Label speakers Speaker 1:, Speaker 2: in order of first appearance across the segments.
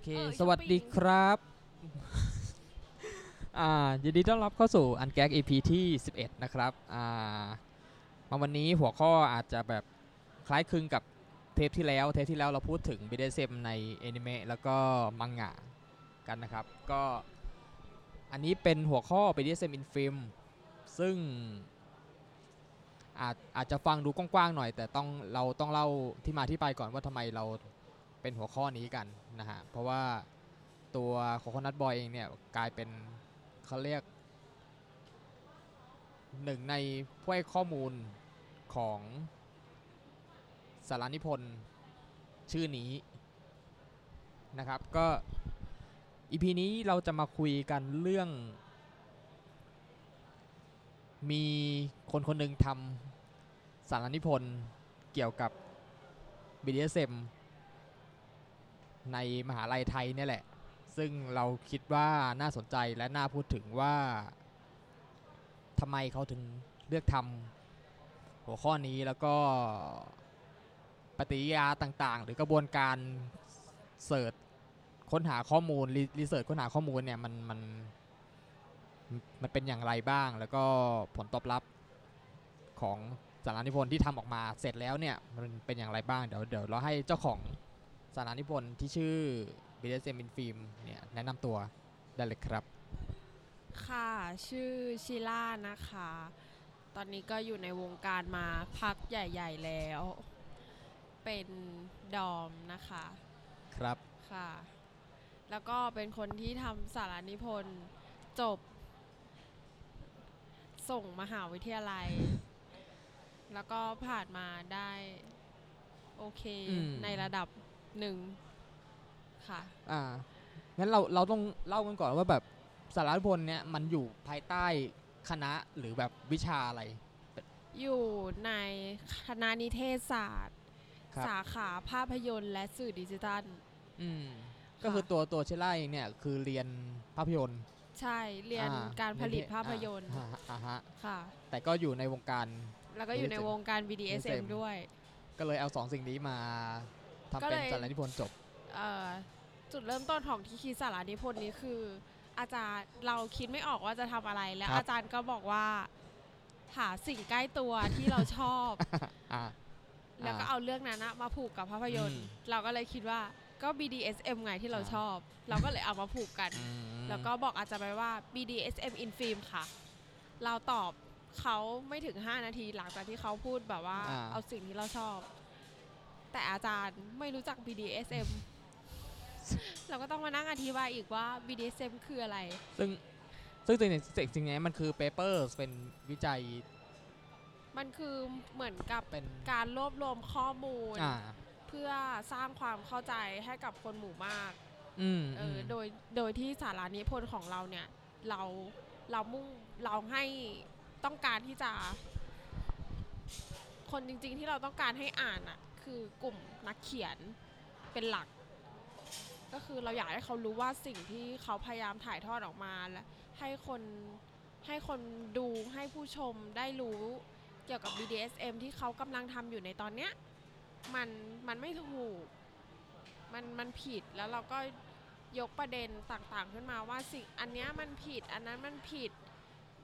Speaker 1: เค
Speaker 2: เออ
Speaker 1: สวัสดี
Speaker 2: ช้อปปิ้ง
Speaker 1: ครับ อ่า ยินดีต้อนรับเข้าสู่อันแก๊ก EP ที่ 11 นะครับ อ่า มาวันนี้หัวข้ออาจจะแบบคล้ายคลึงกับเทปที่แล้ว เทปที่แล้วเราพูดถึง BDSM ในแอนิเมะแล้วก็มังงะกันนะครับ ก็อันนี้เป็นหัวข้อ BDSM in film ซึ่งอาจอาจจะฟังดูกว้างๆหน่อย แต่ต้องเราต้องเล่าที่มาที่ไปก่อนว่าทำไมเราเป็นหัวข้อนี้กันนะฮะ เพราะว่าตัวโคโคนัทบอยเองเนี่ยกลายเป็นเขาเรียกหนึ่งในผู้ให้ข้อมูลของสารานิพนธ์ชื่อนี้นะครับ ก็อีพีนี้เราจะมาคุยกันเรื่อง มีคนคนหนึ่งทำสารนิพนธ์เกี่ยวกับ BDSM ในมหาลัยไทยเนี่ยแหละ ซึ่งเราคิดว่าน่าสนใจและน่าพูดถึงว่าทำไมเขาถึงเลือกทำหัวข้อนี้แล้วก็ปฏิกิริยาต่างๆ หรือกระบวนการเสิร์ชค้นหาข้อมูลรีเสิร์ชค้นหาข้อมูลเนี่ยมันมัน มันเป็นอย่างไรบ้างแล้วก็ผลตอบรับของสารานิพนธ์ที่ทำออกมาเสร็จแล้วเนี่ยมันเป็นอย่างไรบ้างเดี๋ยวเดี๋ยวเราให้เจ้าของสารานิพนธ์ที่ชื่อบิเดเซมินฟิล์มเนี่ยแนะนำตัวได้เลยครับ
Speaker 2: ค่ะ ชื่อชิล่านะคะ ตอนนี้ก็อยู่ในวงการมาพักใหญ่ ๆ แล้ว เป็นดอมนะคะ
Speaker 1: ครับ
Speaker 2: ค่ะ แล้วก็เป็นคนที่ทำสารนิพนธ์จบ ส่งมหาวิทยาลัย แล้วก็ผ่านมาได้โอเค
Speaker 1: อืม
Speaker 2: ในระดับหนึ่งค่ะ
Speaker 1: อ่างั้นเราเราต้องเล่ากันก่อนว่าแบบสารานิพนธ์เนี่ยมันอยู่ภายใต้คณะหรือแบบวิชาอะไร
Speaker 2: อยู่ในคณะนิเทศศาสตร์
Speaker 1: ครับ
Speaker 2: สาขาภาพยนตร์และสื่อดิจิทัล
Speaker 1: อืมก็คือตัวตัวเชล่าเองเนี่ยคือเรียนภาพยนตร์
Speaker 2: ใช่เรียน
Speaker 1: อ่
Speaker 2: การผลิต
Speaker 1: เรีนที่
Speaker 2: ภาพยนตร์
Speaker 1: อ่าอ่าฮะ
Speaker 2: ค่ะ
Speaker 1: แต่ก็อยู่ในวงการ
Speaker 2: แล้วก็อยู่ในวงการ
Speaker 1: BDSM
Speaker 2: BDSM ด้วย
Speaker 1: ก็เลยเอาสองสิ่งนี้มาทำ
Speaker 2: ก็
Speaker 1: เป็น
Speaker 2: เลย
Speaker 1: สารนิพนธ์จบ
Speaker 2: เอ่อจุดเริ่มต้นของที่คิดสารานิพนธ์นี้คือ อาจารย์เราคิดไม่ออกว่าจะทำอะไร และ
Speaker 1: ครับ
Speaker 2: อาจารย์ก็บอกว่า หาสิ่งใกล้ตัวที่เราชอบ
Speaker 1: อ่า
Speaker 2: แล้วก็เอาเรื่องนั้นนะมาผูกกับภาพยนตร์
Speaker 1: อืม
Speaker 2: เราก็เลยคิดว่าก็ BDSM ไงที่เรา
Speaker 1: อ่า
Speaker 2: ชอบ เราก็เลยเอามาผูกกัน
Speaker 1: อืม
Speaker 2: แล้วก็บอกอาจารย์ไปว่า BDSM in film ค่ะ เราตอบเขาไม่ถึง 5 นาทีหลังจากที่เขาพูดแบบว่า
Speaker 1: อ่า
Speaker 2: เอาสิ่งที่เราชอบ แต่อาจารย์ไม่รู้จัก BDSM เราก็ต้องมานั่งอธิบายอีกว่า BDSM คืออะไร
Speaker 1: ซึ่งซึ่งสิ่งสิ่งสิ่งนี้มันคือเปเปอร์เป็นวิจัย
Speaker 2: มันคือเหมือนกับ
Speaker 1: เป็น
Speaker 2: การรวบรวมข้อมูล
Speaker 1: อ่า
Speaker 2: เพื่อสร้างความเข้าใจให้กับคนหมู่มาก
Speaker 1: อืม
Speaker 2: เออ
Speaker 1: ม
Speaker 2: โดยโดยที่สารานิพนธ์ของเราเนี่ยเราเรามุ่งเราให้ต้องการที่จะ คนจริง ๆ ที่เราต้องการให้อ่านอ่ะคือกลุ่มนักเขียนเป็นหลัก ก็คือเราอยากให้เขารู้ว่าสิ่งที่เขาพยายามถ่ายทอดออกมาและให้คนให้คนดูให้ผู้ชมได้รู้เกี่ยวกับ BDSM ที่เขากำลังทำอยู่ในตอนเนี้ยมันมันไม่ถูก มันมันผิดแล้วเราก็ยกประเด็นต่างๆ ขึ้นมาว่าสิ่งอันเนี้ยมันผิดอันนั้นมันผิด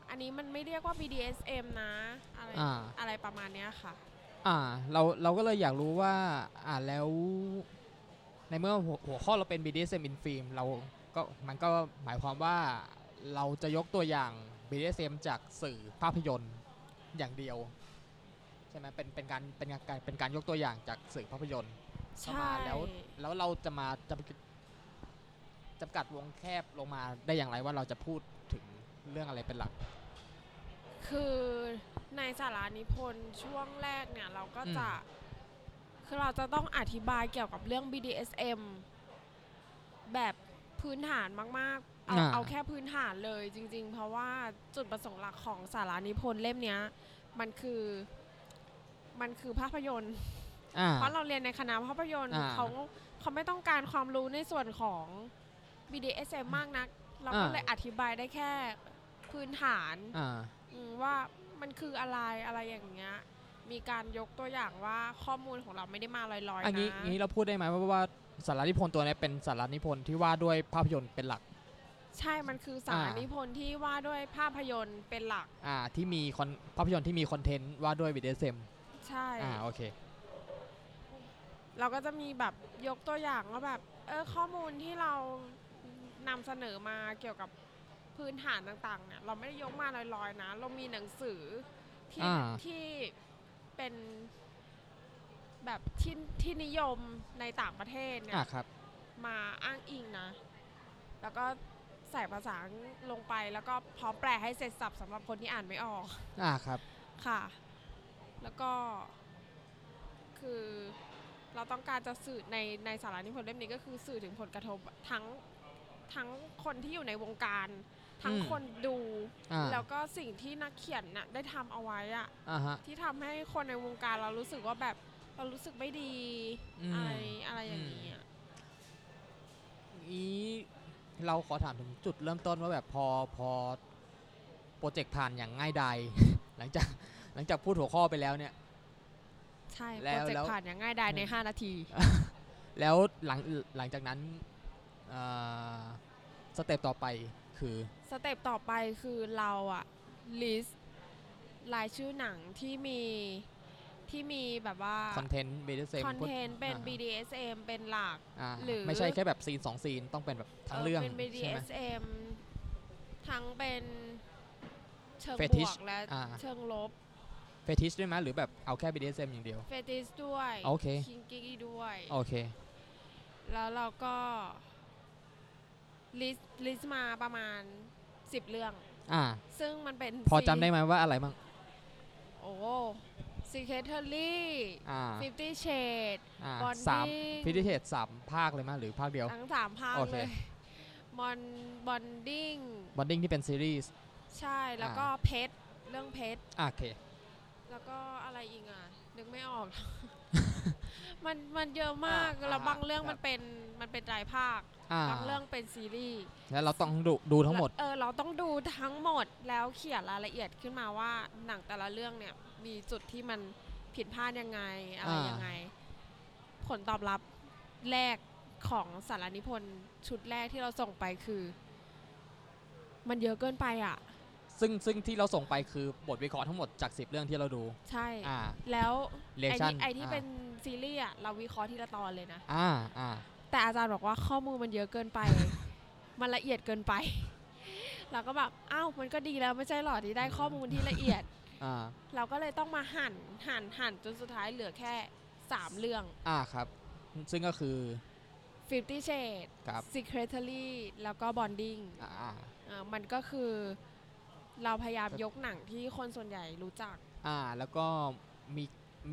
Speaker 2: อันนี้มันไม่เรียกว่า BDSM นะอะไร
Speaker 1: อ่า
Speaker 2: อะไรประมาณเนี้ยค่ะ
Speaker 1: อ่าเราเราก็เลยอยากรู้ว่าอ่าแล้ว ในเมื่อหัวหัวข้อเราเป็น BDSM in film เราก็มันก็หมายความว่าเราจะยกตัวอย่าง BDSM จากสื่อภาพยนตร์อย่างเดียว ใช่ไหมเป็นเป็นการเป็นการเป็นการยกตัวอย่างจากสื่อภาพยนตร์ เข้า
Speaker 2: ใช่
Speaker 1: มาแล้วแล้วเราจะมาจำกัดจำกัดวงแคบลงมาได้อย่างไรว่าเราจะพูดถึงเรื่องอะไรเป็นหลัก
Speaker 2: คือในสารานิพนธ์ช่วงแรกเนี่ยเราก็จะ คือเราจะต้องอธิบายเกี่ยวกับเรื่อง BDSM แบบพื้นฐานมากๆ เอา
Speaker 1: อ่า
Speaker 2: เอาแค่พื้นฐานเลยจริง ๆ เพราะว่าจุดประสงค์หลักของสารานิพนธ์เล่มเนี้ยมันคือมันคือภาพยนตร์
Speaker 1: อ่า
Speaker 2: เพราะเราเรียนในคณะภาพยนตร์
Speaker 1: อ่า
Speaker 2: เขาเขาไม่ต้องการความรู้ในส่วนของ BDSM มากนัก เราก็
Speaker 1: อ่า
Speaker 2: เลยอธิบายได้แค่พื้นฐาน
Speaker 1: อ่า
Speaker 2: อืมว่ามันคืออะไรอะไรอย่างเงี้ย มีการยกตัวอย่างว่าข้อมูลของเราไม่ได้มาลอยๆ
Speaker 1: อันนี้
Speaker 2: นะ
Speaker 1: นี้เราพูดได้ไหมว่าว่า สารนิพนธ์ตัวเนี้ยเป็นสารนิพนธ์ที่ว่าด้วยภาพยนตร์เป็นหลัก
Speaker 2: ใช่มันคือสาร
Speaker 1: อ่านิ
Speaker 2: นิพนธ์ที่ว่าด้วยภาพยนตร์เป็นหลัก
Speaker 1: อ่าที่มีคอนภาพยนตร์ที่มีคอนเทนต์ว่าด้วย BDSM
Speaker 2: ใช่
Speaker 1: อ่าโอเค
Speaker 2: เราก็จะมีแบบยกตัวอย่างว่าแบบเออข้อมูลที่เรานำเสนอมาเกี่ยวกับพื้นฐานต่างๆเนี่ยเราไม่ได้ยกมาลอยๆนะ เรามีหนังสือที่
Speaker 1: อ่า
Speaker 2: ที่เป็นแบบที่ที่นิยมในต่างประเทศเนี่
Speaker 1: อ่าย ครับ
Speaker 2: มาอ้างอิงนะ แล้วก็ใส่ภาษาลงไปแล้วก็พร้อมแปลให้เสร็จสับสำหรับคนที่อ่านไม่ออก
Speaker 1: อ่าครับ
Speaker 2: ค่ะ แล้วก็คือเราต้องการจะสื่อในในสารานิพนธ์เล่มนี้ก็คือสื่อถึงผลกระทบทั้งทั้งคนที่อยู่ในวงการ ทั้งคนดู
Speaker 1: อ่า
Speaker 2: แล้วก็สิ่งที่นักเขียนน่ะได้ทำเอาไว้อะ
Speaker 1: อ่าฮะ
Speaker 2: ที่ทำให้คนในวงการเรารู้สึกว่าแบบเรารู้สึกไม่ดี
Speaker 1: อืม
Speaker 2: อะไรอะไรอย่างเงี้ย
Speaker 1: นี้เราขอถามถึงจุดเริ่มต้นว่าแบบพอพอโปรเจกต์ผ่านอย่างง่ายดาย หลังจากหลังจากพูดหัวข้อไปแล้วเนี่ย
Speaker 2: ใช่
Speaker 1: แล้
Speaker 2: โปร
Speaker 1: ว
Speaker 2: เจก
Speaker 1: แล้ว
Speaker 2: ต์ผ่านอย่างง่ายดายใน
Speaker 1: อืม
Speaker 2: 5 นาที
Speaker 1: แล้วหลังหลังจากนั้นเอ่อสเต็ปต่อไปคือ
Speaker 2: สเต็ปต่อไปคือเราอะลิสต์รายชื่อหนังที่มีที่มีแบบว่า
Speaker 1: คอนเทนต์ BDSM
Speaker 2: คอนเทนต์เป็น
Speaker 1: อ่า
Speaker 2: BDSM เป็นหลัก
Speaker 1: อ่า
Speaker 2: หรือ
Speaker 1: ไม่ใช่แค่แบบซีนสองซีนต้องเป็นแบบทั้งเรื่อง
Speaker 2: เป็น
Speaker 1: ใช่ไหม
Speaker 2: BDSM ทั้งเป็นเชิงบว
Speaker 1: Fetish
Speaker 2: กและ
Speaker 1: อ่า
Speaker 2: เชิงลบ
Speaker 1: เฟติชด้วยไหมหรือแบบเอาแค่ BDSM อย่างเดียว
Speaker 2: เฟติสด้วย
Speaker 1: โอเค
Speaker 2: คิงกี้ด้วย
Speaker 1: โอเค
Speaker 2: แล้วเราก็ลิสลิสมาประมาณ 10 เรื่อง
Speaker 1: อ่า
Speaker 2: ซึ่งมันเป็น
Speaker 1: พอจำ
Speaker 2: ซี
Speaker 1: ได้ไหมว่าอะไรบ้าง
Speaker 2: โอ้ Secretary
Speaker 1: อ่า
Speaker 2: 50 s h a d e
Speaker 1: อ่า
Speaker 2: Bonding
Speaker 1: สามพิธีเทศสามภาคเลยมั้ยหรือภาคเดียว
Speaker 2: ทั้งสามภาค
Speaker 1: โอเค
Speaker 2: เลยมอนบอนดิ้ง
Speaker 1: บอนดิ้งที่เป็นซีรีส์
Speaker 2: ใช่แล้วก็เพชรเรื่องเพชร
Speaker 1: อ่าโอเค
Speaker 2: แล้วก็อะไรอีกอ่ะ นึกไม่ออก มันมันเยอะมาก
Speaker 1: อ่า
Speaker 2: แล้วบางเรื่อง
Speaker 1: ครับ
Speaker 2: มันเป็นมันเป็นรายภาค
Speaker 1: อ่า
Speaker 2: บางเรื่องเป็นซีรีส์
Speaker 1: แล้วเราต้องดูดูทั้งหมด
Speaker 2: เออ เราต้องดูทั้งหมดแล้วเขียนรายละเอียดขึ้นมาว่าหนังแต่ละเรื่องเนี่ย มีจุดที่มันผิดพลาดยังไง อะไร
Speaker 1: อ่ายั
Speaker 2: ยังไง ผลตอบรับแรกของสารนิพนธ์ชุดแรกที่เราส่งไปคือ มันเยอะเกินไปอ่ะ
Speaker 1: ซึ่งซึ่งที่เราส่งไปคือบทวิเคราะห์ทั้งหมดจาก 10 เรื่องที่เราดู
Speaker 2: ใช่
Speaker 1: อ่า
Speaker 2: แล้วไอ้
Speaker 1: relation
Speaker 2: ที่ไอ้ที่เป็นซีรีส์อ่ะเราวิเคราะห์ทีละตอนเลยนะ
Speaker 1: อ่าอ่า
Speaker 2: แต่อาจารย์บอกว่าข้อมูลมันเยอะเกินไป มันละเอียดเกินไป เราก็แบบอ้าวมันก็ดีแล้วไม่ใช่หรอที่ได้ข้อมูลที่ละเอียด
Speaker 1: อ่า
Speaker 2: เราก็เลยต้องมาหั่นหั่นหั่นจนสุดท้ายเหลือแค่ 3 เรื่อง
Speaker 1: อ่าครับ ซึ่งก็คือ
Speaker 2: 50 Shades
Speaker 1: ครับ
Speaker 2: Secretary แล้วก็ Bonding
Speaker 1: อ่าอ่า
Speaker 2: เอ่อมันก็คือเราพยายามยกหนังที่คนส่วนใหญ่รู้จัก
Speaker 1: อ่าแล้วก็มี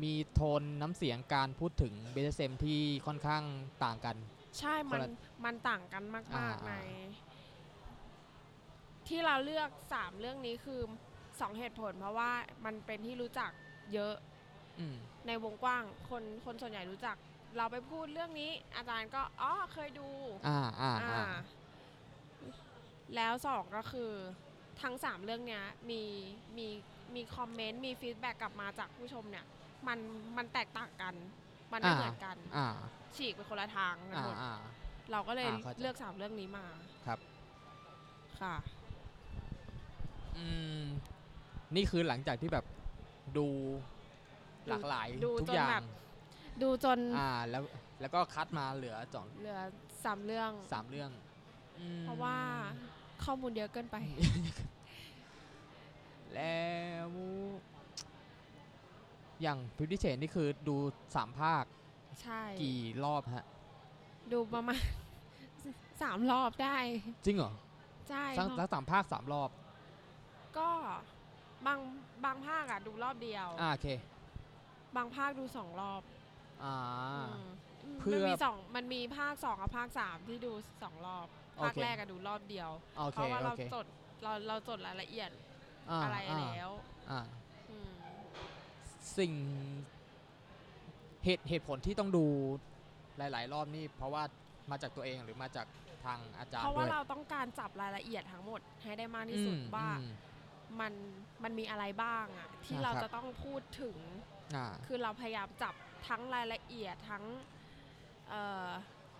Speaker 1: มีโทนน้ำเสียงการพูดถึง BDSM ที่ค่อนข้างต่างกัน
Speaker 2: ใช่มัน
Speaker 1: คนละ
Speaker 2: มันต่างกันมาก
Speaker 1: อ่า
Speaker 2: ๆ ใน
Speaker 1: อ่า
Speaker 2: ที่เราเลือกสามเรื่องนี้คือสองเหตุผลเพราะว่ามันเป็นที่รู้จักเยอะ
Speaker 1: อืม
Speaker 2: ในวงกว้าง คนคนส่วนใหญ่รู้จัก เราไปพูดเรื่องนี้ อาจารย์ก็อ๋อเคยดู
Speaker 1: อ่าอ่าอ่า
Speaker 2: อ่าแล้วสองก็คือทั้งสามเรื่องเนี้ยมีมีมีคอมเมนต์มีฟีดแบ็กกลับมาจากผู้ชมเนี่ย มันมันแตกต่างกัน มันไม่เหมือนกัน
Speaker 1: อ่า
Speaker 2: ฉีกไปคนละทางกัน
Speaker 1: อ่า
Speaker 2: หมด
Speaker 1: อ่า
Speaker 2: เราก็เลย
Speaker 1: อ่าเข้าใจ
Speaker 2: เลือกสามเรื่องนี้มา
Speaker 1: ครับ
Speaker 2: ค่ะ
Speaker 1: อืมนี่คือหลังจากที่แบบดูหลากหลาย
Speaker 2: ดู
Speaker 1: ทุก
Speaker 2: จน
Speaker 1: อย่า
Speaker 2: แบ
Speaker 1: ง
Speaker 2: บ ดูจน
Speaker 1: อ่าแล้วแล้วก็คัดมาเหลือสอง
Speaker 2: เหลือสามเรื่อง
Speaker 1: สามเรื่องอืม
Speaker 2: เพราะว่าข้อมูลเยอะเกินไป
Speaker 1: แล้วอย่างพิพิเชนนี่คือดูสามภาค
Speaker 2: ใช่
Speaker 1: กี่รอบฮะ
Speaker 2: ดูประมาณ สามรอบได้
Speaker 1: จริงเหรอ
Speaker 2: ใช่
Speaker 1: ทั้ง
Speaker 2: เพ
Speaker 1: ทั้
Speaker 2: ราะ
Speaker 1: งสามภาคสามรอบ
Speaker 2: ก็บางบางภาคอะดูรอบเดียว
Speaker 1: อ่าโอเค
Speaker 2: บางภาคดูสองรอบ
Speaker 1: อ่า
Speaker 2: อืม
Speaker 1: เพื่
Speaker 2: มัน
Speaker 1: อ
Speaker 2: มีสองมันมีภาคสองกับภาคสามที่ดูสองรอบ
Speaker 1: โอ
Speaker 2: ภาค
Speaker 1: เค
Speaker 2: แรกอะดูรอบเดียว
Speaker 1: โอ
Speaker 2: เพ
Speaker 1: เค
Speaker 2: ราะว่า
Speaker 1: โอ
Speaker 2: เรา
Speaker 1: เค
Speaker 2: จดเราเราจดรายละเอียด
Speaker 1: า
Speaker 2: อะไร
Speaker 1: า
Speaker 2: แล้ว
Speaker 1: อ่า
Speaker 2: อืม
Speaker 1: สิ่งเหตุเหตุผลที่ต้องดูหลาย ๆ รอบนี่เพราะว่ามาจากตัวเองหรือมาจากทางอาจารย์
Speaker 2: เพราะว่า
Speaker 1: ด้วย
Speaker 2: เราต้องการจับรายละเอียดทั้งหมดให้ได้มากที่สุด
Speaker 1: อืม
Speaker 2: ว่า
Speaker 1: อืม
Speaker 2: มันมันมีอะไรบ้างอะที่
Speaker 1: อ่า
Speaker 2: เรา
Speaker 1: ครับ
Speaker 2: จะต้องพูดถึง
Speaker 1: อ่า
Speaker 2: คือเราพยายามจับทั้งรายละเอียดทั้งเอ่อ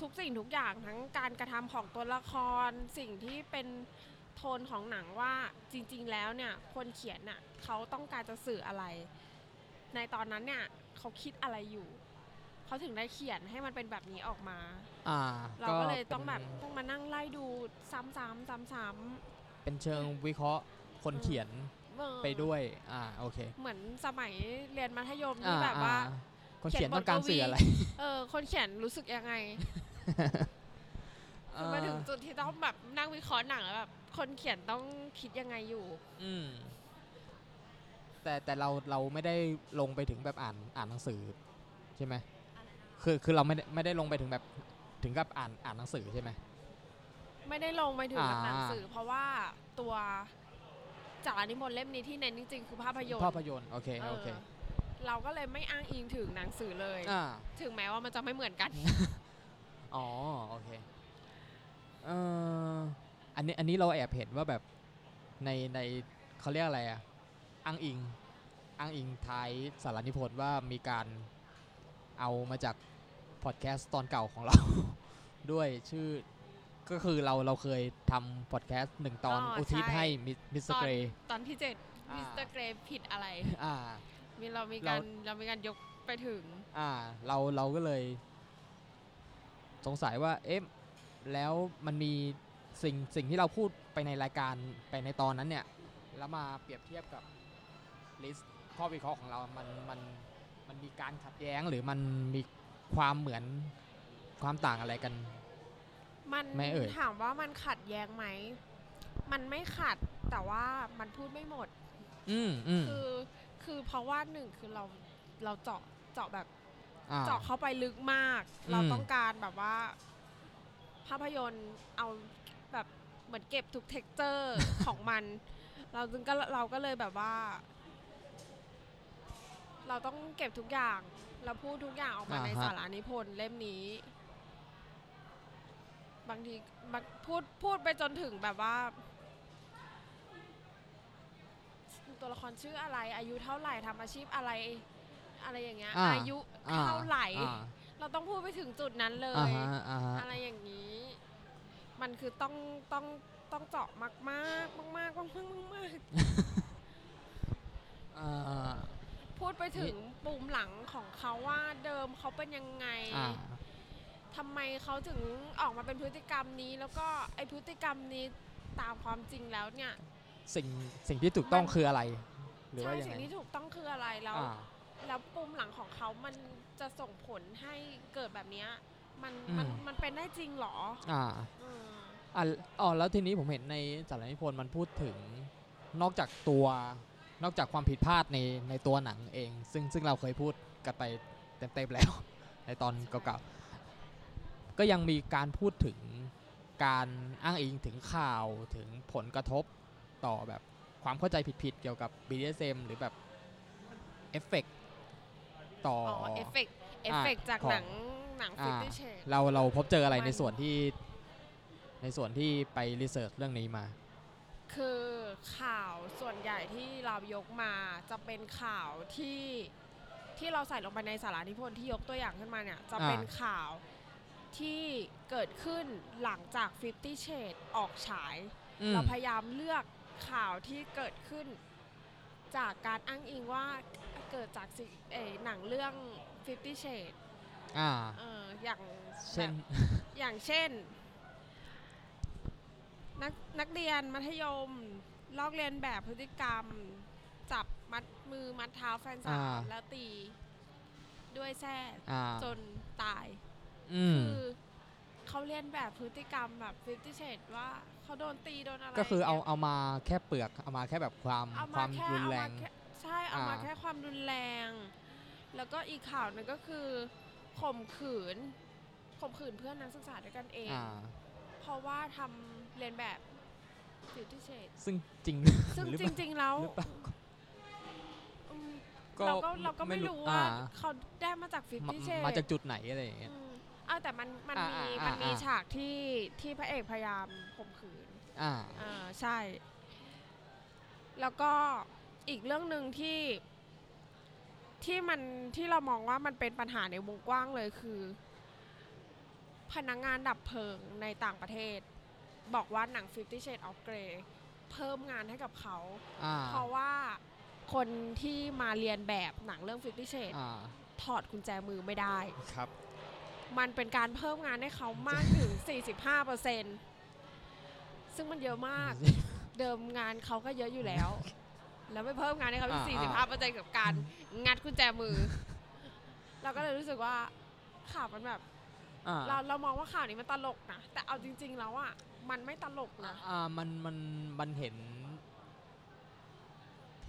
Speaker 2: ทุกสิ่งทุกอย่างทั้งการกระทำของตัวละคร สิ่งที่เป็นโทนของหนังว่าจริง ๆ แล้วเนี่ยคนเขียนน่ะเขาต้องการจะสื่ออะไร ในตอนนั้นเนี่ยเขาคิดอะไรอยู่ เขาถึงได้เขียนให้มันเป็นแบบนี้ออกมา
Speaker 1: อ่า
Speaker 2: เราก็เลยต้องแบบ
Speaker 1: ป็น
Speaker 2: ต้องมานั่งไล่ดูซ้ำๆซ้ำ
Speaker 1: เป็นเชิงวิเคราะห์คนเขียน
Speaker 2: ๆเออ
Speaker 1: ไปด้วย อ่า โอเค
Speaker 2: เหมือนสมัยเรียนมัธยม
Speaker 1: อ่า
Speaker 2: ที่แบบว่า
Speaker 1: อ่าคนเขียนต้องการสื่ออะไร
Speaker 2: เออคนเขียนรู้สึกยังไง
Speaker 1: อ่
Speaker 2: มาถึงจุดที่ต้องแบบนั่งวิเคราะห์หนังแล้วแบบคนเขียนต้องคิดยังไงอยู่
Speaker 1: อืมแต่แต่เราเราไม่ได้ลงไปถึงแบบอ่านอ่านหนังสือใช่ไหมคือคือเราไม่ได้ไม่ได้ลงไปถึงแบบถึงกับอ่านอ่านหนังสือใช่ไหม
Speaker 2: ไม่ได้ลงไปถึงกับ
Speaker 1: อ่า
Speaker 2: หนังสือ เพราะว่าตัวจากนิมนต์เล่มนี้ที่เน้นจริงๆคือภาพยนตร์
Speaker 1: ภาพยนตร์โอเค
Speaker 2: เอ
Speaker 1: โอ
Speaker 2: อ
Speaker 1: เค
Speaker 2: เราก็เลยไม่อ้างอิงถึงหนังสือเลย
Speaker 1: อ่า
Speaker 2: ถึงแม้ว่ามันจะไม่เหมือนกัน
Speaker 1: อ๋อโอเคเอ่ออันนี้อันนี้เราแอบเห็นว่าแบบในในเขาเรียกอะไรอะอ้างอิงอ้างอิงท้ายสารนิพนธ์ว่ามีการเอามาจากพอดแคสต์ตอนเก่าของเรา ด้วยชื่อก็คือเราเราเคยทำพอดแคสต์หนึ่งตอน
Speaker 2: อ๋ออุ
Speaker 1: อุทิศ
Speaker 2: ใช่
Speaker 1: ให้มิสเตอร์เก
Speaker 2: ตอน
Speaker 1: รย์
Speaker 2: ตอนที่เจ็ด
Speaker 1: อ่า
Speaker 2: มิสเตอร์เกรย์ผิดอะไร
Speaker 1: อ่า
Speaker 2: มีเรามีการ
Speaker 1: เรา
Speaker 2: เรามีการยกไปถึง
Speaker 1: อ่าเราเราก็เลย สงสัยว่าเอ๊ะแล้วมันมีสิ่งสิ่งที่เราพูดไปในรายการไปในตอนนั้นเนี่ย แล้วมาเปรียบเทียบกับลิสต์ข้อวิเคราะห์ของเรา มันมันมันมีการขัดแย้งหรือมันมีความเหมือนความต่างอะไรกัน
Speaker 2: มัน
Speaker 1: ไม่เอ่ย
Speaker 2: ถามว่ามันขัดแย้งไหม มันไม่ขัดแต่ว่ามันพูดไม่หมด
Speaker 1: อืมอืม
Speaker 2: คือคือเพราะว่าหนึ่งคือเราเราเจาะเจาะแบบ
Speaker 1: อ่า
Speaker 2: เจาะเข้าไปลึกมาก
Speaker 1: อืม
Speaker 2: เราต้องการแบบว่า ภาพยนตร์เอาแบบเหมือนเก็บทุกเท็กเจอร์ ของ มัน เราจึงก็เราก็เลยแบบว่า เราต้องเก็บทุกอย่างเราพูดทุกอย่างออกมาในสารานิพนธ์เล่มนี้ บางทีบางพูดพูดไปจนถึงแบบว่า ตัวละครชื่ออะไร อายุเท่าไหร่ทำอาชีพอะไร อะไรอย่างเงี้ย
Speaker 1: อ่า
Speaker 2: อายุ
Speaker 1: อ่
Speaker 2: เท่าไหร่
Speaker 1: อ่า
Speaker 2: เราต้องพูดไปถึงจุดนั้นเล
Speaker 1: อ่าย ฮะอ่าฮะ
Speaker 2: อะไรอย่างนี้ มันคือต้องต้องต้องเจาะมากมากมากมากมากมากมาก
Speaker 1: อ่า
Speaker 2: พูดไปถึงปุ่มหลังของเขาว่าเดิมเขาเป็นยังไง
Speaker 1: อ่า
Speaker 2: ทำไมเขาถึงออกมาเป็นพฤติกรรมนี้ แล้วก็ไอพฤติกรรมนี้ตามความจริงแล้วเนี่ย
Speaker 1: สิ่งสิ่งที่ถูกต้องคืออะไร หรือ
Speaker 2: ใช่
Speaker 1: ว่ายัง
Speaker 2: สิ่
Speaker 1: ไง
Speaker 2: งที่ถูกต้องคืออะไรแล้ว
Speaker 1: อ่า
Speaker 2: แล้วปุ่มหลังของเขามันจะส่งผลให้เกิดแบบเนี้ยมัน
Speaker 1: อืม
Speaker 2: มันมันเป็นได้จริงเหรอ
Speaker 1: อ่า
Speaker 2: เออ
Speaker 1: อ่ะอ๋อแล้วทีนี้ผมเห็นในสารนิพนธ์มันพูดถึงนอกจากตัวนอกจากความผิดพลาดในในตัวหนังเอง ซึ่งซึ่งเราเคยพูดกันไปเต็มๆแล้ว ในตอนเก่าๆก็ยังมีการพูดถึงการอ้างอิงถึงข่าวถึงผลกระทบต่อแบบความเข้าใจผิดๆเกี่ยวกับ BDSM หรือแบบเอฟเฟกต่อ
Speaker 2: อ๋อ
Speaker 1: อ
Speaker 2: เอฟเฟกเอฟเฟกจาก
Speaker 1: ของ
Speaker 2: หนังหนัง
Speaker 1: อ่า
Speaker 2: ฟิฟตี้เชด
Speaker 1: เราเราพบเจออะไร
Speaker 2: มัน
Speaker 1: ในส่วนที่ในส่วนที่ไปรีเสิร์ชเรื่องนี้มา
Speaker 2: คือข่าวส่วนใหญ่ที่เรายกมาจะเป็นข่าวที่ที่เราใส่ลงไปในสารานิพนธ์ที่ยกตัวอย่างขึ้นมาเนี่ยจะ
Speaker 1: อ่า
Speaker 2: เป็นข่าวที่เกิดขึ้นหลังจาก 50 Shades ออกฉาย
Speaker 1: อืม
Speaker 2: เราพยายามเลือกข่าวที่เกิดขึ้น จากการอ้างอิงว่าเกิดจากสิเอ่อหนังเรื่อง Fifty Shades
Speaker 1: อ่า
Speaker 2: เอ่ออย่าง
Speaker 1: เช่น
Speaker 2: แบบอย่างเช่น นักนักเรียนมัธยม ลอกเรียนแบบพฤติกรรม จับมัดมือมัดเท้าแฟนสาว
Speaker 1: อ่า
Speaker 2: แล้วตีด้วยแส้
Speaker 1: อ่า
Speaker 2: จนตาย
Speaker 1: อืม
Speaker 2: คือเขาเรียนแบบพฤติกรรมแบบ Fifty Shades ว่าเขาโดนตีโดนอะไร
Speaker 1: ก็คือเอา
Speaker 2: ย่งงี้ย
Speaker 1: เอามาแค่เปลือก เอามาแค่แบบความ
Speaker 2: เอามาว
Speaker 1: คาม
Speaker 2: แค่
Speaker 1: รุน
Speaker 2: เอา
Speaker 1: แร
Speaker 2: มาง แค่ใช่เอามา
Speaker 1: อ่า
Speaker 2: แค่ความรุนแรง แล้วก็อีกข่าวหนึงก็คือข่มขืนข่มขืนเพื่อนนักศึกษาด้วยกันเอง
Speaker 1: อ่า
Speaker 2: เพราะว่าทำเรียนแบบฟิวที่เชด
Speaker 1: ซึ่งจริง
Speaker 2: ซึ่ง
Speaker 1: หรือ
Speaker 2: จ
Speaker 1: เปล่า
Speaker 2: ริง ๆ แล้ว
Speaker 1: หรือเปล่า
Speaker 2: อืมเราก็เราก็ไม่รู้ว่า
Speaker 1: อ่
Speaker 2: เขาได้มาจากฟิว
Speaker 1: มา
Speaker 2: ที่เชด
Speaker 1: มาจากจุดไหนอะไรอย่างเงี้ย
Speaker 2: อ้าวแต่มันมัน
Speaker 1: อ่า
Speaker 2: มี
Speaker 1: อ่า
Speaker 2: มันมี
Speaker 1: อ่า
Speaker 2: ฉากที่ที่พระเอกพยายามข่มขืน
Speaker 1: อ่า
Speaker 2: อ่าใช่ แล้วก็อีกเรื่องหนึ่งที่ที่มันที่เรามองว่ามันเป็นปัญหาในวงกว้างเลยคือ พนักงานดับเพลิงในต่างประเทศ บอกว่าหนัง Fifty Shades of Grey เพิ่มงานให้กับเขา
Speaker 1: อ่า
Speaker 2: เพราะว่าคนที่มาเรียนแบบหนังเรื่อง Fifty Shades
Speaker 1: อ่า
Speaker 2: ถอดกุญแจมือไม่ได้
Speaker 1: ครับ
Speaker 2: มันเป็นการเพิ่มงานให้เขามากถึง 45%ซึ่งมันเยอะมาก เดิมงานเขาก็เยอะอยู่แล้ว แล้วไปเพิ่มงานให้เขาอีก45%กับการงัดกุญแจมือ เราก็เลยรู้สึกว่าข่าวมันแบบ
Speaker 1: อ่า
Speaker 2: เราเรามองว่าข่าวนี้มันตลกนะ แต่เอาจริง ๆ แล้วอ่ะมันไม่ตลกนะ
Speaker 1: อ่ามันมันมันเห็น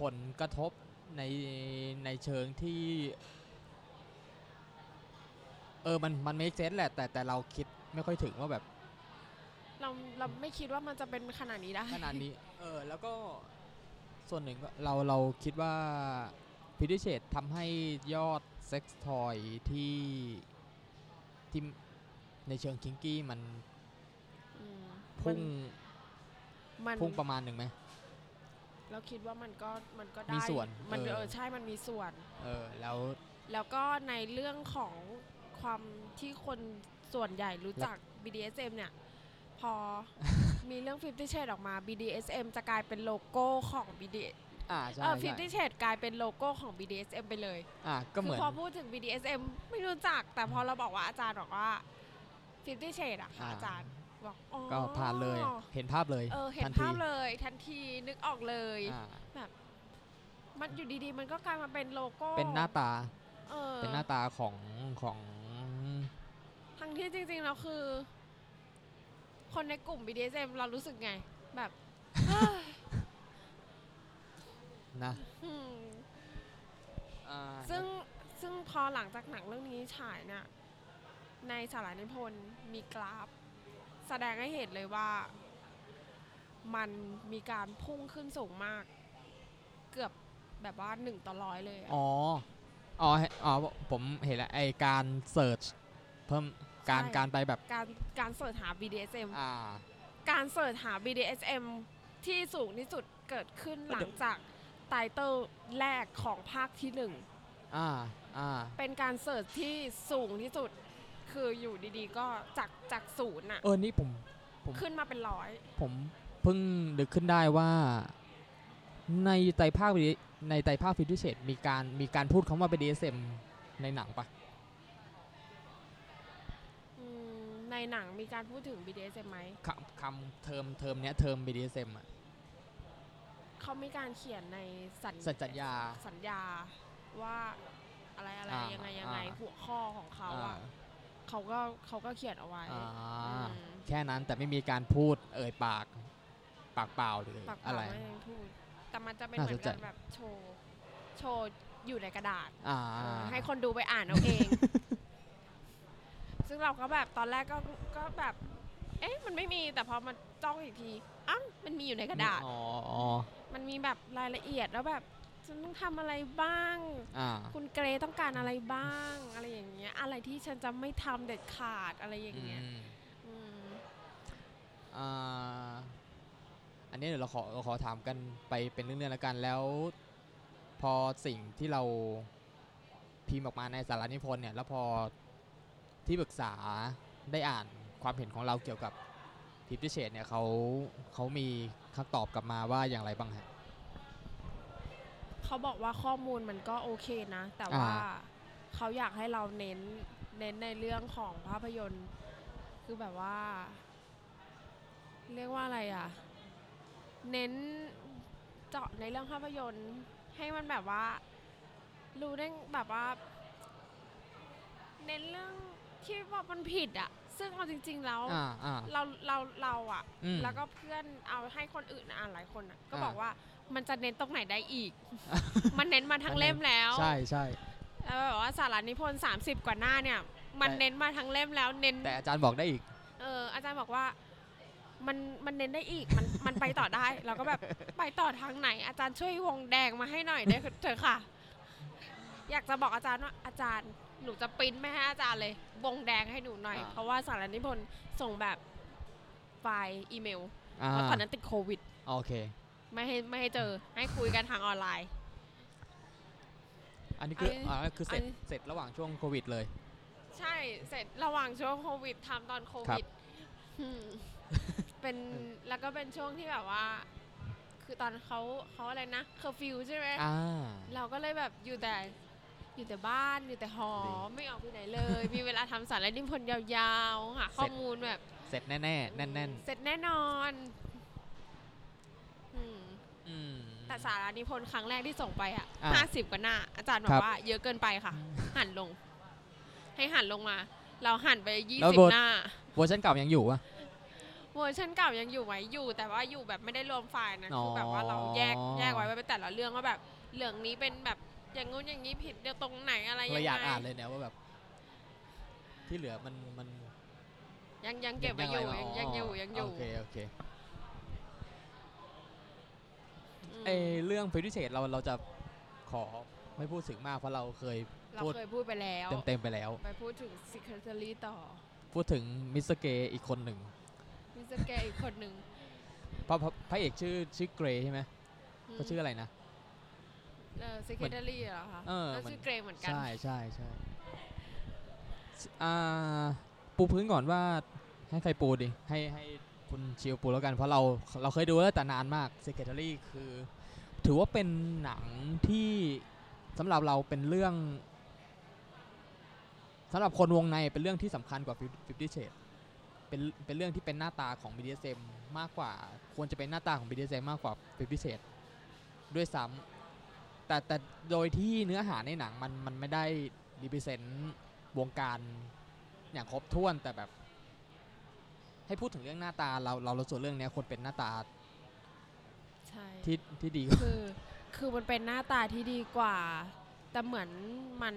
Speaker 1: ผลกระทบในในเชิงที่ เออมันมันไม่เซนแหละ แต่แต่เราคิดไม่ค่อยถึงว่าแบบ
Speaker 2: เราเราไม่คิดว่ามันจะเป็นขนาดนี้ได้
Speaker 1: ขนาดนี้ เออ แล้วก็ส่วนหนึ่งก็เราเราคิดว่าพิทิเชตทำให้ยอดเซ็กซ์ทอยที่ที่ในเชิงคิงกี้มัน
Speaker 2: อืม
Speaker 1: พุ่ง
Speaker 2: มัน
Speaker 1: พุ่งประมาณหนึ่งไหม
Speaker 2: เราคิดว่ามันก็มันก็ได้
Speaker 1: มีส่วน
Speaker 2: มัน
Speaker 1: เออ
Speaker 2: เออใช่มันมีส่วน
Speaker 1: เออ แล้ว
Speaker 2: แล้วก็ในเรื่องของความที่คนส่วนใหญ่รู้จัก BDSM เนี่ย พ อ มีเรื่อง Fifty Shades ออกมา BDSM จะกลายเป็นโลโก้ของ BD
Speaker 1: อ่า ใช่
Speaker 2: เออ
Speaker 1: ใช่
Speaker 2: Fifty Shades กลายเป็นโลโก้ของ BDSM ไปเลย
Speaker 1: อ่า ก็เห
Speaker 2: คื
Speaker 1: มือน
Speaker 2: พอพูดถึง BDSM ไม่รู้จัก แต่พอเราบอกว่าอาจารย์บอกว่า Fifty Shades อะค่ะ
Speaker 1: อ่า
Speaker 2: อาจารย์บอกอ๋อ
Speaker 1: ก็ผ่านเลย เห็นภาพเลย
Speaker 2: เออ เห็น
Speaker 1: ทั
Speaker 2: ภาพเลยทันทีนึกออกเลย
Speaker 1: อ่า
Speaker 2: มันอยู่ดีๆ มันก็กลายมาเป็นโลโก้
Speaker 1: เป็นหน้าตา
Speaker 2: ออ
Speaker 1: เป็นหน้าตาของของ
Speaker 2: ทั้งที่จริงๆแล้วคือ คนในกลุ่ม BDSM เรารู้สึกไง แบบ เฮ้ย
Speaker 1: นะ
Speaker 2: อืม
Speaker 1: อ่า
Speaker 2: ซึ่งซึ่งพอหลังจากหนังเรื่องนี้ฉายเนี่ยในสารนิพนธ์มีกราฟ แสดงให้เห็นเลยว่า มันมีการพุ่งขึ้นสูงมาก เกือบแบบว่าหนึ่งต่อร้อยเลยอะ
Speaker 1: อ๋อ อ๋อ อ๋อ ผมเห็นแล้วไอการเสิร์ชเพิ่มการการไปแบบ
Speaker 2: การการเสิร์ชหา BDSM
Speaker 1: อ่า
Speaker 2: การเสิร์ชหา BDSM ที่สูงที่สุดเกิดขึ้นหลังจากไตเติลแรกของภาคที่หนึ่ง
Speaker 1: อ่า อ่า
Speaker 2: เป็นการเสิร์ชที่สูงที่สุด คืออยู่ดีๆ ก็จากจากศูนย์อะ
Speaker 1: เออ นี่ผม ผม
Speaker 2: ขึ้นมาเป็นร้อย
Speaker 1: ผมเพิ่งดึกขึ้นได้ว่า ในไตรภาค BD ในไตรภาคฟิวเศษมีการมีการพูดคำว่า BDSM ในหนังปะ
Speaker 2: อืมในหนังมีการพูดถึง BDSM ไหม
Speaker 1: คำคำเทอมเทอมเนี้ยเทอม BDSM อะ
Speaker 2: เขามีการเขียนในสัญ
Speaker 1: สัญสัญญา
Speaker 2: สัญญาว่าอะไรอะไร
Speaker 1: อ่ายั
Speaker 2: ยังไงยังไง
Speaker 1: อ่า
Speaker 2: หัวข้อของเขา
Speaker 1: อ่า
Speaker 2: อะเขาก็เขาก็เขียนเอาไว้
Speaker 1: อ่า
Speaker 2: อืม
Speaker 1: แค่นั้นแต่ไม่มีการพูดเอ่ยปาก ปากเปล่าหรือ
Speaker 2: ปากเป
Speaker 1: อะ
Speaker 2: ล่า
Speaker 1: ไร
Speaker 2: ไม่ได้พูด แต่มันจะเป็น
Speaker 1: น่า
Speaker 2: เหมื
Speaker 1: ส
Speaker 2: อน น
Speaker 1: ใจ
Speaker 2: กันแบบโชว์ โชว์อยู่ในกระดาษ
Speaker 1: อ่า
Speaker 2: เออให้คนดูไปอ่านเอาเอง ซึ่งเราก็แบบตอนแรกก็ก็แบบ เอ๊ะ มันไม่มี แต่พอมันจ้องอีกที อ้าวมันมีอยู่ในกระดาษ
Speaker 1: อ๋ออ๋อ
Speaker 2: มันมีแบบรายละเอียดแล้วแบบฉันต้องทำอะไรบ้าง
Speaker 1: อ่า
Speaker 2: คุณเกรต้องการอะไรบ้าง อะไรอย่างเงี้ย อะไรที่ฉันจะไม่ทำเด็ดขาดอะไรอย่างเงี้ย
Speaker 1: อืม
Speaker 2: อืม
Speaker 1: อ่าอันนี้เดี๋ยวเราขอเราขอถามกันไปเป็นเรื่องๆแล้วกันแล้ว พอสิ่งที่เราพิมพ์ออกมาในสารานิพนธ์เนี่ย แล้วพอที่ปรึกษาได้อ่านความเห็นของเราเกี่ยวกับทิปทิเชตเนี่ยเขาเขามีคำตอบกลับมาว่าอย่างไรบ้างฮะ
Speaker 2: เขาบอกว่าข้อมูลมันก็โอเคนะ แต่ว่าเขาอยากให้เราเน้นเน้นในเรื่องของภาพยนตร์ คือแบบว่า เรียกว่าอะไรอ่ะ เน้นเจาะในเรื่องภาพยนตร์ ให้มันแบบว่า รู้ได้แบบว่า เน้นเรื่องที่ว่ามันผิดอ่ะ ซึ่งเอาจริง ๆ แล้ว
Speaker 1: อ่าอ่า
Speaker 2: เราเราเราอ่ะ
Speaker 1: อืม
Speaker 2: แล้วก็เพื่อนเอาให้คนอื่นอ่านหลายคนน่ะก็
Speaker 1: อ่า
Speaker 2: บอกว่ามันจะเน้นตรงไหนได้อี ก มันเน้นมาทั้งเล่มแล้ว
Speaker 1: ใช่ใช่
Speaker 2: แล้วแบบว่าสารานิพนธ์30 กว่าหน้าเนี่ย มัน
Speaker 1: แต่
Speaker 2: เน้นมาทั้งเล่มแล้วเน้น
Speaker 1: แต่อาจารย์บอกได้อีก
Speaker 2: เอออาจารย์บอกว่ามันมันเน้นได้อีกมันมันไปต่อได้ เราก็แบบไปต่อทางไหน อาจารย์ช่วยวงแดงมาให้หน่อยได้เถอะค่ะ อยากจะบอกอาจารย์ว่าอาจารย์หนูจะปริ้นไม่ให้อาจารย์เลย วงแดงให้หนูหน่อย
Speaker 1: อ่า
Speaker 2: เพราะว่าสารานิพนธ์ส่งแบบไฟล์อีเมล
Speaker 1: อ่า
Speaker 2: เพราะตอนนั้นติดโควิด
Speaker 1: โอเค
Speaker 2: ไม่ให้ไม่ให้เจอให้คุยกันทางออนไลน์
Speaker 1: อันนี้คือ
Speaker 2: อันนี้
Speaker 1: อ่าคือเสร็จ
Speaker 2: อันนี้
Speaker 1: เสร็จระหว่างช่วงโควิดเลย
Speaker 2: ใช่เสร็จระหว่างช่วงโควิดทำตอนโควิดอืม เป็นแล้วก็เป็นช่วงที่แบบว่า คือตอนเขาเขาอะไรนะเคอร์ฟิวใช่ไหม
Speaker 1: อ่า
Speaker 2: เราก็เลยแบบอยู่แต่อยู่แต่บ้านอยู่แต่หอ
Speaker 1: ดี
Speaker 2: ไม่ออกไปไหนเลย มีเวลาทำสารนิพนธ์ยาวๆหา
Speaker 1: เสร็จ
Speaker 2: ข้อมูลแบบ
Speaker 1: เสร็จแน่แน่แน่นแน่น
Speaker 2: เสร็จแน่นอนอืม
Speaker 1: ๆอืม
Speaker 2: แต่สารนิพนธ์ครั้งแรกที่ส่งไปอ่ะ
Speaker 1: อ่ะ
Speaker 2: ห้าสิบกว่าหน้า อาจารย์บอ
Speaker 1: ครั
Speaker 2: ก
Speaker 1: บ
Speaker 2: ว่า เยอะเกินไปค่ะ หันลง ให้หันลงมา เราหันไปยี่
Speaker 1: แล้ว
Speaker 2: สิ
Speaker 1: โด
Speaker 2: บ
Speaker 1: น
Speaker 2: หน้า
Speaker 1: เวอร์ชันเก่ายังอยู่อ่ะ
Speaker 2: เวอร์ชันเก่ายังอยู่ไหมอยู่ แต่ว่าอยู่แบบไม่ได้รวมไฟล์นะ
Speaker 1: อ๋อ
Speaker 2: คือแบบว่าเราแยกแยกไว้ไว้เป็นแต่ละเรื่องว่าแบบเรื่องนี้เป็นแบบอย่างงู้นอย่างนี้ผิดเดี๋ยวตรงไหนอะไรยัง
Speaker 1: เราอยาก
Speaker 2: ไง
Speaker 1: อ่านเลยเนี่ยว่าแบบ ที่เหลือมันมัน
Speaker 2: ยังยังเก็บไว้อยู่ยังยังอยู่ยังอยู่
Speaker 1: โอเคโอเค
Speaker 2: ม
Speaker 1: เอยเรื่องฟิวเชตเราเราจะขอไม่พูดถึงมากเพราะเราเคย
Speaker 2: เรา
Speaker 1: พูด
Speaker 2: เคยพูดไปแล้ว
Speaker 1: เต็มๆไปแล้ว
Speaker 2: ไปพูดถึง Secretary ต่อ
Speaker 1: พูดถึงมิสเตอร์เกย์อีกคนหนึ่ง
Speaker 2: มิสเกอีกคนหนึ่ง
Speaker 1: เพราะพระพระเอกชื่อชื่อเกรย์ใช่ไหมเขาชื่ออะไรนะ
Speaker 2: เออ Secretary เหรอคะ
Speaker 1: เออ
Speaker 2: แล้ว
Speaker 1: มัน
Speaker 2: ชื่อเกรย์เหมือนกัน
Speaker 1: ใช่ใช่ใช่อ่าปูพื้นก่อนว่าให้ใครปูดิ ให้ให้คุณชิวปูแล้วกัน เพราะเราเราเคยดูแล้วแต่นานมาก Secretary คือ ถือว่าเป็นหนังที่สำหรับเราเป็นเรื่องสำหรับคนวงในเป็นเรื่องที่สำคัญกว่า Fifty Shades เป็นเป็นเรื่องที่เป็นหน้าตาของ BDSM มากกว่า ควรจะเป็นหน้าตาของ BDSM มากกว่า Fifty Shades ด้วยซ้ำ แต่แต่โดยที่เนื้อหาในหนังมันมันไม่ได้ดีพิเซนต์วงการอย่างครบถ้วนแต่แบบ ให้พูดถึงเรื่องหน้าตาเราเราเราส่วนเรื่องเนี้ยคนเป็นหน้าตา
Speaker 2: ใช่
Speaker 1: ที่ที่ดีกว่า
Speaker 2: คือคือมันเป็นหน้าตาที่ดีกว่า แต่เหมือนมัน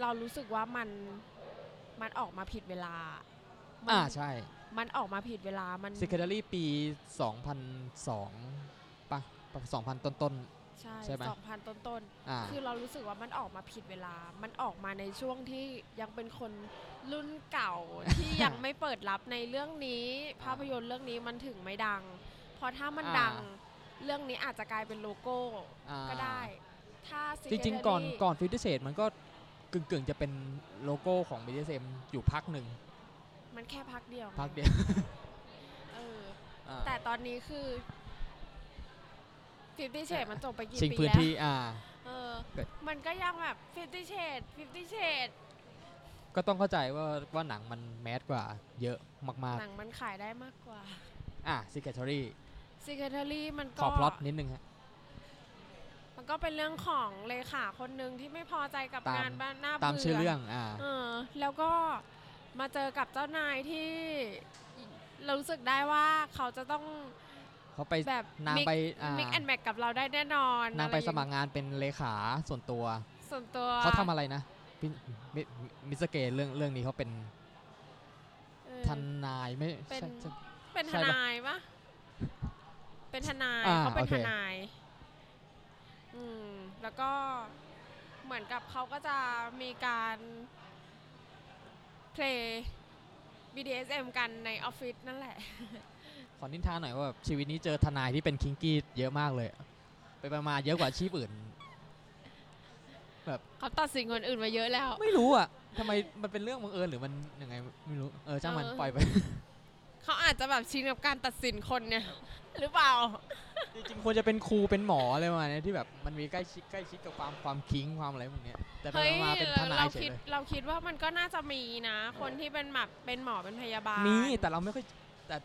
Speaker 2: เรารู้สึกว่ามันมันออกมาผิดเวลา มั
Speaker 1: อ่า ใช่
Speaker 2: มันออกมาผิดเวลามัน
Speaker 1: Secretary ปี 2002ปะปะ2000 ต้นต้น
Speaker 2: ใช่
Speaker 1: ใช่ไหม
Speaker 2: สองพันต้นๆ
Speaker 1: ๆอ่า
Speaker 2: คือเรารู้สึกว่ามันออกมาผิดเวลา มันออกมาในช่วงที่ยังเป็นคนรุ่นเก่า ที่ยังไม่เปิดรับในเรื่องนี้ ภาพยนตร์เรื่องนี้มันถึงไม่ดัง เพราะถ้ามัน
Speaker 1: อ่า
Speaker 2: ดัง เรื่องนี้อาจจะกลายเป็นโลโก้
Speaker 1: อ่า
Speaker 2: ก็ได้ ถ้า
Speaker 1: จ
Speaker 2: Secretary
Speaker 1: ริง ๆ ก่อนก่อนฟิวเจอร์เชดมันก็กึ่งๆ จะเป็นโลโก้ของ BDSM อยู่พักหนึ่ง
Speaker 2: มันแค่พักเดียวไง
Speaker 1: พักเดียว
Speaker 2: เออ
Speaker 1: อ่า
Speaker 2: แต่ตอนนี้คือฟิฟตี้เชดมันจบไปกี่
Speaker 1: ชิง
Speaker 2: ปี
Speaker 1: พื้น
Speaker 2: แล้ว
Speaker 1: ที่อ่า
Speaker 2: เออ
Speaker 1: เกิด
Speaker 2: มันก็ยังแบบฟิฟตี้เชดฟิฟตี้เชด
Speaker 1: ก็ต้องเข้าใจว่าว่าหนังมันแมสกว่าเยอะมาก
Speaker 2: หนังมันขายได้มากกว่า
Speaker 1: ๆ อ่ะ Secretary
Speaker 2: Secretary มัน
Speaker 1: ข
Speaker 2: ก็
Speaker 1: อพล็อตนิดนึงฮะ
Speaker 2: มันก็เป็นเรื่องของเลขาคนหนึ่งที่ไม่พอใจกับ
Speaker 1: ตาม
Speaker 2: งานบ้านหน้า
Speaker 1: ตาม
Speaker 2: บื่
Speaker 1: ชื่อเรื่องอ่า
Speaker 2: เออแล้วก็มาเจอกับเจ้านายที่เรารู้สึกได้ว่าเขาจะต้อง
Speaker 1: เขาไป
Speaker 2: แบบ
Speaker 1: นางไปอ่า
Speaker 2: มิกแอนแมกกับเราได้แน่นอน
Speaker 1: นางไป
Speaker 2: อะอย่
Speaker 1: สมัครงานเป็นเลขาส่วนตัว
Speaker 2: ส่วนตัว
Speaker 1: เขาทำอะไรนะพี่มิมิมิสเกตเรื่องเรื่องนี้เขาเป็น
Speaker 2: เออ
Speaker 1: ทนายไม่
Speaker 2: เป็
Speaker 1: ใช่
Speaker 2: น
Speaker 1: ใช่
Speaker 2: เป็น
Speaker 1: ใช่
Speaker 2: ท
Speaker 1: ปะ
Speaker 2: นายปะเป็นทนาย
Speaker 1: อ่า
Speaker 2: เขาเป็
Speaker 1: โอน เค
Speaker 2: ทนายอืมแล้วก็เหมือนกับเขาก็จะมีการเพลย์ BDSM กันในออฟฟิศนั่นแหละ
Speaker 1: ขอนินทาหน่อยว่าแบบชีวิตนี้เจอทนายที่เป็นคิงกี้เยอะมากเลยไปประมาณเยอะกว่าอาชีพอื่น
Speaker 2: เขาตัดสินคนอื่นมาเยอะแล้ว
Speaker 1: ไม่รู้อ่ะทำไมมันเป็นเรื่องบังเอิญหรือมันยังไงไม่รู้เออจ้างมัน
Speaker 2: เออ
Speaker 1: ปล่อยไป
Speaker 2: เขาอาจจะแบบชินกับการตัดสินคนเนี่ย หรือเปล่า
Speaker 1: จริงๆควรจะเป็นครูเป็นหมออะไรประมาณเนี้ยที่แบบมันมีใกล้ชิดใกล้ชิดกับความความคิงความอะไรพวกเนี้ยแต่ไป
Speaker 2: เฮ้ย
Speaker 1: มาเป็นทนาย
Speaker 2: เรา
Speaker 1: เฉย
Speaker 2: คิด
Speaker 1: เลย
Speaker 2: เราคิดว่ามันก็น่าจะมีนะ คนที่เป็นแบบเป็นหมอเป็นพยาบาล
Speaker 1: มีแต่เราไม่ค่อยแต่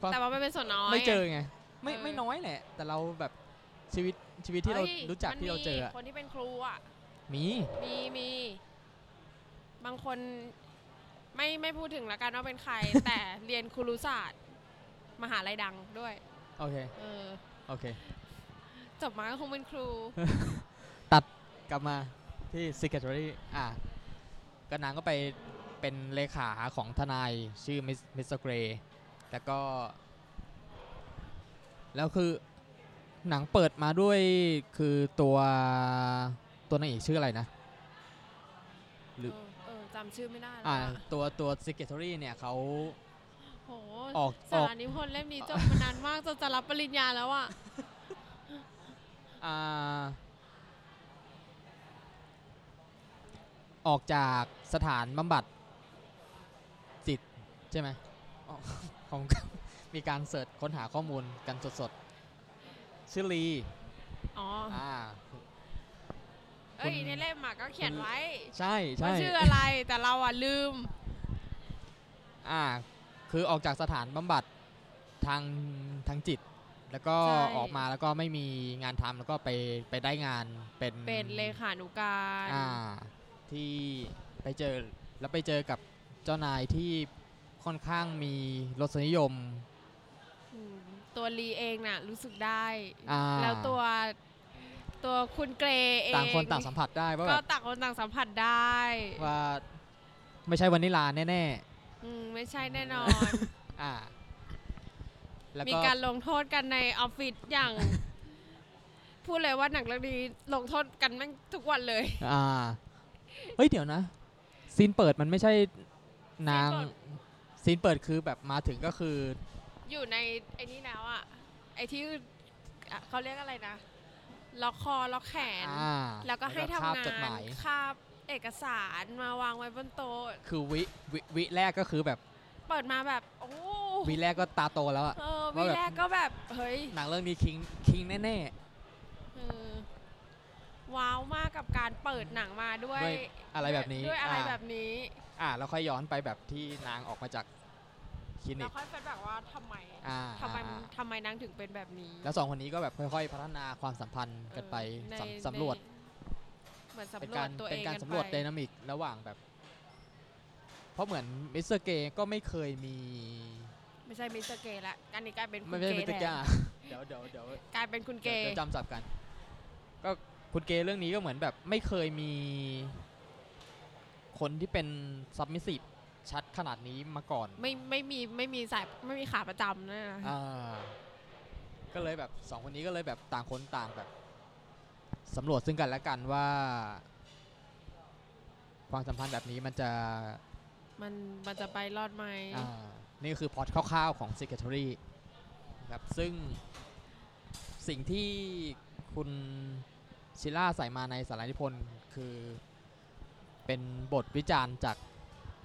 Speaker 1: ความ
Speaker 2: แต่ว่ามันเป็นส่วนน้อย
Speaker 1: ไม่เจอไงไม่
Speaker 2: เออ
Speaker 1: ไม่น้อยแหละ แต่เราแบบชีวิตชีวิตที่เรา
Speaker 2: ฮ้ย
Speaker 1: รู้จัก
Speaker 2: มัน
Speaker 1: ที่เราเจอ
Speaker 2: มี
Speaker 1: อะ
Speaker 2: คนที่เป็นครูอ่ะ
Speaker 1: มี
Speaker 2: มีมี บางคนไม่ไม่พูดถึงละกันว่า เป็นใคร แต่เรียนครูศาสตร์ มหาลัยดังด้วย
Speaker 1: โอเค
Speaker 2: เออ
Speaker 1: โอเค
Speaker 2: จบมาก็คงเป็นครู
Speaker 1: กลับมาที่ Secretary อ่ะก็นางก็ไปเป็นเลขาของทนายชื่อมิสเตอร์เกรย์แล้วก็ แล้วคือหนังเปิดมาด้วยคือตัวตัวนางเอกชื่ออะไรนะ หรือ
Speaker 2: เออเออจำชื่อไม่ได้แล้ว
Speaker 1: อ่า
Speaker 2: อะ
Speaker 1: ตัวตัว Secretary เนี่ยเขา
Speaker 2: โห
Speaker 1: ออกอ
Speaker 2: สา
Speaker 1: อก
Speaker 2: รนิพนธ์เล่มนี้จบมานานมากจนจะรับปริญญาแล้วอ่ะ
Speaker 1: อ่า ออกจากสถานบำบัดจิตใช่ไหมอ๋อ ของ มีการเสิร์ชค้นหาข้อมูลกันสดๆ ชื่อลี
Speaker 2: อ๋อ
Speaker 1: อ่า
Speaker 2: เอ้ย
Speaker 1: คุณ
Speaker 2: ในเล่มอะก็เขียนไว้
Speaker 1: ใช่ใช่
Speaker 2: ว่าชื่ออะไรแต่เราอะลืม
Speaker 1: อ่า คือออกจากสถานบำบัดทางทางจิต แล้วก็
Speaker 2: ใช่
Speaker 1: ออกมาแล้วก็ไม่มีงานทำแล้วก็ไปไปได้งานเป็น
Speaker 2: เป็นเลขานุการ
Speaker 1: อ่า ที่ไปเจอแล้วไปเจอกับเจ้านายที่ค่อนข้างมีรสนิยม
Speaker 2: อืมตัวลีเองน่ะรู้สึกได้
Speaker 1: อ่า
Speaker 2: แล้วตัวตัวคุณเกรเอง
Speaker 1: ต่างคนต่างสัมผัสได้ว่าแบ
Speaker 2: ก็
Speaker 1: บ
Speaker 2: ต่างคนต่างสัมผัสได้
Speaker 1: ว่าไม่ใช่วันนิลาแน่
Speaker 2: อืมไม่ใช่แน่นอน
Speaker 1: ๆ อ่า แล้ว
Speaker 2: มี
Speaker 1: ก็
Speaker 2: การลงโทษกันในออฟฟิศอย่าง พูดเลยว่าหนังเรื่องนี้ลงโทษกันแม่งทุกวันเลย
Speaker 1: อ่า เฮ้ยเดี๋ยวนะ ซีนเปิดมันไม่ใช่นาง
Speaker 2: ซีนเปิด
Speaker 1: ซีนเปิดคือแบบมาถึงก็คือ
Speaker 2: อยู่ในไอ้นี่แล้วอะไอ้ที่อะเขาเรียกอะไรนะล็อกคอล็อกแขน
Speaker 1: อ่า
Speaker 2: แล้วก็ให้
Speaker 1: แล้
Speaker 2: ทำ
Speaker 1: คบ
Speaker 2: งา
Speaker 1: จดหมาน ย
Speaker 2: คาบเอกสารมาวางไว้บนโต๊ะ
Speaker 1: คือวิวิวิแรกก็คือแบบ
Speaker 2: เปิดมาแบบโอ้โห
Speaker 1: วิแรกก็ตาโตแล้วอะ
Speaker 2: เออ
Speaker 1: ว่า
Speaker 2: วี
Speaker 1: แบบ
Speaker 2: แรกก็แบบ เฮ้ย
Speaker 1: หนังเรื่องนี้คิงคิงแน่
Speaker 2: เออว้าวมากกับการเปิดหนังมาด้วย
Speaker 1: ด้วยอะไรแบบนี้
Speaker 2: ด้วยอะไร
Speaker 1: อ่า
Speaker 2: แบบนี้
Speaker 1: ๆ อ่าแล้วค่อยย้อนไปแบบที่นางออกมาจากคลินิ
Speaker 2: เรา
Speaker 1: ก
Speaker 2: ค่อยเป็นแบบว่าทำไม
Speaker 1: อ่า
Speaker 2: ทำไมมัน
Speaker 1: อ่า
Speaker 2: ทำไมนางถึงเป็นแบบนี้
Speaker 1: แล้วสองคนนี้ก็แบบค่อยๆ พัฒนาความสัมพันธ์กันไป
Speaker 2: เออ
Speaker 1: สำ
Speaker 2: ใน
Speaker 1: สำรวจ
Speaker 2: ในเหมือน
Speaker 1: เป็น
Speaker 2: สำรว
Speaker 1: กา
Speaker 2: จ
Speaker 1: ร
Speaker 2: ตัวเอ
Speaker 1: เป็น
Speaker 2: ง
Speaker 1: การ
Speaker 2: น
Speaker 1: สำรวจ
Speaker 2: ไป
Speaker 1: ไดนามิกระหว่างแบบ เพราะเหมือนมิสเตอร์เกย์ก็ไม่เคยมี
Speaker 2: ไม่ใช่มิสเตอร์เกย์ละอันนี้กลายเป็นคุ
Speaker 1: ไม่
Speaker 2: ณ
Speaker 1: ใช่
Speaker 2: เก
Speaker 1: มิส
Speaker 2: ย์
Speaker 1: เตอร์
Speaker 2: แท
Speaker 1: เก
Speaker 2: น
Speaker 1: ย์ เดี๋ยวเดี๋ยวเดี๋ยว
Speaker 2: กลายเป็นคุณเก
Speaker 1: เดี๋ยว
Speaker 2: ย์
Speaker 1: เดี๋ยวจำสับกัน ก็คุณเกย์เรื่องนี้ก็เหมือนแบบไม่เคยมีคนที่เป็นซับมิสซีฟชัดขนาดนี้มาก่อน
Speaker 2: ไม่ไม่มีไม่มีสายไม่มีขาประจำนะ
Speaker 1: อ่าก็เลยแบบสองคนนี้ก็เลยแบบต่างคนต่างแบบสำรวจซึ่งกันและกันว่า ความสัมพันธ์แบบนี้มันจะ
Speaker 2: มันมันจะไปรอดไหม
Speaker 1: อ่านี่คือพล็อตคร่าวๆของ Secretary นะครับซึ่งสิ่งที่คุณชิล่าใส่มาในสารนิพนธ์คือเป็นบทวิจารณ์จาก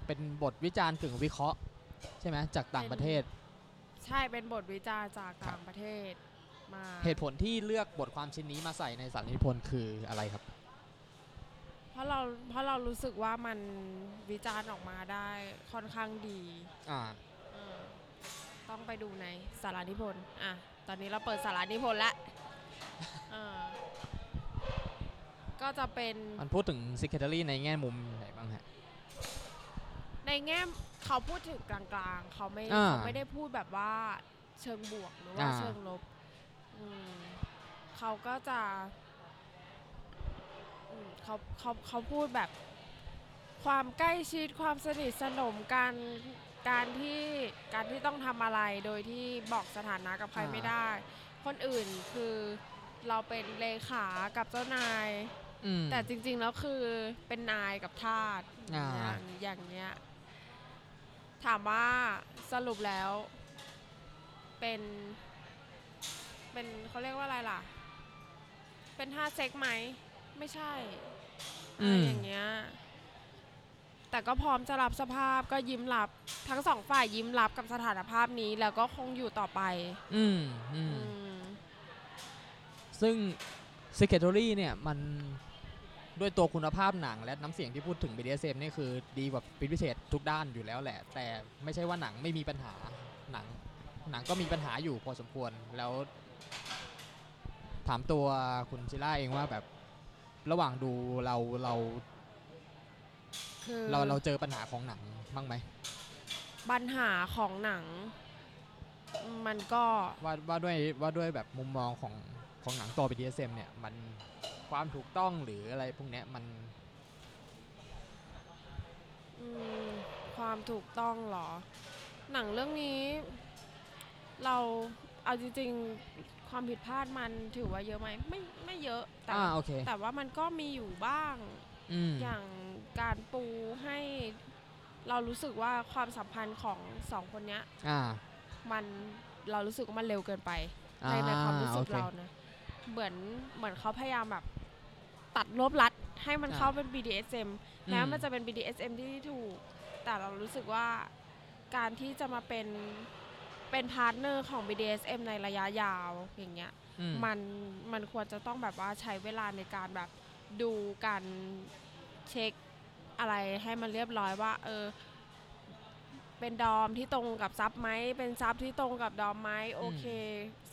Speaker 1: เป็นบทวิจารณ์ถึงวิเคราะห์ ใช่ไหมจากต่างประเทศ
Speaker 2: ใช่เป็นบทวิจารณ์จาก
Speaker 1: ครับ
Speaker 2: ต่างประเทศมา
Speaker 1: เหตุผลที่เลือกบทความชิ้นนี้มาใส่ในสารนิพนธ์คืออะไรครับ
Speaker 2: เพราะเราเพราะเรารู้สึกว่ามันวิจารณ์ออกมาได้ค่อนข้างดี
Speaker 1: อ่า
Speaker 2: เออต้องไปดูในสารานิพนธ์อ่ะ ตอนนี้เราเปิดสารานิพนธ์ละเออก็จะเป็น
Speaker 1: มันพูดถึง Secretary ในแง่มุมไหนบ้างฮะ
Speaker 2: ในแง่เขาพูดถึงกลางๆ เขาไม่
Speaker 1: อ่า
Speaker 2: เขาไม่ได้พูดแบบว่าเชิงบวกหรือว่า
Speaker 1: อ่า
Speaker 2: เชิงลบอืมเขาก็จะอืมเขาเขาเขาพูดแบบความใกล้ชิดความสนิทสนมการการที่การที่ต้องทำอะไรโดยที่บอกสถานะกับใครไม่ได้ คนอื่นคือเราเป็นเลขากับเจ้านาย
Speaker 1: อืม
Speaker 2: แต่จริงๆ แล้วคือเป็นนายกับทาสอ
Speaker 1: อ่า
Speaker 2: ย่างอย่างเนี้ยถามว่าสรุปแล้วเป็น เป็นเขาเรียกว่าอะไรล่ะ เป็นทาสเซ็กไหม ไม่ใช่อะไรอย่างเงี้ย แต่ก็พร้อมจะรับสภาพก็ยิ้มรับทั้งสองฝ่ายยิ้มรับกับสถานภาพนี้แล้วก็คงอยู่ต่อไป
Speaker 1: อืมอืม
Speaker 2: อืม
Speaker 1: ซึ่ง Secretary เนี่ยมันด้วยตัวคุณภาพหนังและน้ำเสียงที่พูดถึง BDSM นี่คือดีกว่าปิพิเศษทุกด้านอยู่แล้วแหละ แต่ไม่ใช่ว่าหนังไม่มีปัญหาหนัง หนังก็มีปัญหาอยู่พอสมควรแล้ว ถามตัวคุณชิล่าเองว่าแบบระหว่างดูเราเรา
Speaker 2: คือ
Speaker 1: เราเราเจอปัญหาของหนังบ้างไหม
Speaker 2: ปัญหาของหนัง มันก็
Speaker 1: ว่าว่าด้วยว่าด้วยแบบมุมมองของของหนังตัว BDSM เนี่ยมันความถูกต้องหรืออะไรพวกเนี้ยมัน
Speaker 2: อืมความถูกต้องเหรอ หนังเรื่องนี้ เราเอาจริงๆ ความผิดพลาดมันถือว่าเยอะไหมไม่ไม่เยอะแต่
Speaker 1: อ่าโอเค
Speaker 2: แต่ว่ามันก็มีอยู่บ้าง
Speaker 1: อืม
Speaker 2: อย่างการปูให้เรารู้สึกว่าความสัมพันธ์ของสองคนเนี้ย
Speaker 1: อ่า
Speaker 2: มันเรารู้สึกว่ามันเร็วเกินไป
Speaker 1: อ่า
Speaker 2: ในในความรู้สึก
Speaker 1: โอเค
Speaker 2: เรานะเหมือนเหมือนเขาพยายามแบบตัดรวบรัด ให้มัน
Speaker 1: ใช่
Speaker 2: เข้าเป็น BDSM
Speaker 1: อืม
Speaker 2: แม้มันจะเป็น BDSM ที่ถูก แต่เรารู้สึกว่าการที่จะมาเป็นเป็นพาร์ทเนอร์ของ BDSM ในระยะยาวอย่างเงี้ย
Speaker 1: อืม
Speaker 2: มันมันควรจะต้องแบบว่าใช้เวลาในการแบบดูการเช็คอะไรให้มันเรียบร้อยว่า เออ เป็นดอมที่ตรงกับซับไหมเป็นซับที่ตรงกับดอมไหมโอเค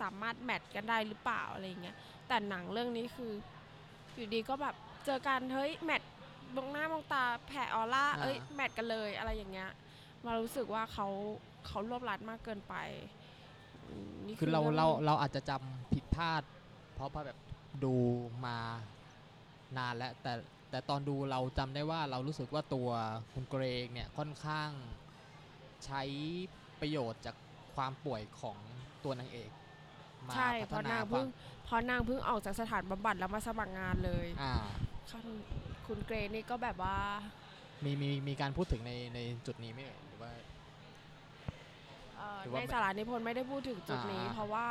Speaker 2: สามารถแมทกันได้หรือเปล่าอะไรอย่างเงี้ยแต่หนังเรื่องนี้คือ อยู่ดีก็แบบเจอกันเฮ้ยแมทมองหน้ามองตาแผ่ออร่า
Speaker 1: อ่า
Speaker 2: เอ้ยแมทกันเลยอะไรอย่างเงี้ยมารู้สึกว่าเขาเขารวบรัดมากเกินไปอืมนี่
Speaker 1: คือเรา
Speaker 2: อง
Speaker 1: เราเราอาจจะจำผิดพลาด เพราะว่าแบบดูมานานแล้วแต่แต่ตอนดูเราจำได้ว่าเรารู้สึกว่าตัวคุณเกรกเนี่ยค่อนข้างใช้ประโยชน์จากความป่วยของตัวนางเอกมา
Speaker 2: ใช่
Speaker 1: พั
Speaker 2: เพ
Speaker 1: ฒนาน
Speaker 2: ราะาง
Speaker 1: ควา
Speaker 2: เพิ่
Speaker 1: ม
Speaker 2: งเพราะนางเพิ่งออกจากสถานบำบัดแล้วมาสมัครงานเลย
Speaker 1: อ่า
Speaker 2: คุณคุณเกรนี่ก็แบบว่า
Speaker 1: มีมีมีการพูดถึงในในจุดนี้ไหมเอ่ยหรือว่า
Speaker 2: เอ่อ
Speaker 1: หรือ
Speaker 2: ใน
Speaker 1: ว่า
Speaker 2: สารานิพนธ์ไม่ได้พูดถึงจุดนี้
Speaker 1: อ่า
Speaker 2: เพราะว่า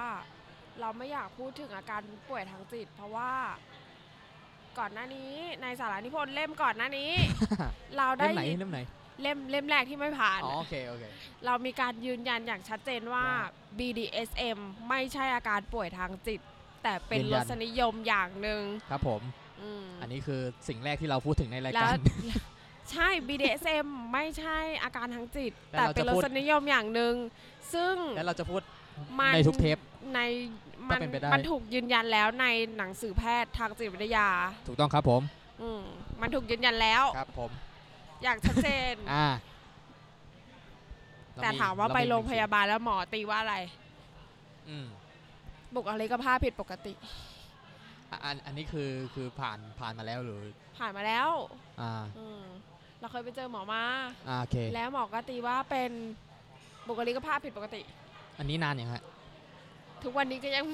Speaker 2: เราไม่อยากพูดถึงอาการป่วยทางจิต เพราะว่าก่อนหน้านี้ในสารานิพนธ์เล่มก่อนหน้านี้ เราได้
Speaker 1: เล่มไหน
Speaker 2: ยิน
Speaker 1: เล่มไหน
Speaker 2: เล่มเล่มแรกที่ไม่ผ่าน
Speaker 1: อ๋อโอเคโอเค
Speaker 2: เรามีการยืนยันอย่างชัดเจนว่า
Speaker 1: ว่า
Speaker 2: BDSM ไม่ใช่อาการป่วยทางจิต แต่เป็น
Speaker 1: ยืน
Speaker 2: ร
Speaker 1: ยัน
Speaker 2: สนิยมอย่างหนึ่ง
Speaker 1: ครับผม
Speaker 2: อืม
Speaker 1: อันนี้คือสิ่งแรกที่เราพูดถึงในราย
Speaker 2: แล้ว
Speaker 1: การ
Speaker 2: ใช่ BDSM ไม่ใช่อาการทางจิต
Speaker 1: แต่
Speaker 2: แต่
Speaker 1: เราจะ
Speaker 2: เป็นร
Speaker 1: พูด
Speaker 2: สนิยมอย่างหนึ่งซึ่ง
Speaker 1: แล้วเราจะพูด
Speaker 2: มัน
Speaker 1: ในทุกเทป
Speaker 2: ใน
Speaker 1: ก็
Speaker 2: มั
Speaker 1: เป็นไปได้
Speaker 2: มันถูกยืนยันแล้วในหนังสือแพทย์ทางจิตวิทยา
Speaker 1: ถูกต้องครับผม
Speaker 2: อืมมันถูกยืนยันแล้ว
Speaker 1: ครับผม
Speaker 2: อย่างชัดเจน
Speaker 1: อ่า
Speaker 2: แต่ถามว่าไปโรงพยา
Speaker 1: ล
Speaker 2: บาลแล้วหมอตีว่าอะไร
Speaker 1: อืม
Speaker 2: บุคลิกภาพผิดปกติ
Speaker 1: อ่ะอันอันนี้คือคือผ่านผ่านมาแล้วหรือ
Speaker 2: ผ่านมาแล้ว
Speaker 1: อ่า
Speaker 2: อืมเราเคยไปเจอหมอมา
Speaker 1: อ่าโอเค
Speaker 2: แล้วหมอก็ตีว่าเป็นบุคลิกภาพผิดปกติ
Speaker 1: อันนี้นานยังฮะ
Speaker 2: ทุกวันนี้ก็ยัง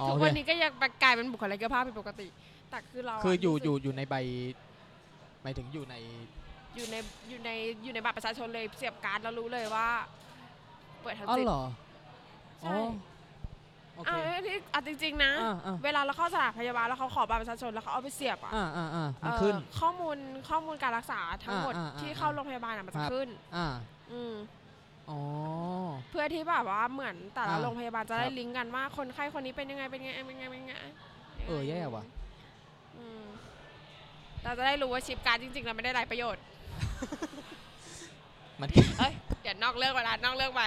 Speaker 1: อ๋อ
Speaker 2: ทุ
Speaker 1: โอก เค
Speaker 2: วันนี้ก็ยังกลายเป็นบุคลิกภาพเป็นปกติ แต่คือเราะ
Speaker 1: คืออยู่
Speaker 2: รู้สึก
Speaker 1: อยู่อยู่ในใบหมายถึงอยู่ใน
Speaker 2: อยู่ในอยู่ในอยู่ในบัตรประชาชนเลยเสียบการ์ดแล้วรู้เลยว่าเปิดทาง
Speaker 1: อ๋อ
Speaker 2: จิต
Speaker 1: เหรอ
Speaker 2: ใช่
Speaker 1: อ๋อโอเค
Speaker 2: อ้าวเอ้ยนี่อ่ะจริง ๆ นะ
Speaker 1: อ่าอ่า
Speaker 2: เวลาเราเข้าสถานพยาบาลแล้วเขาขอบัตรประชาชนแล้วเขาเอาไปเสียบอ่ะ
Speaker 1: อ่าอ่าอ่ามัน
Speaker 2: เอ่อ
Speaker 1: ขึ้น
Speaker 2: ข้อมูลข้อมูลการรักษาทั้งหมด
Speaker 1: อ่าอ่าอ่า
Speaker 2: ที่เข้าโรงพยาบาลอ่ะมันจะ
Speaker 1: ครับ
Speaker 2: ขึ้น
Speaker 1: อ่า
Speaker 2: อืม
Speaker 1: อ๋อ
Speaker 2: เพื่อที่แบบว่าเหมือนแต่ละ
Speaker 1: อ่า
Speaker 2: โรงพยาบาลจะได้
Speaker 1: ครับ
Speaker 2: ลิงก์กันว่าคนไข้คนนี้เป็นยังไงเป็นยังไงเป็นยังไงเป็นยังไง
Speaker 1: เออแย่ว่ะ
Speaker 2: อืมเราจะได้รู้ว่าชิปการ์ดจริงๆเราไม่ได้ไรประโยชน์
Speaker 1: มัน
Speaker 2: เอ้ยอย่านอกเรื่องเวลานอกเรื่องไป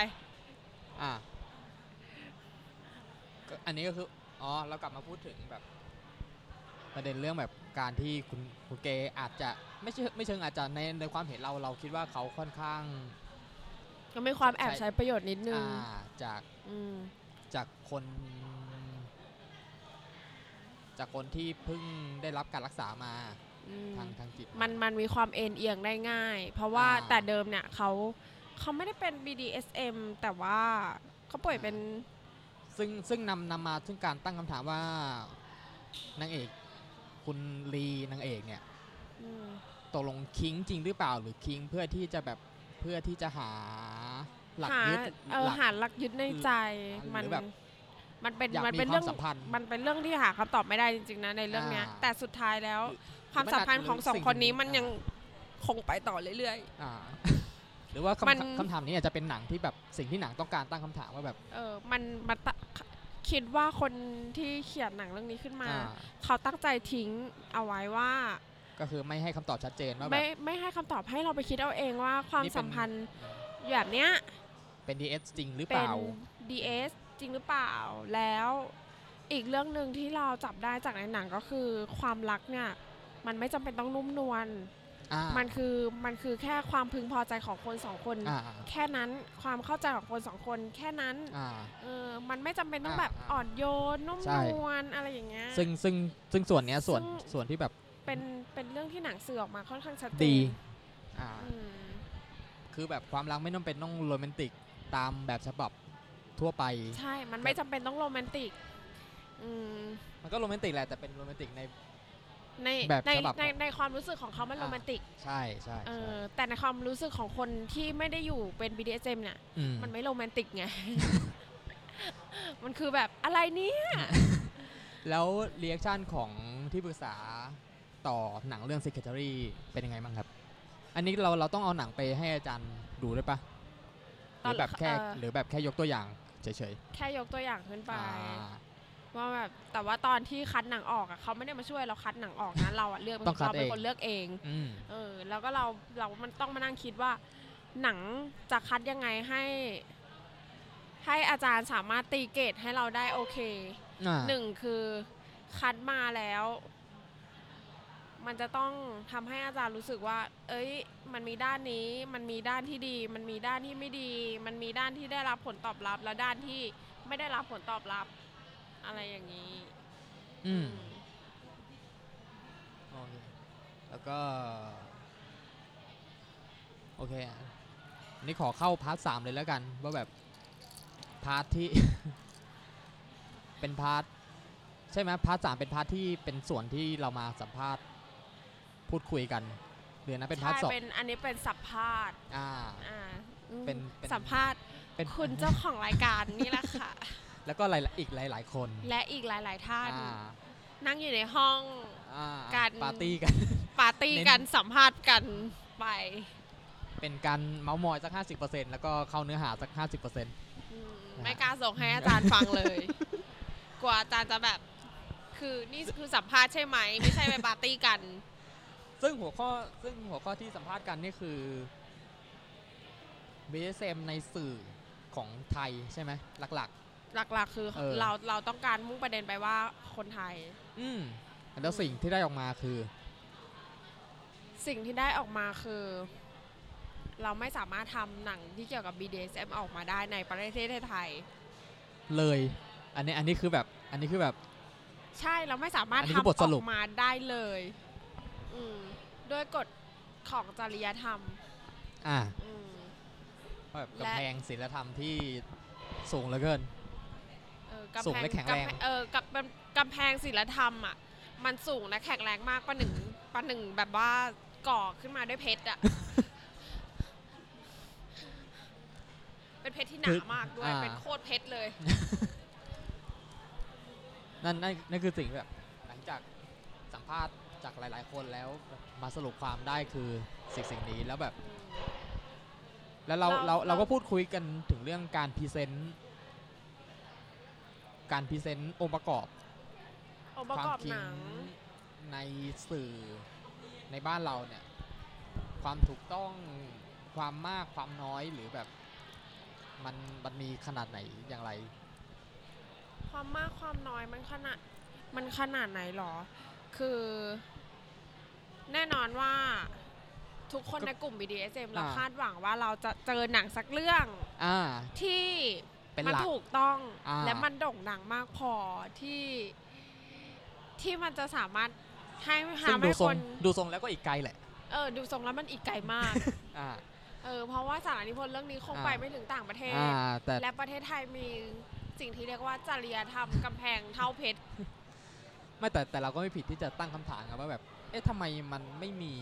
Speaker 1: อ่าก็อันนี้ก็คืออ๋อเรากลับมาพูดถึงแบบ ประเด็นเรื่องแบบการที่คุณคุณเกอาจจะไม่ใช่ไม่เชิงอาจจะในในความเห็นเราเราคิดว่าเขาค่อนข้าง
Speaker 2: ก็มีความแอบ
Speaker 1: ใช่
Speaker 2: ใช้ประโยชน์นิดนึง
Speaker 1: อ่าจาก
Speaker 2: อืม
Speaker 1: จากคน จากคนที่เพิ่งได้รับการรักษามา
Speaker 2: อืม
Speaker 1: ทางทางจิต
Speaker 2: มันมันมีความเอ็นเอียงได้ง่าย เพราะว่า
Speaker 1: อ่า
Speaker 2: แต่เดิมเนี่ยเขาเขาไม่ได้เป็น BDSM แต่ว่าเขาป่วยเป็น
Speaker 1: ซึ่งซึ่งนำนำมาซึ่งการตั้งคำถามว่านางเอก คุณลีนางเอกเนี่ย
Speaker 2: อืม
Speaker 1: ตกลงคิงจริงหรือเปล่าหรือคิงเพื่อที่จะแบบเพื่อที่จะหาหลัก
Speaker 2: หา
Speaker 1: ยึด
Speaker 2: เออ
Speaker 1: หลัก
Speaker 2: หาหลักยึดในใจ
Speaker 1: หรือ
Speaker 2: มัน
Speaker 1: แบบ
Speaker 2: มันเป็น
Speaker 1: อยาก
Speaker 2: มันเป็น
Speaker 1: มี
Speaker 2: เรื่อง
Speaker 1: ความสัมพันธ์
Speaker 2: มันเป็นเรื่องที่หาคำตอบไม่ได้จริงๆนะในเรื่องเนี้ย
Speaker 1: อ่า
Speaker 2: แต่สุดท้ายแล้ว ความสัมพันธ์ของสองคนนี้มันยังคงไปต่อเรื่อย
Speaker 1: อ่า หรือว่า
Speaker 2: มัน
Speaker 1: คำคำถามนี้อาจจะเป็นหนังที่แบบสิ่งที่หนังต้องการตั้งคำถามว่าแบบ
Speaker 2: ๆเออมันมันตะคิดว่าคนที่เขียนหนังเรื่องนี้ขึ้นมา
Speaker 1: อ่า
Speaker 2: เขาตั้งใจทิ้งเอาไว้ว่า
Speaker 1: ก็คือไม่ให้คำตอบชัดเจนว่าแบ
Speaker 2: ไม่
Speaker 1: บ
Speaker 2: ไม่ให้คำตอบให้เราไปคิดเอาเองว่าความ
Speaker 1: นี่เป็น
Speaker 2: สัมพันธ์แบบเนี้ย
Speaker 1: เป็นดีเอสจริงหรือเป
Speaker 2: เป็น
Speaker 1: ล่า
Speaker 2: DS จริงหรือเปล่าแล้วอีกเรื่องหนึ่งที่เราจับได้จากในหนังก็คือความรักเนี่ยมันไม่จำเป็นต้องนุ่มนวล
Speaker 1: อ่า
Speaker 2: มันคือมันคือแค่ความพึงพอใจของคนสองคน
Speaker 1: อ่า
Speaker 2: แค่นั้นความเข้าใจของคนสองคน แค่นั้น
Speaker 1: อ่า
Speaker 2: เออมันไม่จำเป็นต้องแบบ
Speaker 1: อ่า
Speaker 2: อ่อนโยนนุ่ม
Speaker 1: ใช่
Speaker 2: นวลอะไรอย่างเงี้ย
Speaker 1: ซึ่งซึ่งซึ่งส่วนเนี้ยส่วน
Speaker 2: ซึ่ง
Speaker 1: ส่วนที่แบบ
Speaker 2: เป็นเป็นเรื่องที่หนังสื่อออกมาค่อนข้างชัดเจน
Speaker 1: ดีอ่า
Speaker 2: อืม
Speaker 1: คือแบบความรักไม่ต้องเป็นต้องโรแมนติกตามแบบฉบับทั่วไป
Speaker 2: ใช่ มันไม่จำเป็นต้องโรแมนติกอืม
Speaker 1: มันก็โรแมนติกแหละแต่เป็นโรแมนติกใน
Speaker 2: ใน
Speaker 1: แบบ
Speaker 2: ใน
Speaker 1: ฉบับ
Speaker 2: ใน
Speaker 1: ของ
Speaker 2: ในความรู้สึกของเขามัน
Speaker 1: อ่า
Speaker 2: โรแมนติก
Speaker 1: ใช่ใช่
Speaker 2: เอ
Speaker 1: ใช่
Speaker 2: อ แต่ในความรู้สึกของคนที่ไม่ได้อยู่เป็น BDSM เนี่ย
Speaker 1: ม
Speaker 2: มันไม่โรแมนติกไง มันคือแบบอะไรเนี่ย
Speaker 1: แล้วเรีแอคชั่นของที่ปรึกษาต ต่อหนังเรื่อง Secretary เป็นยังไงบ้างครับ อันนี้เราเราต้องเอาหนังไปให้อาจารย์ดูด้วยปะห
Speaker 2: ต
Speaker 1: รือ อน แบบแค่
Speaker 2: เอ่อ
Speaker 1: หรือแบบแค่ยกตัวอย่างเฉย
Speaker 2: แค่ยกตัวอย่างขึ้น
Speaker 1: ๆ
Speaker 2: ไป
Speaker 1: อ่า
Speaker 2: ว่าแบบแต่ว่าตอนที่คัดหนังออกอะเขาไม่ได้มาช่วยเราคัดหนังออกนะเราอะเลือก
Speaker 1: ต้องคัด
Speaker 2: เรา
Speaker 1: เอ
Speaker 2: เป็น
Speaker 1: ง
Speaker 2: คนเลือกเอง
Speaker 1: อืม
Speaker 2: เออแล้วก็เราเรามันต้องมานั่งคิดว่า หนังจะคัดยังไงให้ ให้อาจารย์สามารถตีเกรดให้เราได้โอเค
Speaker 1: อ่า
Speaker 2: หนึ่งคือคัดมาแล้ว มันจะต้องทำให้อาจารย์รู้สึกว่า เอ้ย มันมีด้านนี้ มันมีด้านที่ดี มันมีด้านที่ไม่ดี มันมีด้านที่ได้รับผลตอบรับ และด้านที่ไม่ได้รับผลตอบรับ อะไรอย่างนี้
Speaker 1: อืมโอเคแล้วก็ โอเคอ่ะอันนี่ขอเข้าพาร์ทสามเลยแล้วกัน ว่าแบบพาร์ทที่ เป็นพาร์ทใช่ไหมพาร์ทสามเป็นพาร์ทที่เป็นส่วนที่เรามาสัมภาษณ์พูดคุยกันเดือนนั้นเป็นพาร์ท
Speaker 2: ใช่
Speaker 1: สอง
Speaker 2: เป็นอันนี้เป็นสัมภาษณ์
Speaker 1: อ่า
Speaker 2: อ่าอืม
Speaker 1: เป็นเป็น
Speaker 2: สัมภาษณ์
Speaker 1: เป็น
Speaker 2: คุณเจ้าของรายการนี่แหละ ค่ะ
Speaker 1: แล้วก็หลายๆอีกหลาย ๆ คน
Speaker 2: และอีกหลาย ๆ ท่าน
Speaker 1: อ่า
Speaker 2: นั่งอยู่ในห้อง
Speaker 1: อ่า
Speaker 2: การ
Speaker 1: ปาร์ตี้กัน
Speaker 2: ปาร์ตี้
Speaker 1: เน้น
Speaker 2: กันสัมภาษณ์กันไป
Speaker 1: เป็นการเมาส์มอยสัก 50%แล้วก็เข้าเนื้อหาสัก 50%
Speaker 2: อืมไม่กล้าส่งให้อาจารย์ฟัง เลย กว่าอาจารย์จะแบบ คือนี่คือสัมภาษณ์ใช่ไหม ไม่ใช่ไปปาร์ตี้กัน
Speaker 1: ซึ่งหัวข้อซึ่งหัวข้อที่สัมภาษณ์กันนี่คือ BSM ในสื่อของไทยใช่ไหมหลัก
Speaker 2: หลักๆ คือ
Speaker 1: เออ
Speaker 2: เราเราต้องการมุ่งประเด็นไปว่าคนไทย
Speaker 1: ๆ อืมแล้วสิ่งที่ได้ออกมาคือ
Speaker 2: สิ่งที่ได้ออกมาคือ เราไม่สามารถทำหนังที่เกี่ยวกับ BDSM ออกมาได้ในประเทศไทย
Speaker 1: เลย อันนี้อันนี้คือแบบอันนี้คือแบบ
Speaker 2: ใช่เราไม่สามารถ
Speaker 1: อันนี้
Speaker 2: ทำ
Speaker 1: คื
Speaker 2: อ
Speaker 1: อบทสรุป
Speaker 2: อกมาได้เลยอืมด้วยกฎของจริยธรรม
Speaker 1: อ่า
Speaker 2: อืม
Speaker 1: แบบ
Speaker 2: และ
Speaker 1: กำแพงศิลธรรมที่สูงเหลือเกิน
Speaker 2: เออก
Speaker 1: สูงและแข็งแรง
Speaker 2: กำพเออกับมันกำแพงศิลธรรมอ่ะ มันสูงและแข็งแรงมากประหนึ่งประหนึ่งแบบว่าก่อขึ้นมาด้วยเพ ชรอ่ะ เป็นเพชรที่หนามากด้วย เป็นโคตรเพชรเลย
Speaker 1: นั่นนั่นนั่นคือสิ่งที่แบบหลังจากสัมภาษณ์จากหลาย ๆ คนแล้วมาสรุปความได้คือสิ่งสิ่งนี้แล้วแบบ แล้วเราเรา
Speaker 2: เรา
Speaker 1: เราก็
Speaker 2: เรา
Speaker 1: พูดคุยกันถึงเรื่องการพรีเซนต์การพรีเซนต์องค์ประกอบ
Speaker 2: องค์ประ
Speaker 1: ความ
Speaker 2: กอบ
Speaker 1: จริ
Speaker 2: ห
Speaker 1: ง
Speaker 2: นัง
Speaker 1: ในสื่อในบ้านเราเนี่ย ความถูกต้องความมากความน้อยหรือแบบมันมันมีขนาดไหนอย่างไร
Speaker 2: ความมากความน้อยมันขนาดมันขนาดไหนหรอ คือ แน่นอนว่าทุกคน
Speaker 1: ก็
Speaker 2: ในกลุ่ม BDSM เรา
Speaker 1: อ่า
Speaker 2: คาดหวังว่าเราจะเจอหนังสักเรื่อง
Speaker 1: อ่า
Speaker 2: ที่
Speaker 1: เป็น
Speaker 2: มั
Speaker 1: หลัก
Speaker 2: ถูกต้อง
Speaker 1: อ่า
Speaker 2: และมันโด่งดังมากพอที่ที่มันจะสามารถให้
Speaker 1: ซึ่
Speaker 2: ทำ
Speaker 1: งดู
Speaker 2: ให้
Speaker 1: ทร
Speaker 2: ค
Speaker 1: ง
Speaker 2: น
Speaker 1: ดูทรงแล้วก็อีกไกลแหละ
Speaker 2: เออดูทรงแล้วมันอีกไกล มาก
Speaker 1: อ่า
Speaker 2: เออเพราะว่าสารนิพนธ์เรื่องนี้คง
Speaker 1: อ่า
Speaker 2: ไปไม่ถึงต่างประเทศ
Speaker 1: อ่าแต่
Speaker 2: และประเทศไทยมีสิ่งที่เรียกว่าจริยธรรมกำแพงเท่าเพชร
Speaker 1: ไม่แต่แต่เราก็ไม่ผิดที่จะตั้งคำถามครับว่าแบบ เอ๊ะทำไมมันไม่มี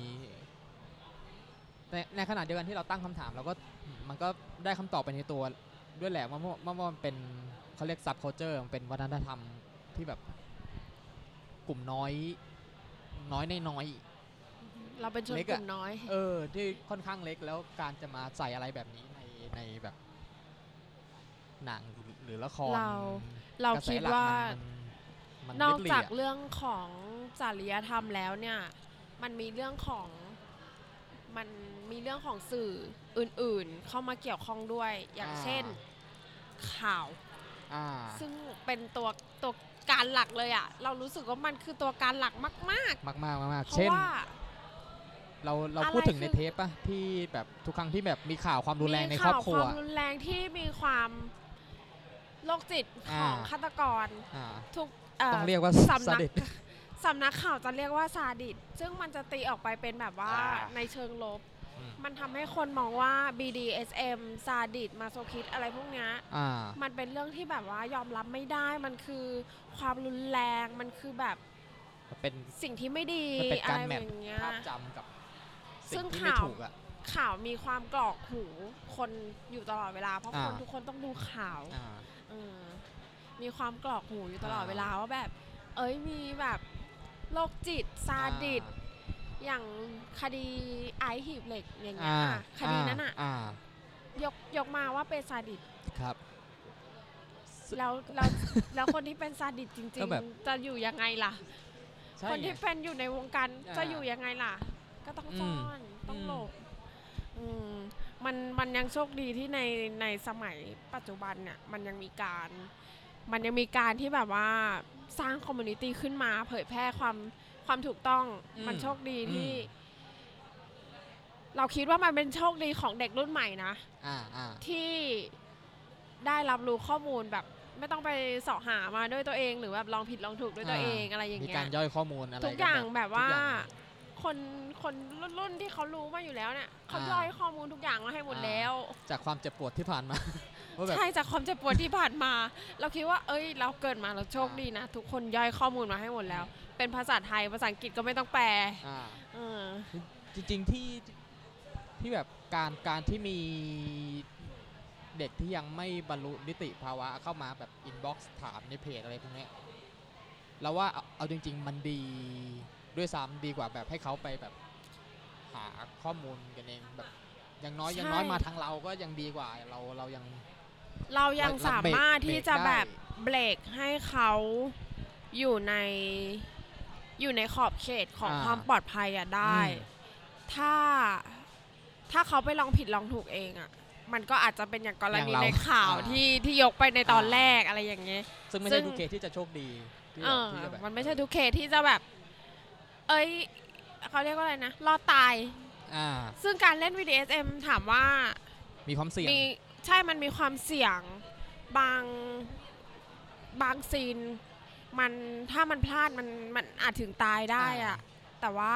Speaker 1: แต่ในขณะเดียวกันที่เราตั้งคำถามเราก็มันก็ได้คำตอบไปในตัวด้วยแหละว่าว่าว่ามันเป็นเขาเรียก sub culture มันเป็นวัฒนธรรมที่แบบกลุ่มน้อย น้อยในน้อย
Speaker 2: เราเป็นชน
Speaker 1: เล็ก
Speaker 2: ก
Speaker 1: อะ
Speaker 2: ลุ่มน้อย
Speaker 1: เออ ที่ค่อนข้างเล็กแล้วการจะมาใส่อะไรแบบนี้ในในแบบ หนังหรือละคร
Speaker 2: เรา เรา
Speaker 1: กะแส
Speaker 2: คิด
Speaker 1: หลัก
Speaker 2: ว่าน
Speaker 1: มัน
Speaker 2: น
Speaker 1: มั
Speaker 2: อก
Speaker 1: ริบหรี่
Speaker 2: จาก
Speaker 1: อะ
Speaker 2: เรื่องของจริยธรรมแล้วเนี่ย มันมีเรื่องของมันมีเรื่องของสื่ออื่นๆ เข้ามาเกี่ยวข้องด้วย อย่าง
Speaker 1: อ่า
Speaker 2: เช่นข่าว
Speaker 1: อ่า
Speaker 2: ซึ่งเป็นตัวตัวการหลักเลยอะเรารู้สึกว่ามันคือตัวการหลักมาก
Speaker 1: มากมากมาก
Speaker 2: ๆ
Speaker 1: ๆ
Speaker 2: เพ
Speaker 1: เช่น
Speaker 2: ราะว่า
Speaker 1: เราเรา
Speaker 2: อะไร
Speaker 1: พูดถึงใน
Speaker 2: คือ
Speaker 1: เทปปะที่แบบทุกครั้งที่แบบมีข่าวความรุนแรงในครอบครัว
Speaker 2: มีข่าวความรุนแรงที่มีความโรคจิตของ
Speaker 1: อ่า
Speaker 2: ฆาตกร
Speaker 1: อ่า
Speaker 2: ทุกเอ่อ
Speaker 1: ต้องเรียกว่า
Speaker 2: สำ
Speaker 1: ซา
Speaker 2: นัก
Speaker 1: ดิส
Speaker 2: สำนักข่าวจะเรียกว่าซาดิสซึ่งมันจะตีออกไปเป็นแบบว่า
Speaker 1: อ่า
Speaker 2: ในเชิงลบ
Speaker 1: อืม
Speaker 2: มันทำให้คนมองว่า BDSM ซาดิสมาโซคิดอะไรพวกเนี้ย
Speaker 1: อ่า
Speaker 2: มันเป็นเรื่องที่แบบว่ายอมรับไม่ได้ มันคือความรุนแรงมันคือแบบ
Speaker 1: เป็น
Speaker 2: สิ่งที่ไม่ดี
Speaker 1: มันเป็น
Speaker 2: อะ
Speaker 1: การ
Speaker 2: ไร
Speaker 1: แมท
Speaker 2: อย่างเงี้ย
Speaker 1: ภาพจำกับ
Speaker 2: ซึ่
Speaker 1: สิ่ง
Speaker 2: ง
Speaker 1: ที่ไม่
Speaker 2: ข่าว
Speaker 1: ถูกอ่ะ
Speaker 2: ข่าวมีความกรอกหูคนอยู่ตลอดเวลา เพราะคน
Speaker 1: อ่า
Speaker 2: ทุกคนต้องดูข่าว
Speaker 1: อ่า
Speaker 2: เออมีความกรอกหูอยู่ตลอด
Speaker 1: อ่า
Speaker 2: เวลาว่าแบบ เอ้ยมีแบบ โรคจิตซาดิสอย่างคดีไอซ์หีบเหล็กอย่างเงี้ย
Speaker 1: อ่า
Speaker 2: อ่ะคดีนั้นอ่ะ
Speaker 1: อ่าย
Speaker 2: กยกมาว่าเป็นซาดิส
Speaker 1: ครับ
Speaker 2: แล้วแล้วแล้วคนที่เป็นซาดิสจริ
Speaker 1: ก็
Speaker 2: ง
Speaker 1: แบบ
Speaker 2: ๆ จะอยู่ยังไงล่ะ
Speaker 1: ใช่
Speaker 2: คน
Speaker 1: ไง
Speaker 2: ที่เป็นอยู่ในวงการ
Speaker 1: อ่า
Speaker 2: จะอยู่ยังไงล่ะ ก็ต้องซ่อนต้อง
Speaker 1: อืม
Speaker 2: หลบอืมมันมันยังโชคดีที่ในในสมัยปัจจุบันเนี่ยมันยังมีการ มันยังมีการที่แบบว่าสร้างคอมมูนิตี้ขึ้นมาเผยแพร่ความความถูกต้อง
Speaker 1: อืม
Speaker 2: มันโชคดีที่
Speaker 1: อื
Speaker 2: เราคิดว่ามันเป็นโชคดีของเด็กรุ่นใหม่นะ
Speaker 1: อ่าอ่า
Speaker 2: ที่ได้รับรู้ข้อมูลแบบ ไม่ต้องไปเสาะหามาด้วยตัวเอง หรือแบบลองผิดลองถูกด้วยตัวเองอะไรอย่าง
Speaker 1: มี
Speaker 2: เงี้ย
Speaker 1: การย่อยข้อมูลอะไร
Speaker 2: ทุกอย่าง
Speaker 1: น
Speaker 2: แบบว่า
Speaker 1: ทุกอย่ง
Speaker 2: คนคนรุ่นรุ่นที่เขารู้มาอยู่แล้วเนี่ยเขา
Speaker 1: อ่า
Speaker 2: ย่อยข้อมูลทุกอย่างมาให้หมด
Speaker 1: อ่า
Speaker 2: แล้ว
Speaker 1: จากความเจ็บปวดที่ผ่าน มาว่าแบบ
Speaker 2: ใช่จากความเจ็บปวดที่ผ่านมา เราคิดว่า เอ้ย เราเกิดมาเราโชค
Speaker 1: อ่า
Speaker 2: ดีนะ ทุกคนย่อยข้อมูลมาให้หมดแล้ว เป็นภาษาไทยภาษาอังกฤษก็ไม่ต้องแปล
Speaker 1: อ่า
Speaker 2: เออ
Speaker 1: จริงๆที่ที่แบบการการที่มีเด็กที่ยังไม่บรรลุนิติภาวะเข้ามาแบบอินบ็อกซ์ถามในเพจอะไรพวกเนี้ยเราว่าเอาเอาจริง ๆ มันดีด้วยซ้ำดีกว่าแบบให้เขาไปแบบหาข้อมูลกันเองแบบอย่างน้อยอย่างน้อยมาทางเราก็ยังดีกว่า เราเรายัง
Speaker 2: เรายัง
Speaker 1: เราเรา
Speaker 2: สามารถ
Speaker 1: เบรก
Speaker 2: ที่จะ
Speaker 1: เบรกได้
Speaker 2: แบบเบรกให้เขาอยู่ในอยู่ในขอบเขตของ
Speaker 1: อ่า
Speaker 2: ความปลอดภัยอะได้
Speaker 1: อืม
Speaker 2: ถ้าถ้าเขาไปลองผิดลองถูกเองอะ่ะ มันก็อาจจะเป็นอย่างกร
Speaker 1: อ
Speaker 2: ณี
Speaker 1: ย่างเรา
Speaker 2: ในข่าว
Speaker 1: อ่า
Speaker 2: ที่ที่ยกไปในตอน
Speaker 1: อ่า
Speaker 2: แรกอะไรอย่างเงี้ย
Speaker 1: ซึ่งไม่
Speaker 2: ซึ่
Speaker 1: ใช่
Speaker 2: ง
Speaker 1: ทุกเคสที่จะโชคดีที่
Speaker 2: เอ
Speaker 1: แบบ
Speaker 2: อ
Speaker 1: ที่จะแบบ
Speaker 2: มันไม่ใช่ทุกเคสที่จะแบบ เอ้ยเขาเรียกว่าอะไรนะ รอดตาย
Speaker 1: อ่า
Speaker 2: ซึ่งการเล่น VDSM ถามว่า
Speaker 1: มีความเสี่ยง
Speaker 2: มีใช่มันมีความเสี่ยงบางบางซีน มันถ้ามันพลาดมันมันอาจถึงตายได้อะ แต่ว่า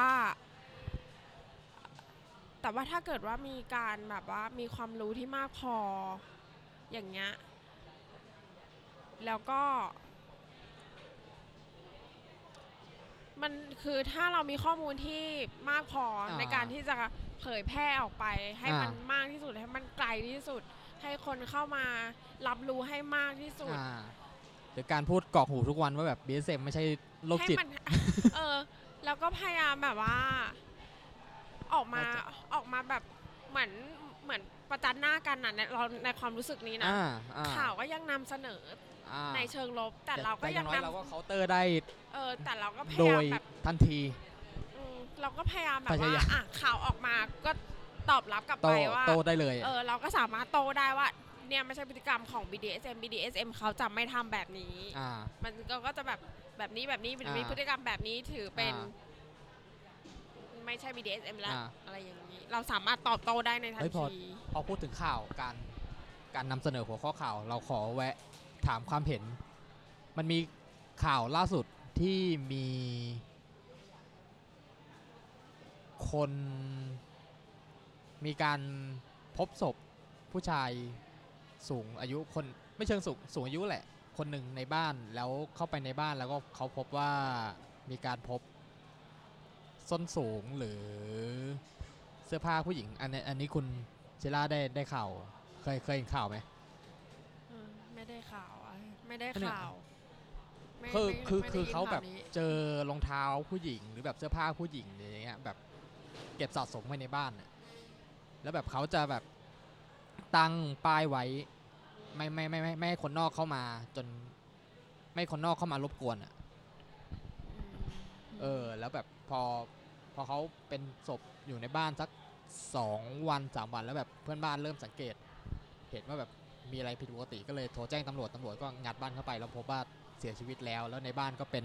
Speaker 2: แต่ว่าถ้าเกิดว่ามีการแบบว่ามีความรู้ที่มากพออย่างเงี้ยแล้วก็ มันคือถ้าเรามีข้อมูลที่มากพอ
Speaker 1: อ่า
Speaker 2: ในการที่จะเผยแพร่ออกไป ให้
Speaker 1: อ่ามั
Speaker 2: มันมากที่สุดให้มันไกลที่สุด ให้คนเข้ามารับรู้ให้มากที่สุด
Speaker 1: อ่าหรือการพูดกรอกหูทุกวันว่าแบบ BSM ไม่ใช่โรคจิต
Speaker 2: ให้มัน เออ แล้วก็พยายามแบบว่า ออกมา
Speaker 1: เข้าใจ
Speaker 2: ออกมาแบบเหมือนเหมือนประจันหน้ากันน่ะในเราในความรู้สึกนี้นะ
Speaker 1: อ่าอ่า
Speaker 2: ข่าวก็ยังนำเสนอ
Speaker 1: อ่า
Speaker 2: ในเชิงลบ แต่เราก็
Speaker 1: อ
Speaker 2: ยัง
Speaker 1: น้อน เราก็เคาน์เตอร์ได้
Speaker 2: ำเออแต่เราก็พ
Speaker 1: โด
Speaker 2: ยายาม
Speaker 1: ย
Speaker 2: แบบ
Speaker 1: ทันที
Speaker 2: อืมเราก็พยายามแบบว่าย
Speaker 1: พายาม
Speaker 2: อ่ะข่าวออกมาก็ตอบรับกลับ
Speaker 1: โต
Speaker 2: ไปว่า
Speaker 1: โตได้เลย
Speaker 2: เออเราก็สามารถโตได้ว่า เนี่ยไม่ใช่พฤติกรรมของ BDSM BDSM เขาจะไม่ทำแบบนี้
Speaker 1: อ่า
Speaker 2: มันก็ก็จะแบบแบบนี้แบบนี้มี
Speaker 1: อ่า
Speaker 2: พฤติกรรมแบบนี้ถือเป็น
Speaker 1: อ่า
Speaker 2: ไม่ใช่ BDSM แล้ว
Speaker 1: อ่า
Speaker 2: อะไรอย่างนี้ เราสามารถตอบโต้ได้ในทัน
Speaker 1: เฮ้ยพอ
Speaker 2: ที
Speaker 1: พอพูดถึงข่าวการการนำเสนอหัวข้อข่าวเราขอแวะถามความเห็น มันมีข่าวล่าสุดที่มี คน มีการพบศพผู้ชายสูงอายุคนไม่เชิงสูงสูงอายุแหละ คนหนึ่งในบ้านแล้วเข้าไปในบ้านแล้วก็เขาพบว่ามีการพบ ส้นสูงหรือเสื้อผ้าผู้หญิง อันนี้อันนี้คุณเชล่าได้ได้ข่าว เคยเคยเห็นข่าวไหม
Speaker 2: อืมไม่ได้ข่าวอะไม่ได้
Speaker 1: ก็เนี่ย
Speaker 2: ข่าวไม่
Speaker 1: คือ
Speaker 2: ไม่
Speaker 1: คือ
Speaker 2: ไม่ได้
Speaker 1: คือ
Speaker 2: ยิน
Speaker 1: เขาแบบ
Speaker 2: ข่วนี้
Speaker 1: เจอรองเท้าผู้หญิง หรือแบบเสื้อผ้าผู้หญิงอะไรอย่างเงี้ยแบบเก็บสะสมไว้ในบ้านน่ะแล้วแบบเขาจะแบบตั้งป้ายไว้ไม่ไม่ไม่ไม่ไม่ให้คนนอกเข้ามา จนไม่ให้คนนอกเข้ามารบกวนอ่ะ
Speaker 2: ม
Speaker 1: เออแล้วแบบพอพอเขาเป็นศพอยู่ในบ้านสักสองวันสามวันแล้วแบบเพื่อนบ้านเริ่มสังเกต เห็นว่าแบบมีอะไรผิดปกติก็เลยโทรแจ้งตำรวจตำรวจก็งัดบ้านเข้าไปแล้วพบว่าเสียชีวิตแล้ว แล้วในบ้านก็เป็น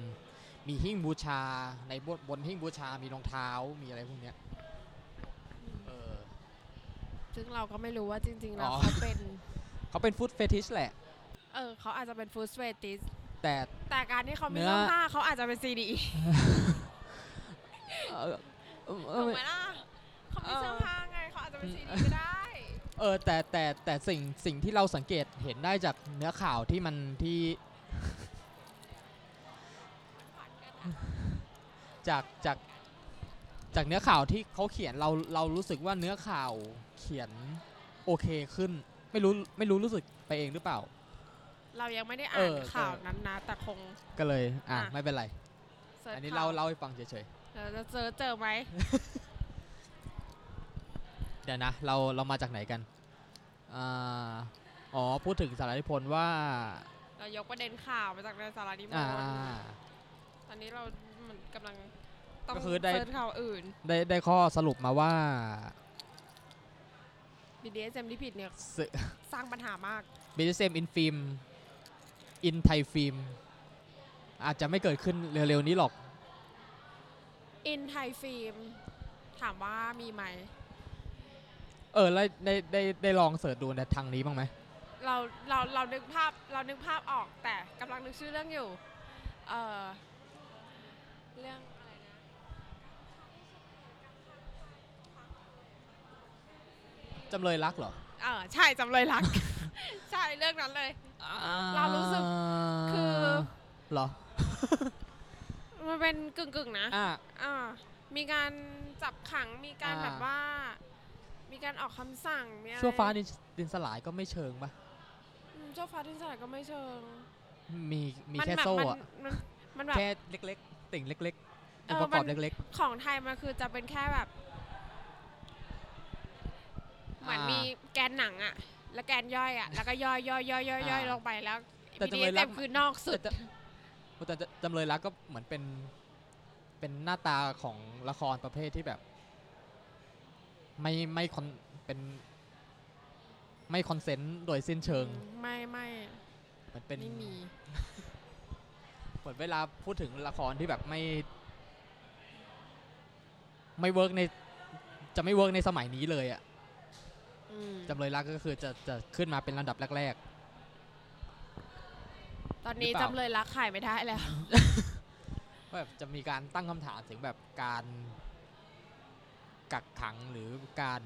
Speaker 1: มีหิ้งบูชาในบนบนหิ้งบูชามีรองเท้ามีอะไรพวกเนี้ยเออ
Speaker 2: ซึ่งเราก็ไม่รู้ว่าจริง ๆ แล้ว
Speaker 1: อ๋อ
Speaker 2: เขาเป็น
Speaker 1: เขาเป็นฟุตเฟติชแหละ
Speaker 2: เออเขาอาจจะเป็นฟูสเวติส
Speaker 1: แต่
Speaker 2: แต่การที่เขามี
Speaker 1: เนื้อ
Speaker 2: เสื้อผ้าเขาอาจจะเป็นซีดี
Speaker 1: เออเออเอ
Speaker 2: ถู
Speaker 1: อก
Speaker 2: ไหมล่ะเขามีเสื้อผ้าไงเขาอาจจะเป็นซีดีก็ได้
Speaker 1: เออแต่แต่แต่สิ่งสิ่งที่เราสังเกตเห็นได้จากเนื้อข่าวที่มันที่ จากจากจากเนื้อข่าวที่เขาเขียนเราเรารู้สึกว่าเนื้อข่าวเขียนโอเคขึ้น ไม่รู้ไม่รู้รู้สึกไปเองหรือเปล่า
Speaker 2: เรายังไม่ได้
Speaker 1: เอ
Speaker 2: อ่าน
Speaker 1: อ
Speaker 2: ข่าว
Speaker 1: เออ
Speaker 2: นั้นนะแต่คง
Speaker 1: ก็เลย อ่ะ
Speaker 2: อ่ะ
Speaker 1: ไม่เป็นไร
Speaker 2: ส สิร์ช
Speaker 1: อันนี้
Speaker 2: ข่
Speaker 1: เล่าว เล่าให้ฟังเฉย
Speaker 2: เราจะเจอเจอไหม
Speaker 1: ๆ เดี๋ยวนะ เราเรามาจากไหนกันอ่าอ๋อ พูดถึงสารนิพนธ์ว่า
Speaker 2: เรายกประเด็นข่าวมาจากในสารานิพน
Speaker 1: อ่า
Speaker 2: ธ์ตอนนี้เราเหมือนกำลังต้อง
Speaker 1: ก็คือได้
Speaker 2: เสิร์ชข่าวอื่น
Speaker 1: ได้ได้ข้อสรุปมาว่า
Speaker 2: BDSM ที่ผิดเนี่ยสร้างปัญหามาก
Speaker 1: บิสเซ มอินฟิล์มอินไทยฟิล์มอาจจะไม่เกิดขึ้นเร็วๆนี้หรอก
Speaker 2: อินไทยฟิล์มถามว่ามีไหม
Speaker 1: เออ แล้วได้ได้ได้ลองเสิร์ชดูในทางนี้บ้างไหม
Speaker 2: เราเราเรานึกภาพเรานึกภาพออกแต่กำลังนึกชื่อเรื่องอยู่เออเรื่องอะไรนะ
Speaker 1: จำเลยรักเหรอ
Speaker 2: เออใช่จำเลยรัก ใช่เรื่องนั้นเลย เรารู้สึกคือ
Speaker 1: เหรอ
Speaker 2: มันเป็นกึ่งกึ่งๆนะ
Speaker 1: อ่า
Speaker 2: อ่ามีการจับขังมีการ
Speaker 1: อ่า
Speaker 2: แบบว่า มีการออกคำสั่งมีอะไร
Speaker 1: ชั่วฟ้าดินดินสลายก็ไม่เชิงปะ
Speaker 2: อืมชั่วฟ้าที่สลายก็ไม่เชิง
Speaker 1: มีมี
Speaker 2: น
Speaker 1: แค่
Speaker 2: บบ
Speaker 1: โซ่
Speaker 2: มัน
Speaker 1: อะ
Speaker 2: มันมันแบบ
Speaker 1: แค่เล็กๆ ติ่งเล็กๆ
Speaker 2: เอ
Speaker 1: อง
Speaker 2: อ
Speaker 1: ค์ประกอบ
Speaker 2: มัน
Speaker 1: เล็ก
Speaker 2: ของไทยมันคือจะเป็นแค่แบบ เหมือน
Speaker 1: อ่ามี
Speaker 2: มีแกนหนังอะแล้วแกนย่อย อะแล้วก็ย่อยย่อยย่อยย่อยย่อย
Speaker 1: อ่า
Speaker 2: ลงไปแล้ว
Speaker 1: แต่
Speaker 2: บี
Speaker 1: จำ
Speaker 2: ดี
Speaker 1: เลยรั
Speaker 2: เต็
Speaker 1: ก
Speaker 2: มคือนอก
Speaker 1: ๆ
Speaker 2: สุด
Speaker 1: แต่แต่แต่จำเลยรักก็เหมือนเป็น เป็นหน้าตาของละครประเภทที่แบบ ไม่ไม่คอนเป็นไม่คอนเซนต์โดยสิ้นเชิง
Speaker 2: ไม่ไม่
Speaker 1: เหมือนเป็น
Speaker 2: ไม่มี
Speaker 1: เหมือนเวลาพูดถึงละครที่แบบไม่ ไม่เวิร์กในจะไม่เวิร์กในสมัยนี้เลยอะ
Speaker 2: อืม
Speaker 1: จำเลยรักก็คือจะจะขึ้นมาเป็นลำดับแรก
Speaker 2: ตอน
Speaker 1: ห
Speaker 2: นี้
Speaker 1: รือเปล่า
Speaker 2: จำเลยรักขายไม่ได้แล้ว
Speaker 1: ๆว่าแบบจะมีการตั้งคำถามถึงแบบการกักขังหรือการ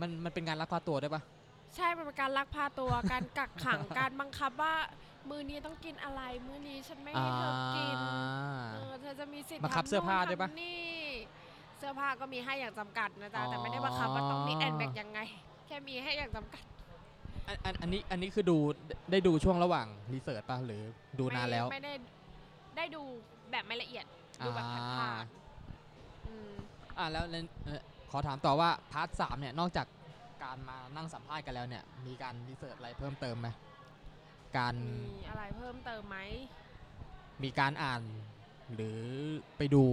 Speaker 1: มันมันเป็นการลักพาตัวได้วยปะ
Speaker 2: ใช่มันเป็นการลักพาตัว การกักขัง การบังคับว่า มือนี้ต้องกินอะไร มือนี้ฉันไม่ให้เธอกิน
Speaker 1: อ่า
Speaker 2: เออเธอจะมีสิทธิ์
Speaker 1: บังคับ
Speaker 2: ทำ
Speaker 1: เสื้อผ้า
Speaker 2: นู่น
Speaker 1: ด้วยปะ
Speaker 2: ทำนี่เสื้อผ้าก็มีให้อย่างจำกัดนะจ๊ะ
Speaker 1: อ๋อ
Speaker 2: แต่ไม่ได้บังคับว่าต้องมีแอนแบกยังไง แค่มีให้อย่างจำกัด
Speaker 1: อันอันอันนี้อันนี้คือดูได้ดูช่วงระหว่างรีเสิร์ชปะหรือดูนานแล้ว
Speaker 2: ไม่ได้ได้ดูแบบไม่ละเอียด ดูแบบ
Speaker 1: อ่า
Speaker 2: ผ่านๆอืม
Speaker 1: อ่าแล้วแล้วเอ่อขอถามต่อว่าพาร์ทสามเนี่ยนอกจากการมานั่งสัมภาษณ์กันแล้วเนี่ย มีการรีเสิร์ชอะไรเพิ่มเติมไหมการ
Speaker 2: มีอะไรเพิ่มเติมไหม
Speaker 1: มีการอ่านหรือไปดู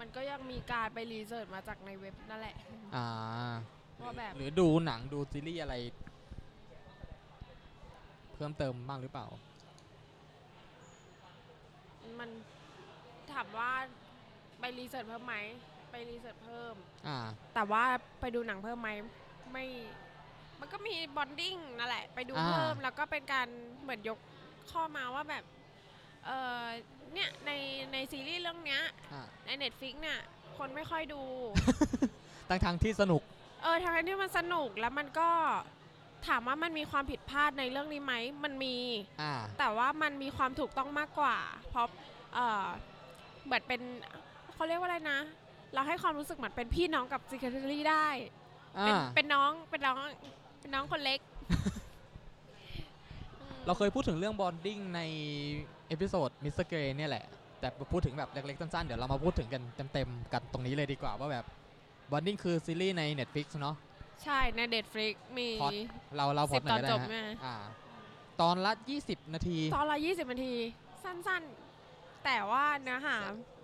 Speaker 2: มันก็ยังมีการไปรีเสิร์ชมาจากในเว็บนั่นแหละ
Speaker 1: อ่า
Speaker 2: ว่าแบบ
Speaker 1: หรือดูหนังดูซีรีส์อะไร เพิ่มเติมบ้างหรือเปล่า
Speaker 2: มันถามว่าไปรีเสิร์ชเพิ่มไหมไปรีเสิร์ชเพิ่ม
Speaker 1: อ่า
Speaker 2: แต่ว่าไปดูหนังเพิ่มไหมไม่ มันก็มีบอนดิ้งนั่นแหละ ไปดู
Speaker 1: อ่า
Speaker 2: เพิ่มแล้วก็เป็นการเหมือนยกข้อมาว่าแบบเออเนี่ยในในซีรีส์เรื่องเนี้ย
Speaker 1: อ่า
Speaker 2: ใน Netflix เนี่ยคนไม่ค่อย ดู
Speaker 1: ทั้งทางๆที่สนุก
Speaker 2: เออทั้งที่มันสนุกแล้วมันก็ถามว่ามันมีความผิดพลาดในเรื่องนี้ไหมมันมี
Speaker 1: อ่า
Speaker 2: แต่ว่ามันมีความถูกต้องมากกว่า เพราะเออเหมือนเป็นเขาเรียกว่าอะไรนะ เราให้ความรู้สึกเหมือนเป็นพี่น้องกับซิกเนอรี่ได้
Speaker 1: อ่า
Speaker 2: เป็นเป็นน้องเป็นน้องเป็นน้องคนเล็กอืม
Speaker 1: เราเคยพูดถึงเรื่องบอนดิ้งในเอพิโซดมิสเตอร์เกรเนี่ยแหละ แต่พูดถึงแบบเล็กๆสั้นๆ เดี๋ยวเรามาพูดถึงกันเต็มๆ กันตรงนี้เลยดีกว่าว่าแบบบอนดิ้งคือซีรีส์ใน Netflix เนาะ
Speaker 2: ใช่ในเด็ดฟลิกมี
Speaker 1: พอด เราเราพ
Speaker 2: สิ
Speaker 1: อบ ดหน่
Speaker 2: ตอ
Speaker 1: อยก็
Speaker 2: น
Speaker 1: ได้
Speaker 2: จบ
Speaker 1: ฮะ
Speaker 2: ไหม
Speaker 1: อ่า ตอนละ 20 นาที
Speaker 2: ตอนละ20นาที สั้นๆ แต่ว่าเนื้อหา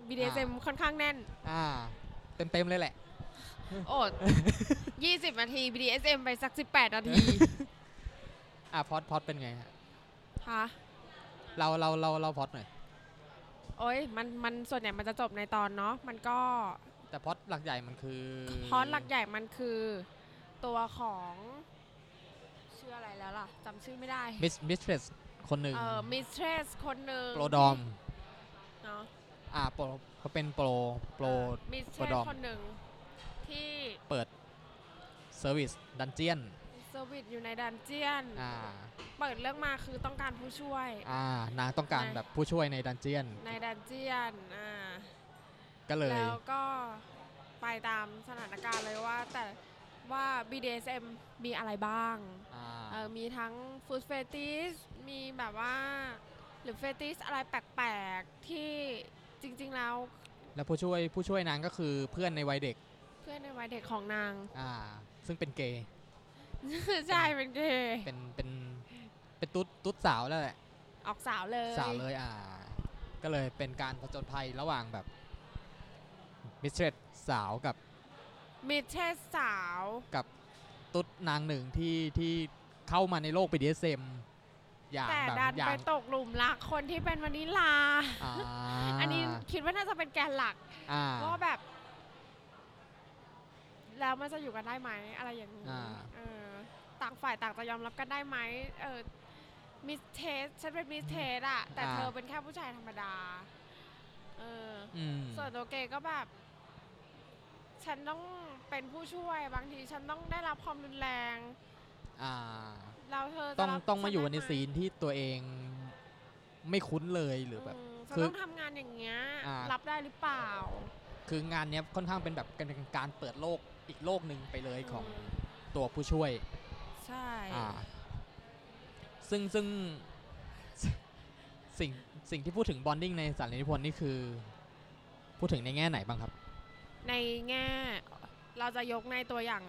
Speaker 2: BDSM ค่อนข้างแน่น
Speaker 1: อ่า เต็มๆเลยแหละ
Speaker 2: โอด 20 นาที BDSM ไปสัก 18 นาที
Speaker 1: อ่ะพอดพอดเป็นไงฮะ
Speaker 2: ฮะ
Speaker 1: เราเราเราเราพอดหน่อย
Speaker 2: โอ้ยมันมันส่วนใหญ่มันจะจบในตอนเนาะมันก็
Speaker 1: แต่พอดหลักใหญ่มันคือ
Speaker 2: พอดหลักใหญ่มันคือตัวของชื่ออะไรแล้วล่ะจำชื่อไม่ได้
Speaker 1: มิสมิสเทรสคนหนึ่ง
Speaker 2: เออมิสเทรสคนหนึ่ง
Speaker 1: โปรดอม
Speaker 2: เนาะ
Speaker 1: อ่าโปรเขาเป็นโปรโปร
Speaker 2: มิสเท
Speaker 1: โปร
Speaker 2: ร
Speaker 1: ด
Speaker 2: ส
Speaker 1: อม
Speaker 2: คนหนึ่งที่
Speaker 1: เปิดเซอร์วิสดันเจียน
Speaker 2: สวิตอยู่ในดันเจียน
Speaker 1: อ่า
Speaker 2: เปิดเรื่องมาคือต้องการผู้ช่วย
Speaker 1: อ่านางต้องการ
Speaker 2: ใน
Speaker 1: แบบผู้ช่วยในดันเจียน
Speaker 2: ในดันเจียนอ่า
Speaker 1: ก็เลย
Speaker 2: แล้วก็ไปตามสถานการณ์เลยว่าแต่ว่า BDSM มีอะไรบ้าง
Speaker 1: อ่า
Speaker 2: เออมีทั้ง Food Fetish มีแบบว่า หรือเฟติสอะไรแปลกๆ ที่จริงๆแล้ว
Speaker 1: แล้วผู้ช่วยผู้ช่วยนางก็คือเพื่อนในวัยเด็ก
Speaker 2: เพื่อนในวัยเด็กของนาง
Speaker 1: อ่าซึ่งเป็นเกย์
Speaker 2: ใช่เป็นเกย์
Speaker 1: เป็นเป็นเป็นตุ๊ดตุ๊ดสาวแล้วแหละ
Speaker 2: ออกสาวเลย
Speaker 1: สาวเลยอ่า ก็เลยเป็นการผจญภัยระหว่างแบบมิสเตรสสาวกับ
Speaker 2: มิดเชสสาว
Speaker 1: กับตุ๊ดนางหนึ่งที่ที่เข้ามาในโลก BDSM อย่าง
Speaker 2: แต่
Speaker 1: แบบ
Speaker 2: ดัน
Speaker 1: อย่า
Speaker 2: ไป
Speaker 1: ง
Speaker 2: ตกหลุมรักคนที่เป็นวานิลา
Speaker 1: อ่า
Speaker 2: อันนี้คิดว่าน่าจะเป็นแกนหลัก
Speaker 1: อ่า
Speaker 2: ว่าแบบ แล้วมันจะอยู่กันได้ไหมอะไรอย่างนี้
Speaker 1: อ่า
Speaker 2: เออต่างฝ่ายต่างจะยอมรับกันได้ไหมเออมิสเทสฉันเป็นมิสเทสอะแต่เธอเป็นแค่ผู้ชายธรรมดาเออ
Speaker 1: อืม
Speaker 2: ส่วนตัวเกย์ก็แบบ ฉันต้องเป็นผู้ช่วยบางที ฉันต้องได้รับความรุนแรง
Speaker 1: อ่า
Speaker 2: แล้วเธอจะ
Speaker 1: ต้อง
Speaker 2: รับ
Speaker 1: ต้องมา
Speaker 2: ฉั
Speaker 1: อยู่
Speaker 2: ได้
Speaker 1: ใน
Speaker 2: ไห
Speaker 1: ซีนที่ตัวเองไม่คุ้นเลยหรือแบบ
Speaker 2: มฉัน
Speaker 1: คือ
Speaker 2: ต้องทำงานอย่างเงี้ย
Speaker 1: อ่ารั
Speaker 2: รับได้หรือเปล่า
Speaker 1: คืองานเนี้ยค่อนข้างเป็นแบบเป็นการเปิดโลกอีกโลกหนึ่งไปเลยของ
Speaker 2: อืม
Speaker 1: ตัวผู้ช่วย
Speaker 2: ใช่
Speaker 1: อ่าซึ่งซึ่งสสิ่งสิ่งที่พูดถึงบอนดิ้งในสารนิพนธ์นี่คือ พูดถึงในแง่ไหนบ้างครับ
Speaker 2: ในแง่เราจะยกในตัวอย่าง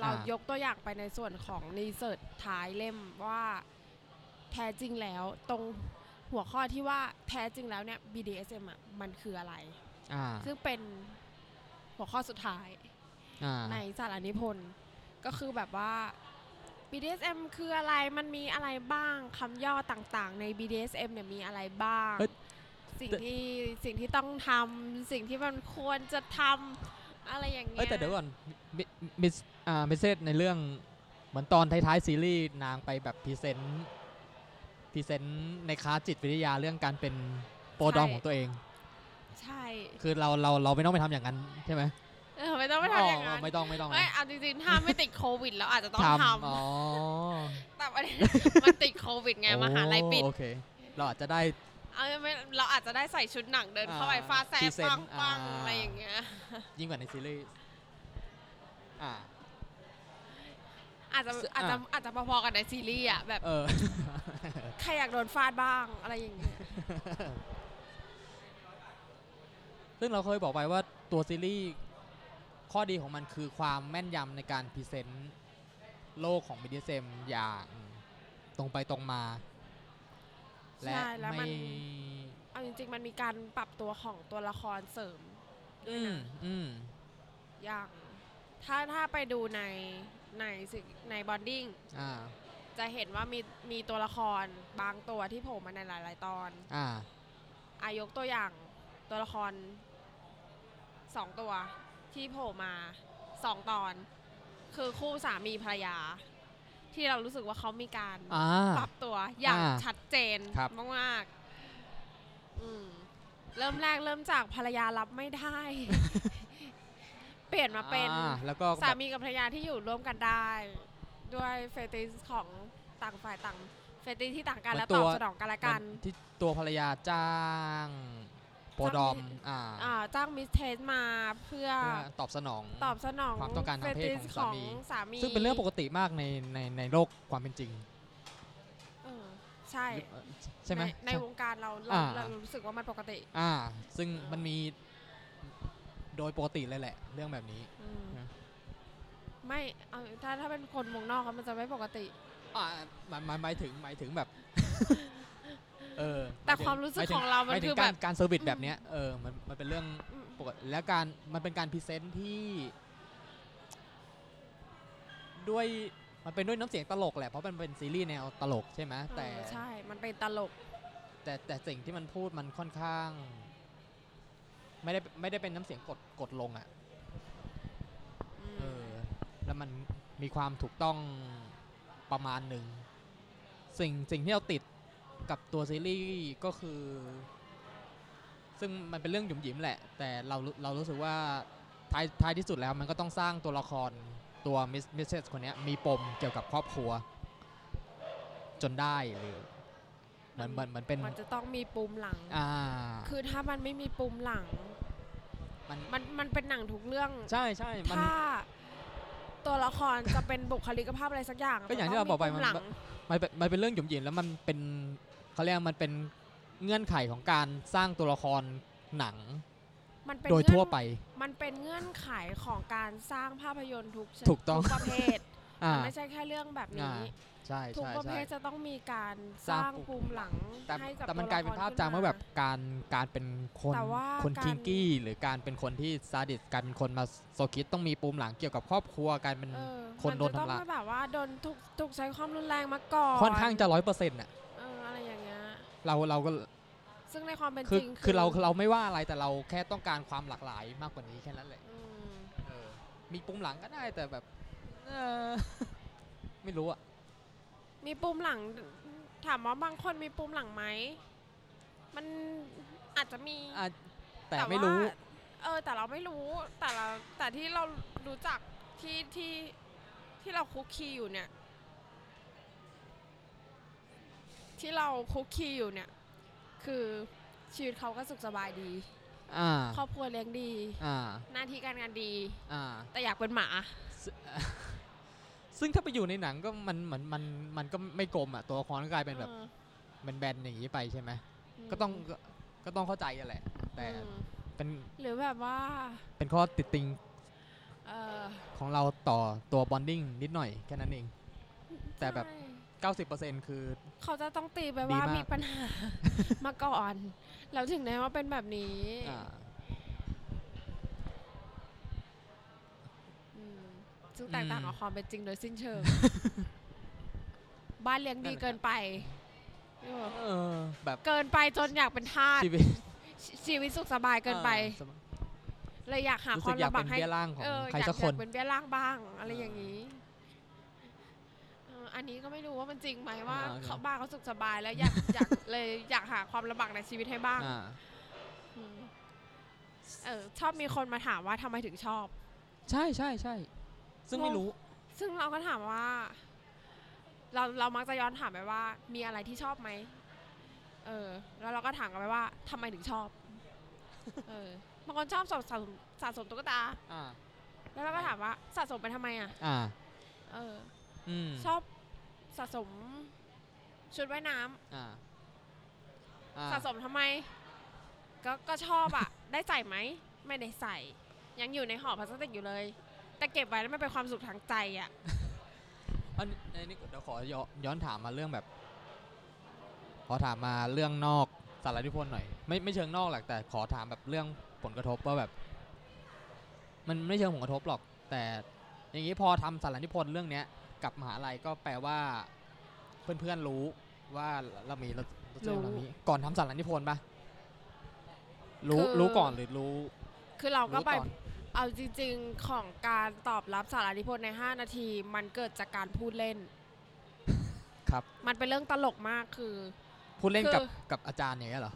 Speaker 2: เรายกตัวอย่างไปในส่วนของรีเสิร์ชท้ายเล่มว่าแท้จริงแล้วตรงหัวข้อที่ว่าแท้จริงแล้วเนี่ย BDSM อ่ะมันคืออะไร
Speaker 1: อ่า
Speaker 2: ซึ่งเป็นหัวข้อสุดท้าย
Speaker 1: อ่า
Speaker 2: ในสารนิพนธ์ก็คือแบบว่า BDSM คืออะไร มันมีอะไรบ้างคำย่อต่างๆ ใน BDSM เนี่ยมีอะไรบ้าง สิ่งที่สิ่งที่ต้องทำสิ่งที่มันควรจะทำอะไรอย่างเงี้
Speaker 1: เอ้ย
Speaker 2: ย
Speaker 1: แต่เดี๋ยวก่อนมิมิสอ่ามิสเซสในเรื่องเหมือนตอนท้ายๆซีรีส์นางไปแบบพรีเซนต์พรีเซนต์ในคลาสจิตวิทยาเรื่องการเป็นโปรดอมของตัวเอง
Speaker 2: ใช่
Speaker 1: คือเราเราเราไม่ต้องไปทำอย่างนั้นใช่ไหม
Speaker 2: เออไม่ต้องไปทำอย่างนั้น
Speaker 1: ไม่ต้องไม่ต้อง
Speaker 2: ไม่
Speaker 1: นะ
Speaker 2: เอาจริงๆถ้าไม่ติดโควิดแล้วอาจจะต้องท
Speaker 1: อ๋อ
Speaker 2: ำแต่ประเด็น มันติดโควิด ไงมหาลัย
Speaker 1: โอ้
Speaker 2: ปิด
Speaker 1: โอเค เราอาจจะได้
Speaker 2: เอาไม่เราอาจจะได้ใส่ชุดหนังเดินเข้าไป
Speaker 1: อ่า
Speaker 2: ฟาแซ่
Speaker 1: พรีเซน
Speaker 2: ปั
Speaker 1: ต์
Speaker 2: งปัง
Speaker 1: อ่า
Speaker 2: อะไรอย่างเงี้ย
Speaker 1: ยิ่งกว่าในซีรีส์อ่า
Speaker 2: อาจจะ
Speaker 1: ซึ่ง
Speaker 2: อาจจะ
Speaker 1: อ่ะ
Speaker 2: อาจจะพอๆกันในซีรีส์อ่ะแบบ
Speaker 1: เออ
Speaker 2: ใครอยากโดนฟาดบ้างอะไรอย่างเงี้ย
Speaker 1: ซึ่งเราเคยบอกไปว่าตัวซีรีส์ข้อดีของมันคือความแม่นยำในการพรีเซนต์โลกของ BDSM อย่างตรงไปตรงมา และ
Speaker 2: ใช่แล้ว
Speaker 1: ไม่
Speaker 2: มันเอาจริง ๆ มันมีการปรับตัวของตัวละครเสริม
Speaker 1: อืมอืม
Speaker 2: อย่างถ้าถ้าไปดูในในสิ่งในบอนดิ้ง
Speaker 1: อ่า
Speaker 2: จะเห็นว่ามีมีตัวละครบางตัวที่โผล่มาในหลาย ๆ ตอน
Speaker 1: อ่า
Speaker 2: อายกตัวอย่างตัวละครสองตัวที่โผล่มาสองตอน คือคู่สามีภรรยา ที่เรารู้สึกว่าเขามีการ
Speaker 1: อ่า
Speaker 2: ปรับตัวอย่าง
Speaker 1: อ่า
Speaker 2: ชัดเจน
Speaker 1: ครับ
Speaker 2: มากๆอืมเริ่มแรกเริ่มจากภรรยารับไม่ได้ เปลี่ยนมาเป็น
Speaker 1: อ่แล้วก็แบบ
Speaker 2: สามีกับภรรยาที่อยู่ร่วมกันได้ ด้วยเฟติสของต่างฝ่ายต่าง เฟติสที่ต่างกันและตอบสนองกันและกัน
Speaker 1: มันที่ตัวภรรยาจ้างโปรดอม อ่า
Speaker 2: อ่าจ้างมิสเทสมาเพื่อ
Speaker 1: เพื่อตอบสนอง
Speaker 2: ตอบสนอง
Speaker 1: ความต้องการทางเพศ
Speaker 2: ฟติส
Speaker 1: ของสามี
Speaker 2: สามี
Speaker 1: ซึ่งเป็นเรื่องปกติมากในในในโลกความเป็นจริง
Speaker 2: เออใช่
Speaker 1: ใช่ไหม
Speaker 2: ในใน
Speaker 1: ใช่
Speaker 2: วงการเราเรา
Speaker 1: อ่า
Speaker 2: เรารู้สึกว่ามันปกติ
Speaker 1: อ่า ซึ่ง
Speaker 2: เออ
Speaker 1: มันมีโดยปกติเลยแหละ เรื่องแบบนี้
Speaker 2: อืม
Speaker 1: นะ
Speaker 2: ไม่เอาถ้าถ้าเป็นคนวงนอกเขามันจะไม่ปกติ
Speaker 1: อ่าหมายหมายหมายถึงหมายถึง แบบ เออ
Speaker 2: แต่
Speaker 1: หยถึ
Speaker 2: ความรู้สึก
Speaker 1: หยถึ
Speaker 2: ของเรามัน
Speaker 1: หยถึ
Speaker 2: คือ
Speaker 1: การ
Speaker 2: แบบ
Speaker 1: การเซอร์วิสแบบเนี้ยเออมันมันเป็นเรื่อง
Speaker 2: อืม
Speaker 1: ปกติและการมันเป็นการพรีเซนต์ที่ ด้วยมันเป็นด้วยน้ำเสียงตลกแหละเพราะมันเป็นซีรีส์แนวตลกใช่ไหม
Speaker 2: เออ
Speaker 1: แต่
Speaker 2: ใช่มันเป็นตลก
Speaker 1: แต่แต่สิ่งที่มันพูดมันค่อนข้าง ไม่ได้ไม่ได้เป็นน้ำเสียงกดกดลงอะ่ะ
Speaker 2: อืม
Speaker 1: เออ แล้วมันมีความถูกต้องประมาณหนึ่ง สิ่งสิ่งที่เราติดกับตัวซีรีส์ก็คือ ซึ่งมันเป็นเรื่องหยุมหยิมแหละ แต่เราเรารู้สึกว่าท้ายท้ายที่สุดแล้วมันก็ต้องสร้างตัวละครตัวมิสมิสเซสคนเนี้ยมีปมเกี่ยวกับครอบครัว จนได้หรือเหมือนเหมือนเหมือนเป็น
Speaker 2: มันจะต้องมีปุ่มหลัง
Speaker 1: อ่า
Speaker 2: คือถ้ามันไม่มีปุ่มหลัง
Speaker 1: มัน
Speaker 2: มันมันเป็นหนังทุกเรื่อง
Speaker 1: ใช่ใช่มัน
Speaker 2: ถ้าตัวละครจะเป็นบุคลิกภาพอะไรสักอย่างะ
Speaker 1: ก็อย่างที่เราบอกไป
Speaker 2: ต้
Speaker 1: มัน
Speaker 2: หลัง
Speaker 1: มันเป็นมันเป็นเรื่องหยุ่มหยิมแล้วมันเป็นเขาเรียกว่ามันเป็น เงื่อนไขของการสร้างตัวละครหนัง
Speaker 2: มันเป็น
Speaker 1: โดย
Speaker 2: เงื่อน
Speaker 1: ทั่วไป
Speaker 2: มันเป็นเงื่อนไขของการสร้างภาพยนตร์ทุกชนิด
Speaker 1: ถูกต้อง
Speaker 2: ทุประเภท
Speaker 1: อ่า
Speaker 2: มันไม่ใช่แค่เรื่องแบบนี้
Speaker 1: อ่า ใช่
Speaker 2: ทุก
Speaker 1: ใช่
Speaker 2: ประเภ
Speaker 1: ใช่
Speaker 2: ทจะต้องมีการส
Speaker 1: สร้าง
Speaker 2: ร้างภูมิหลัง
Speaker 1: แต่
Speaker 2: ให้กับ
Speaker 1: แต่มัน
Speaker 2: วะ
Speaker 1: กลายเป็น
Speaker 2: คร
Speaker 1: ภาพ
Speaker 2: ขึ้
Speaker 1: จำว่าแบบ
Speaker 2: ม
Speaker 1: การการเป็นคน
Speaker 2: แต่ว่า
Speaker 1: คน
Speaker 2: การ
Speaker 1: คิงกี้ หรือการเป็นคนที่ซาดิสการเป็นคนมาโซคิดต้องมีปูมหลังเกี่ยวกับครอบครัวการเป็น
Speaker 2: เออ
Speaker 1: คนโดน
Speaker 2: มัจะต้อง
Speaker 1: ทำร้าย
Speaker 2: ไม่แบบว่าโดนถูกถูกใช้ความรุนแรงมาก่อน
Speaker 1: ค่อนข้างจะร้อยเปอร์เซ็นต์อ่ะ
Speaker 2: เอออะไรอย่างเงี้ย
Speaker 1: เราเราก็
Speaker 2: ซึ่งในความเป็น
Speaker 1: คือ
Speaker 2: จริง
Speaker 1: คือเราเราไม่ว่าอะไรแต่เราแค่ต้องการความหลากหลายมากกว่านี้แค่นั้นแหละ
Speaker 2: อืม
Speaker 1: เออมีปูมหลังก็ได้แต่แบบเออ ไม่รู้อ่ะ
Speaker 2: มีปุ่มหลัง ถามว่าบางคนมีปุ่มหลังไหมมันอาจจะมี
Speaker 1: อ่ะแต่ไม่รู้
Speaker 2: ว่าเออ แต่เราไม่รู้แต่เราแต่ที่เรารู้จักที่ที่ที่เราคุกคีอยู่เนี่ย ที่เราคุกคีอยู่เนี่ย คือชีวิตเขาก็สุขสบายดี
Speaker 1: อ่า
Speaker 2: ครอบครัวเลี้ยงดี
Speaker 1: อ่า
Speaker 2: หน้าที่การงานดี
Speaker 1: อ่า
Speaker 2: แต่อยากเป็นหมา
Speaker 1: ซึ่ง ซึ่งถ้าไปอยู่ในหนังก็มันเหมือนมันมันก็ไม่กลมอ่ะตัวละครก็กลายเป็นแบบ
Speaker 2: ออ
Speaker 1: มันแบนๆอย่างนี้ไปใช่ไหม
Speaker 2: อืม
Speaker 1: ก็ต้องก็ก็ต้องเข้าใจกันแหละ แต่
Speaker 2: อืม
Speaker 1: เป็น
Speaker 2: หรือแบบว่า
Speaker 1: เป็นข้อติดติง
Speaker 2: เออ
Speaker 1: ของเราต่อตัวบอนดิ้งนิดหน่อยแค่นั้นเอง แต่แบบ
Speaker 2: ใช่
Speaker 1: 90%คือ
Speaker 2: เขาจะต้องตีไปว่าม
Speaker 1: ดีาก
Speaker 2: มีปัญ หา มาก่อนเราถึงได้ว่าเป็นแบบนี้
Speaker 1: อ่า
Speaker 2: อืมซึ่งแตกต่าง
Speaker 1: อืม
Speaker 2: กับความเป็นจริงโดยสิ้นเชิง บ้านเลี้ยงดีเกินไปเออ
Speaker 1: เออแบบ
Speaker 2: เกินไปจนอยากเป็นทาส
Speaker 1: ชีวิต
Speaker 2: ชีชีวิตสุขสบายเกินไป
Speaker 1: อ่าสม
Speaker 2: เลยอยากหา
Speaker 1: รู้
Speaker 2: ค
Speaker 1: สึ
Speaker 2: วาม
Speaker 1: กอยาก
Speaker 2: ลำบา
Speaker 1: เป็
Speaker 2: ก
Speaker 1: น
Speaker 2: ให้
Speaker 1: เบี้ยล่างของ
Speaker 2: เออ
Speaker 1: ใคร
Speaker 2: อยาก
Speaker 1: สัก
Speaker 2: อ
Speaker 1: ค
Speaker 2: ยาก
Speaker 1: น
Speaker 2: เป็นเบี้ยล่างบ้างอะไรอย่าง
Speaker 1: เออ
Speaker 2: นี้เอ่ออันนี้ก็ไม่รู้ว่ามันจริงไหมว่า
Speaker 1: อ่า
Speaker 2: เขาบ้านเขาสุขสบายแล้วอยาก อยากเลยอยากหาความลำบากในชีวิตให้บ้าง
Speaker 1: อ่า
Speaker 2: อืมเออชอบมีคนมาถามว่าทำไมถึงชอบ
Speaker 1: ใช่ใช่ใช่ซึ่งไม่
Speaker 2: งง
Speaker 1: รู้
Speaker 2: ซึ่งเราก็ถามว่า เราเรามักจะย้อนถามไปว่า มีอะไรที่ชอบไหมเออ แล้วเราก็ถามกันไปว่าทำไมถึงชอบ เออบางคนชอบสะสมสะสมตุ๊กตา
Speaker 1: อ่า
Speaker 2: แล้วเราก็ถามว่าสะสมไปทำไมอ่ะ
Speaker 1: อ่า
Speaker 2: เออ
Speaker 1: อืม
Speaker 2: ชอบสะสมชุดว่ายน้ำ
Speaker 1: อ่าอ่า
Speaker 2: สะสมทำไม ก็ก็ชอบอ่ะ ได้ใส่ไหม ไม่ได้ใส่ ยังอยู่ในห่อพลาสติกอยู่เลย แต่เก็บไว้แล้วมันเป็นความสุขทางใจอ่ะ
Speaker 1: อันนี้อันนี้เดี๋ยวขอย้อนย้อนถามมาเรื่องแบบ ขอถามมาเรื่องนอกสารนิพนธ์หน่อย ไม่ไม่เชิงนอกหรอกแต่ขอถามแบบเรื่องผลกระทบว่าแบบ มันไม่เชิงผลกระทบหรอก แต่อย่างนี้พอทำสารนิพนธ์เรื่องเนี้ยกับมหาลัยก็แปลว่า เพื่อนๆรู้ว่าเรามีเราเราเรามีก่อนทำสารนิพนธ์ปะรู้
Speaker 2: คือ
Speaker 1: รู้ก่อนหรือรู้
Speaker 2: คือเราก็
Speaker 1: รู้
Speaker 2: ไป
Speaker 1: ก่อน
Speaker 2: เอาจริง ๆ ของการตอบรับสารานิพนธ์ใน 5 นาที มันเกิดจากการพูดเล่น
Speaker 1: ครับ
Speaker 2: มันเป็นเรื่องตลกมากคือ
Speaker 1: พูดเล่นกับ
Speaker 2: คือ
Speaker 1: กับอาจารย์อย่างเงี้ยเหรอ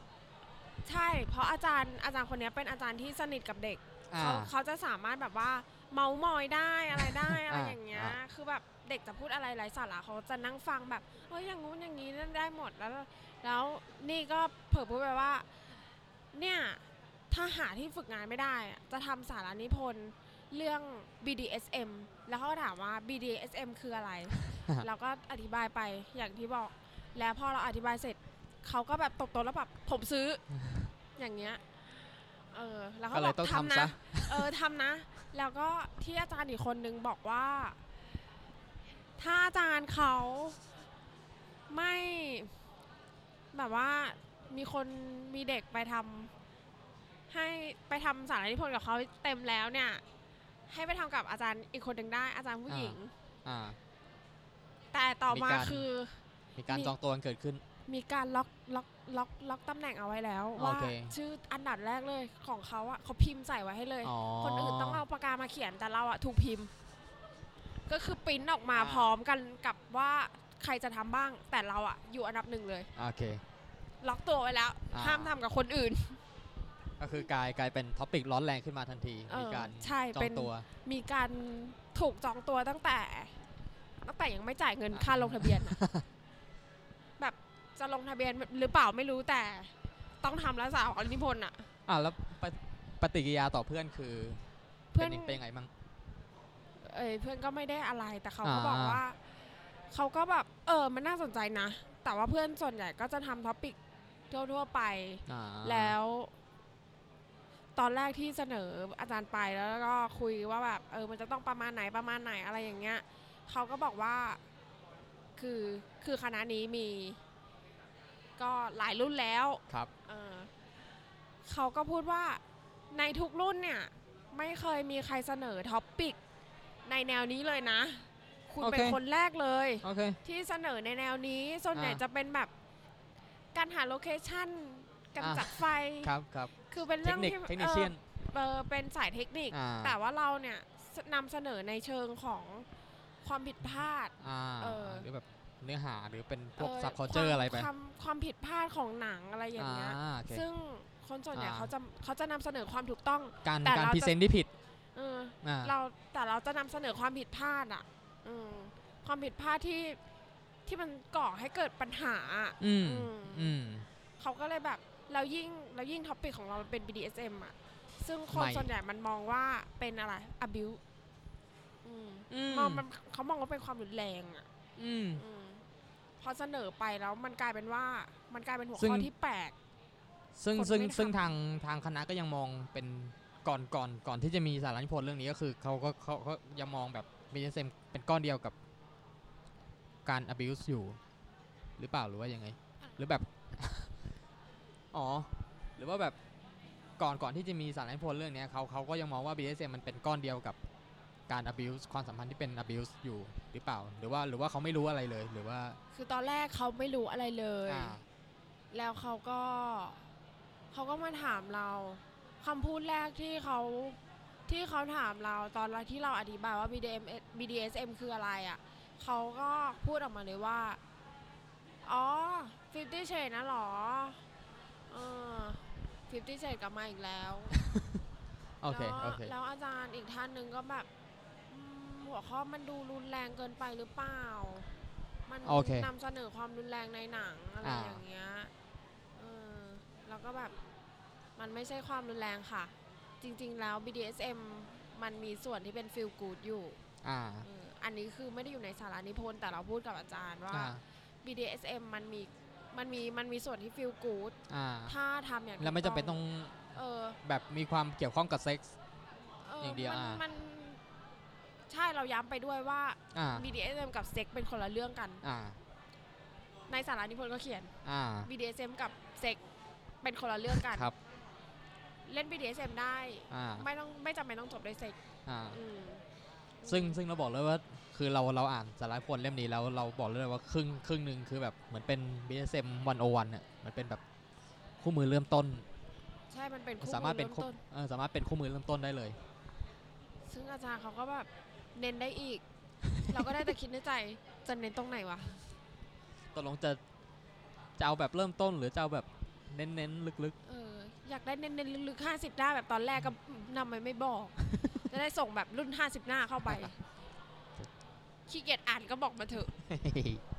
Speaker 2: ใช่ เพราะอาจารย์อาจารย์คนเนี้ยเป็นอาจารย์ที่สนิทกับเด็ก
Speaker 1: อ่า
Speaker 2: เขาเขาจะสามารถแบบว่าเมามอยได้อะไรได้อะไร
Speaker 1: อ่า
Speaker 2: อย่างเงี้ย
Speaker 1: อ่า
Speaker 2: คือแบบเด็กจะพูดอะไรไร้สาระเขาจะนั่งฟังแบบเฮ้ยอย่างงู้นอย่างนี้นั่นได้หมดแล้ว แล้วนี่ก็เผลอพูดไปว่า เนี่ยถ้าหาที่ฝึกงานไม่ได้อะจะทำสารานิพนธ์เรื่อง BDSM แล้วเขาก็ถามว่า BDSM คืออะไร เราก็อธิบายไปอย่างที่บอก แล้วพอเราอธิบายเสร็จเขาก็แบบตบโต๊ะแล้วแบบผม ซื้อ อย่างเงี้ย เออ แล้ว
Speaker 1: ก็
Speaker 2: เขา
Speaker 1: เล
Speaker 2: บอย ก
Speaker 1: ต้องทำ
Speaker 2: ทำ
Speaker 1: ซะ
Speaker 2: นะ เออทำนะ แล้วก็ที่อาจารย์อีกคนนึงบอกว่า ถ้าอาจารย์เขาไม่แบบว่ามีคนมีเด็กไปทำให้ไปทำสารนิพนธ์กับเขาเต็มแล้วเนี่ย ให้ไปทำกับอาจารย์อีกคนหนึ่งได้อาจารย์ผู้หญิง
Speaker 1: อ่า
Speaker 2: แต่ต่อมาม
Speaker 1: การ
Speaker 2: คือ
Speaker 1: มีการ
Speaker 2: มี
Speaker 1: จองตัวกันเกิดขึ้น
Speaker 2: มีการล็อกล็อกล็อกล็อกตำแหน่งเอาไว้แล้ว ว่า
Speaker 1: โอเค
Speaker 2: ชื่ออันดับแรกเลยของเขาอะเขาพิมพ์ใส่ไว้ให้เลย
Speaker 1: อ๋อ
Speaker 2: คนอื่นต้องเอาปากกามาเขียนแต่เราอะถูกพิมพ์ ก็คือปริ้นออกมา
Speaker 1: อ่า
Speaker 2: พร้อมกันกับว่าใครจะทำบ้าง แต่เราอะอยู่อันดับหนึ่งเลย
Speaker 1: โอเค
Speaker 2: ล็อกตัวไว้แล้ว
Speaker 1: อ่า
Speaker 2: ห้ามทำกับคนอื่น
Speaker 1: ก็คือกลายกลายเป็นท็อปิกร้อนแรงขึ้นมาทันที
Speaker 2: เออ
Speaker 1: มีการ
Speaker 2: ใช่
Speaker 1: จอ
Speaker 2: เป็
Speaker 1: ง
Speaker 2: น
Speaker 1: ตัว
Speaker 2: มีการถูกจองตัวตั้งแต่ ตั้งแต่ยังไม่จ่ายเงิน
Speaker 1: อ่า
Speaker 2: ค่าลงทะเบียน อะแบบจะลงทะเบียนหรือเปล่าไม่รู้แต่ ต้องทำแล้วสาวอนิพนธ์อะ
Speaker 1: อ่ะแล้วปฏิปฏิกิริยาต่อเพื่อนคือ
Speaker 2: เพื่อน
Speaker 1: เป็นยังเป็นยังไงมั่ง
Speaker 2: เอยเพื่อนก็ไม่ได้อะไรแต่เขาก็บอก
Speaker 1: อ่า
Speaker 2: ว่าเขาก็แบบเออมันน่าสนใจนะ แต่ว่าเพื่อนส่วนใหญ่ก็จะทำท็อปิก ทั่วๆไป
Speaker 1: อ่า
Speaker 2: แล้ว ตอนแรกที่เสนออาจารย์ไปแล้วก็คุยว่าแบบเออมันจะต้องประมาณไหนประมาณไหนอะไรอย่างเงี้ยเขาก็บอกว่าคือคือคณะนี้มี ก็หลายรุ่นแล้ว
Speaker 1: ครับ
Speaker 2: เอ่อเขาก็พูดว่าในทุกรุ่นเนี่ย ไม่เคยมีใครเสนอท็อปปิกในแนวนี้เลยนะ คุณ
Speaker 1: โอเค
Speaker 2: เป็นคนแรกเลย
Speaker 1: โอเค
Speaker 2: ที่เสนอในแนวนี้ส่วนใหญ่
Speaker 1: อ่า
Speaker 2: จะเป็นแบบการหาโลเคชั่นการ
Speaker 1: อ่า
Speaker 2: จัดไฟ
Speaker 1: ครับครับ
Speaker 2: คือเป็น
Speaker 1: เท
Speaker 2: เรื่
Speaker 1: ค
Speaker 2: อง
Speaker 1: นิคเท
Speaker 2: ที่
Speaker 1: คนิคเชียน
Speaker 2: เออเป็นสายเทคนิค
Speaker 1: อ่า
Speaker 2: แต่ว่าเราเนี่ยนำเสนอในเชิงของความผิดพลาด
Speaker 1: อ่า
Speaker 2: เออ
Speaker 1: หรือแบบเนื้อหาหรือเป็นพวก
Speaker 2: เ
Speaker 1: ซับคอเจอร์
Speaker 2: วาม
Speaker 1: อะไรไป
Speaker 2: ความความผิดพลาดของหนังอะไรอย่างเงี้ย
Speaker 1: อ่าโอเค
Speaker 2: ซึ่งคนส่วนใหญ่
Speaker 1: อ่า
Speaker 2: เขาจะเขาจะนำเสนอความถูกต้อง
Speaker 1: การ
Speaker 2: แต่
Speaker 1: การ
Speaker 2: เรา
Speaker 1: พรี
Speaker 2: จะ
Speaker 1: เซนต์ที่ผิด
Speaker 2: เออ
Speaker 1: อ่า
Speaker 2: เราแต่เราจะนำเสนอความผิดพลาดอ่ะอืมความผิดพลาดที่ที่มันก่อให้เกิดปัญหาอะ
Speaker 1: อืม
Speaker 2: อืม
Speaker 1: อืม
Speaker 2: เขาก็เลยแบบเรายิ่งเรายิ่งท็อปิกของเรามันเป็น BDSM อ่ะ ซึ่งคน
Speaker 1: ไม่
Speaker 2: ส่วนใหญ่มันมองว่าเป็นอะไร abuse อืม
Speaker 1: อืม
Speaker 2: มองมันเขามองว่าเป็นความรุนแรงอ่ะ
Speaker 1: อืม
Speaker 2: อืมพอเสนอไปแล้วมันกลายเป็นว่ามันกลายเป็นหัว
Speaker 1: ซึ่
Speaker 2: ข้อง ที่แปลก
Speaker 1: ซึ่ง
Speaker 2: คน
Speaker 1: ซึ่ง
Speaker 2: ไม่ทำ
Speaker 1: ซึ่งทางทางคณะก็ยังมองเป็นก่อนก่อนก่อนที่จะมีสารานิพนธ์เรื่องนี้ก็คือเขาก็เขาเขายังมองแบบบีเอสเมเป็นก้อนเดียวกับการ abuse อยู่ หรือเปล่าหรือว่ายังไง หรือแบบ อ๋อ หรือว่าแบบก่อนก่อนที่จะมีสารานิพนธ์เรื่องเนี้ยเขาเขาก็ยังมองว่า BDSM มันเป็นก้อนเดียวกับการ abuse ความสัมพันธ์ที่เป็น abuse อยู่หรือเปล่า หรือว่าหรือว่าเขาไม่รู้อะไรเลยหรือว่า
Speaker 2: คือตอนแรกเขาไม่รู้อะไรเลย
Speaker 1: อ่า
Speaker 2: แล้วเขาก็เขาก็มาถามเราคำพูดแรกที่เขาที่เขาถามเราตอนแรกที่เราอธิบายว่า BDM BDSM คืออะไรอะ่ะเขาก็พูดออกมาเลยว่า อ๋อ 50 Shade นะหรอเออ50 Shade กลับมาอีกแล้ว
Speaker 1: โอเค
Speaker 2: แล้ว
Speaker 1: โอเค
Speaker 2: แล้วอาจารย์อีกท่านหนึ่งก็แบบอืมหัวข้อมันดูรุนแรงเกินไปหรือเปล่า มัน
Speaker 1: โอเคน
Speaker 2: ำเสนอความรุนแรงในหนังอะไร
Speaker 1: อ่า
Speaker 2: อย่างเงี้ย เออแล้วก็แบบมันไม่ใช่ความรุนแรงค่ะ จริงๆแล้ว BDSM มันมีส่วนที่เป็น feel good อยู่
Speaker 1: อ่า
Speaker 2: เอออันนี้คือไม่ได้อยู่ในสารานิพนธ์แต่เราพูดกับอาจารย์ว่า
Speaker 1: อ่า
Speaker 2: BDSM มันมีมันมีมันมีส่วนที่ feel good
Speaker 1: อ่า
Speaker 2: ถ้าทำอย่าง
Speaker 1: แล้วไม่จำเป็นต้อง
Speaker 2: เออ
Speaker 1: แบบมีความเกี่ยวข้องกับเซ็กส์
Speaker 2: เอออย่าง
Speaker 1: เดียว
Speaker 2: มัน
Speaker 1: อ่ามั
Speaker 2: มันใช่เราย้ำไปด้วยว่า
Speaker 1: อ่า
Speaker 2: BDSM กับเซ็กเป็นคนละเรื่องกัน
Speaker 1: อ่า
Speaker 2: ในสารานิพนธ์ก็เขียน
Speaker 1: อ่า
Speaker 2: BDSM กับเซ็กเป็นคนละเรื่องกัน
Speaker 1: ครับ
Speaker 2: เล่น BDSM ได้
Speaker 1: อ่า
Speaker 2: ไม่ต้องไม่จำเป็นต้องจบด้วยเซ็ก
Speaker 1: อ่า
Speaker 2: อืม
Speaker 1: ซึ่งซึ่งเราบอกเลยว่า คือเราเราอ่านสาระพลเล่มนี้แล้วเราบอกเลยว่าครึ่งครึ่งหนึ่งคือแบบเหมือนเป็น BSM 101เนี่ยมันเป็นแบบคู่มือเริ่มต้น
Speaker 2: ใช่มันเป็นคู่
Speaker 1: สามารถเป็น
Speaker 2: มือ
Speaker 1: คู่
Speaker 2: เริ่มต้น
Speaker 1: เออสามารถเป็นคู่มือเริ่มต้นได้เลย
Speaker 2: ซึ่งอาจารย์เขาก็แบบเน้นได้อี ก เราก็ได้แต่คิดในใจจะเน้นตรงไหนวะ
Speaker 1: ตกลงจะจะเอาแบบเริ่มต้น หรือจะเอาแบบเน้นเน้นๆลึก
Speaker 2: เออ อยากได้เน้นๆลึกๆห้าสิบหน้าแบบตอนแรกก็นำไปไม่บอก จะได้ส่งแบบรุ่นห้าสิบหน้าเข้าไป ขี้เกียจอ่านก็บอกมาเถอะ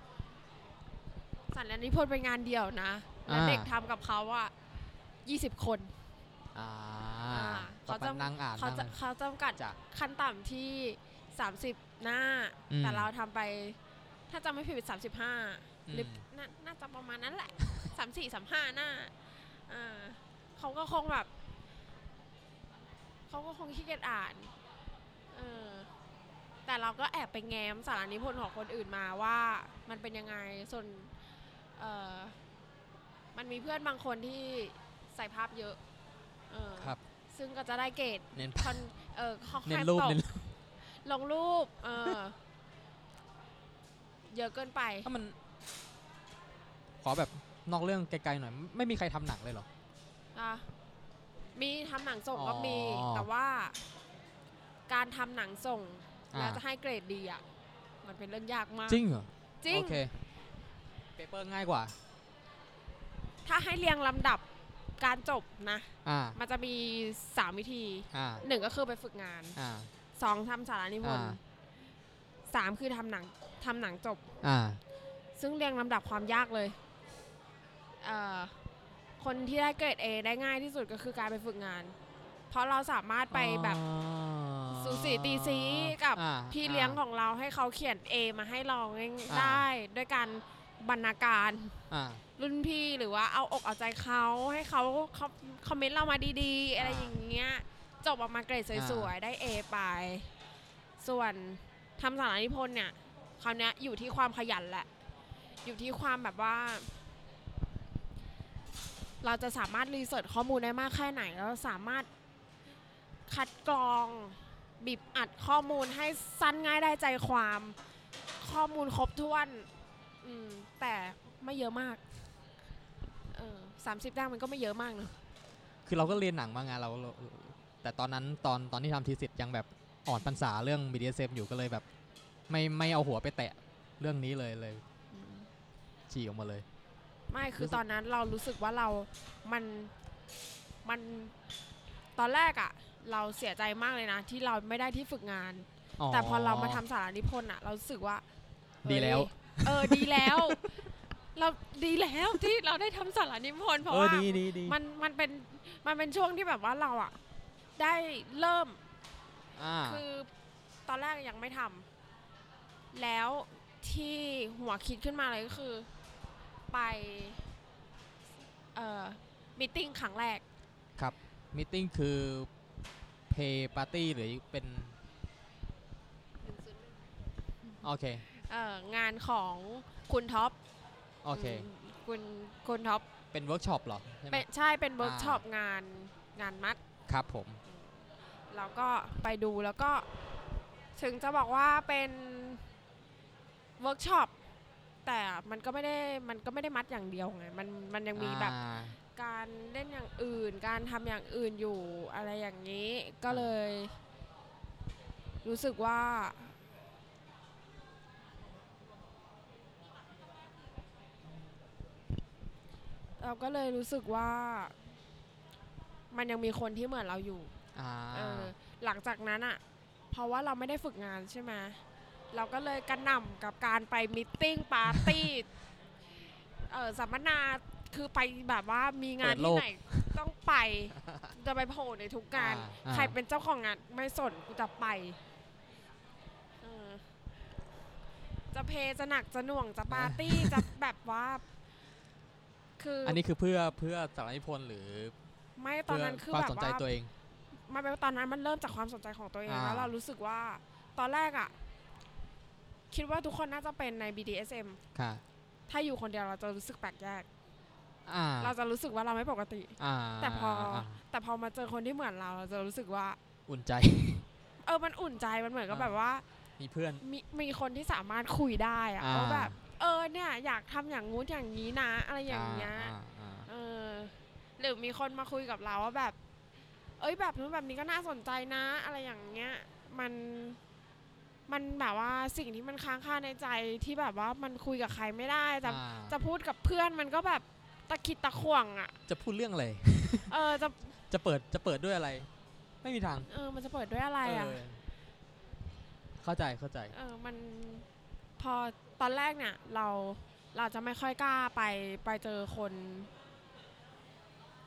Speaker 1: ๆ
Speaker 2: สันนิพนธ์เป็นงานเดียวนะ แล้ว
Speaker 1: อ่า
Speaker 2: เด็กทำกับเขาอะยี่สิบคน
Speaker 1: อ่า
Speaker 2: อ่า
Speaker 1: เขา
Speaker 2: เขา
Speaker 1: จะ
Speaker 2: จะ
Speaker 1: นั่งอ่าน
Speaker 2: เขาจะ
Speaker 1: นั่ง
Speaker 2: เขาจำกัด
Speaker 1: จ้ะ
Speaker 2: ขั้นต่ำที่ 30 หน้า
Speaker 1: อืม
Speaker 2: แต่เราทำไป ถ้าจำไม่ผิดสามสิบห้า
Speaker 1: อืม
Speaker 2: หรือนาน่าจะประมาณนั้นแหละ สามสี่สามห้าหน้าอ่าเขาก็คงแบบ เขาก็คงขี้เกียจอ่านเออแต่เราก็แอบไปแง้มสารานิพนธ์ของคนอื่นมาว่ามันเป็นยังไงส่วนเออมันมีเพื่อนบางคนที่ใส่ภาพเยอะเออ
Speaker 1: ครับ
Speaker 2: ซึ่งก็จะได้เกรด
Speaker 1: เน้น
Speaker 2: คอนเออเขา
Speaker 1: เน้น
Speaker 2: แค่
Speaker 1: รูป
Speaker 2: ตก
Speaker 1: เน้นรูป
Speaker 2: ลงรูป เออ เยอะเกินไป
Speaker 1: ถ้ามัน ขอแบบนอกเรื่องไกลๆหน่อย ไม่มีใครทำหนังเลยเหรอ
Speaker 2: อ่ะ มีทำหนังส่งก็มี
Speaker 1: อ๋อ
Speaker 2: แต่ว่า การทำหนังส่ง
Speaker 1: อ่า
Speaker 2: แล้วจะให้เกรดดีอ่ะ มันเป็นเรื่องยากมาก
Speaker 1: จริงเหรอ
Speaker 2: จริง
Speaker 1: โอเคเปเปอร์ง่ายกว่า
Speaker 2: ถ้าให้เรียงลำดับการจบนะ
Speaker 1: อ่า
Speaker 2: มันจะมีสามวิธี
Speaker 1: อ่า
Speaker 2: หนึ่งก็คือไปฝึกงาน
Speaker 1: อ่า
Speaker 2: สองทำสารานิพนธ์
Speaker 1: อ่า
Speaker 2: สามคือทำหนังทำหนังจบ
Speaker 1: อ่า
Speaker 2: ซึ่งเรียงลำดับความยากเลยเอ่อคนที่ได้เกรด A ได้ง่ายที่สุดก็คือการไปฝึกงาน เพราะเราสามารถไปแบบ สูสีตีสีกับ พี่เลี้ยงของเราให้เขาเขียน A มาให้เราง่ายๆได้ ด้วยการ บรรณาการ
Speaker 1: อ่า
Speaker 2: รุ่นพี่หรือว่าเอาอกเอาใจเขาให้เขาเขาคอมเมนต์เรามาดีๆ อะไร
Speaker 1: อ่า
Speaker 2: อย่างเงี้ยจบออกมาเกรดสวย ๆ ได้ A ไป ส่วนทำสารนิพนธ์เนี่ยคราวเนี้ยอยู่ที่ความขยันแหละ อยู่ที่ความแบบว่า เราจะสามารถรีเสิร์ชข้อมูลได้มากแค่ไหน เราสามารถคัดกรองบีบอัดข้อมูลให้สั้นง่ายได้ใจความ ข้อมูลครบถ้วนอืมแต่ไม่เยอะมากเออสามสิบแต้มมันก็ไม่เยอะมากเนอะ
Speaker 1: คือเราก็เรียนหนังมาไงเราเราแต่ตอนนั้นตอนตอนที่ทำทีสิทธ์ยังแบบอ่อนพรรษาเรื่อง BDSM อยู่ก็เลยแบบ ไม่ไม่เอาหัวไปแตะเรื่องนี้เลยเลย
Speaker 2: อืม
Speaker 1: ฉี่ออกมาเลย
Speaker 2: ไม่คื
Speaker 1: รู้
Speaker 2: อ
Speaker 1: สึก
Speaker 2: ตอนนั้นเรารู้สึกว่าเรามันมันตอนแรกอะเราเสียใจมากเลยนะ ที่เราไม่ได้ที่ฝึกงาน แต่พอเรามาทำสารนิพนธ์อะเรารู้สึกว่าเฮ้ย
Speaker 1: ดีแล้ว
Speaker 2: เออดีแล้ว เราดีแล้วที่เราได้ทำสารนิพนธ์เพราะ
Speaker 1: เออ
Speaker 2: ว่า
Speaker 1: ดีดีดี
Speaker 2: มันมันเป็นมันเป็นช่วงที่แบบว่าเราอะได้เริ่ม
Speaker 1: อ่า
Speaker 2: คือตอนแรกยังไม่ทำ แล้วที่หัวคิดขึ้นมาเลยก็คือ ไปเอ่อมิทติ้งครั้งแรก
Speaker 1: มิทติ้งคือเพย์ปาร์ตี้หรือเป็นโอเค
Speaker 2: เอ่องานของคุณท็อป
Speaker 1: โอเค
Speaker 2: มคุณคุณท็อป
Speaker 1: เป็นเวิร์กช็อปหรอใช่ไหม
Speaker 2: เป็นใช่เป็นเวิร์กช็อปงานงานมัด
Speaker 1: ครับผม
Speaker 2: แล้วก็ไปดูแล้วก็ถึงจะบอกว่าเป็นเวิร์กช็อปแต่มันก็ไม่ได้มันก็ไม่ได้มัดอย่างเดียวไงมันมันยังมีแบบ
Speaker 1: อ่า
Speaker 2: การเล่นอย่างอื่น การทำอย่างอื่นอยู่อะไรอย่างนี้ก็เลย รู้สึกว่า เราก็เลยรู้สึกว่า มันยังมีคนที่เหมือนเราอยู่
Speaker 1: อ่า
Speaker 2: เออหลังจากนั้นอะ่ะ เพราะว่าเราไม่ได้ฝึกงานใช่ไหมเราก็เลยกระหน่ำกับการไปมิทติ้งปาร์ตี้ เออสัมมนาคือไปแบบว่ามีงาน
Speaker 1: เปิดโล
Speaker 2: ที่
Speaker 1: ก
Speaker 2: ไหนต้องไป จะไปโผล่ในทุกงาน
Speaker 1: อ่าอ่า
Speaker 2: ใครเป็นเจ้าของงานไม่สนกูจะไปเออจะเพจะหนักจะหน่วงจะปาร์ ตี้ จะแบบว่า คืออ
Speaker 1: อันนี้คือเพื่อเพื่อสารนิพนธ์หรือ
Speaker 2: ไม่ตอ
Speaker 1: เพื่
Speaker 2: น
Speaker 1: อ
Speaker 2: นั้นคือ
Speaker 1: ความ
Speaker 2: แบบ
Speaker 1: สนใจ
Speaker 2: ว่า
Speaker 1: ตัวเอง
Speaker 2: มันเป็นว่าตอนนั้นมันเริ่มจากความสนใจของตัวเอง
Speaker 1: อ่า
Speaker 2: แล้วเรารู้สึกว่าตอนแรกอะคิดว่าทุกคนน่าจะเป็นใน BDSM
Speaker 1: ค่ะ
Speaker 2: ถ้าอยู่คนเดียวเราจะรู้สึกแปลกแยก
Speaker 1: อ่า
Speaker 2: เราจะรู้สึกว่าเราไม่ปกติ
Speaker 1: อ่า
Speaker 2: แต่พออา แต่พอมาเจอคนที่เหมือนเราเราจะรู้สึกว่า
Speaker 1: อุ่นใจ
Speaker 2: เออมันอุ่นใจมันเหมือนกับ
Speaker 1: อ่า
Speaker 2: แบบว่า
Speaker 1: มีเพื่อน
Speaker 2: มีมีคนที่สามารถคุยได้อะ
Speaker 1: อ่า
Speaker 2: ว่าแบบ เออเนี่ยอยากทำอย่างงู้นอย่างนี้นะ อะไรอย่างเงี้ย
Speaker 1: อ่าอ่า
Speaker 2: เออหรือมีคนมาคุยกับเราว่าแบบ เอ้ยแบบนู้นแบบนี้ก็น่าสนใจนะ อะไรอย่างเงี้ย มัน มันแบบว่าสิ่งที่มันค้างคาในใจที่แบบว่ามันคุยกับใครไม่ได้จะ
Speaker 1: อ่า
Speaker 2: จะพูดกับเพื่อนมันก็แบบตะขิดตะขวงอะ่ะ
Speaker 1: จะพูดเรื่องอะไร
Speaker 2: เออจะ
Speaker 1: จะเปิดจะเปิดด้วยอะไร ไม่มีทาง
Speaker 2: เออมันจะเปิดด้วยอะไรอะ่ะ
Speaker 1: เออเข้าใจเข้าใจ
Speaker 2: เออมันพอตอนแรกเนี่ย เราเราจะไม่ค่อยกล้าไปไปเจอคน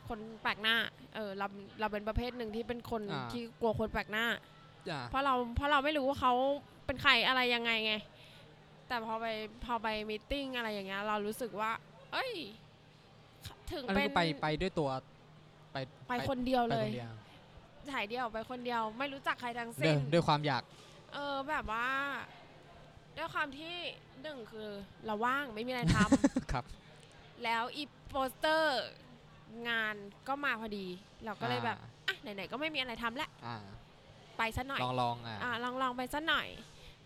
Speaker 2: คนแปลกหน้า เออเราเราเป็นประเภทหนึ่งที่เป็นคน
Speaker 1: อ่า
Speaker 2: ที่กลัวคนแปลกหน้า
Speaker 1: อ่า
Speaker 2: เพราะเราเพราะเราไม่รู้ว่าเขาเป็นใครอะไรยังไงไง แต่พอไปพอไปมีตติ้งอะไรอย่างเงี้ยเรารู้สึกว่า เอ้ย ถึง
Speaker 1: อัน
Speaker 2: เป็
Speaker 1: นั้น นก็ไปไปด้วยตัวไป
Speaker 2: ไปคนเดียว
Speaker 1: ไป
Speaker 2: เล
Speaker 1: ค
Speaker 2: ย
Speaker 1: นเดียว
Speaker 2: ถ่ายเดียวไปคนเดียว ไม่รู้จักใครทั้ง
Speaker 1: เดิ
Speaker 2: สิ้น
Speaker 1: นด้วยความอยาก
Speaker 2: เออแบบว่าด้วยความที่หนึ่งคือ เราว่างไม่มีอะไรท
Speaker 1: ครับ
Speaker 2: ำ แล้วอีโปสเตอร์งานก็มาพอดี เราก็เลยแบบอ่ะไหนๆก็ไม่มีอะไรทำแล้ว
Speaker 1: อ่า
Speaker 2: ไปซะหน่อย
Speaker 1: ลองลองอ่า
Speaker 2: อ่ะลองลองไปซะหน่อย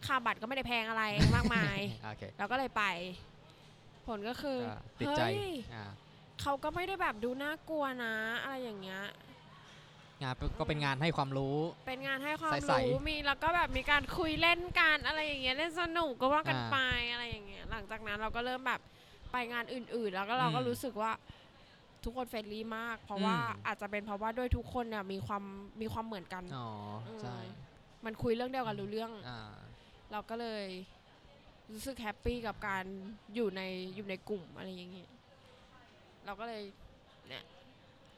Speaker 2: ค่าบัตรก็ไม่ได้แพง อะไรมากมาย
Speaker 1: โอเค
Speaker 2: เราก็เลยไป ผลก็คือ
Speaker 1: ก็ติดใจ
Speaker 2: เฮ้ย
Speaker 1: อ่า
Speaker 2: เขาก็ไม่ได้แบบดูน่ากลัวนะ อะไรอย่างเงี้ย
Speaker 1: งานก็เป็นงานให้ความรู้
Speaker 2: เป็นงานให้ความ
Speaker 1: ใส
Speaker 2: รู้มีแล้วก็แบบมีการคุยเล่นกันอะไรอย่างเงี้ยเล่นสนุกก็ว่ากัน
Speaker 1: อ่า
Speaker 2: ไปอะไรอย่างเงี้ยหลังจากนั้นเราก็เริ่มแบบไปงานอื่น ๆ แล้วก็เราก็
Speaker 1: อืม
Speaker 2: รู้สึกว่าทุกคนเฟรนลี่มาก เพราะว่า
Speaker 1: อืม
Speaker 2: อาจจะเป็นเพราะว่าด้วยทุกคนเนี่ยมีความมีความเหมือนกัน
Speaker 1: อ๋อ ใช่
Speaker 2: มันคุยเรื่องเดียวกันรู้เรื่อง
Speaker 1: อ่า
Speaker 2: เราก็เลยรู้สึกแฮปปี้กับการอยู่ในอยู่ในกลุ่มอะไรอย่างเงี้ยเราก็เลยเนี่ย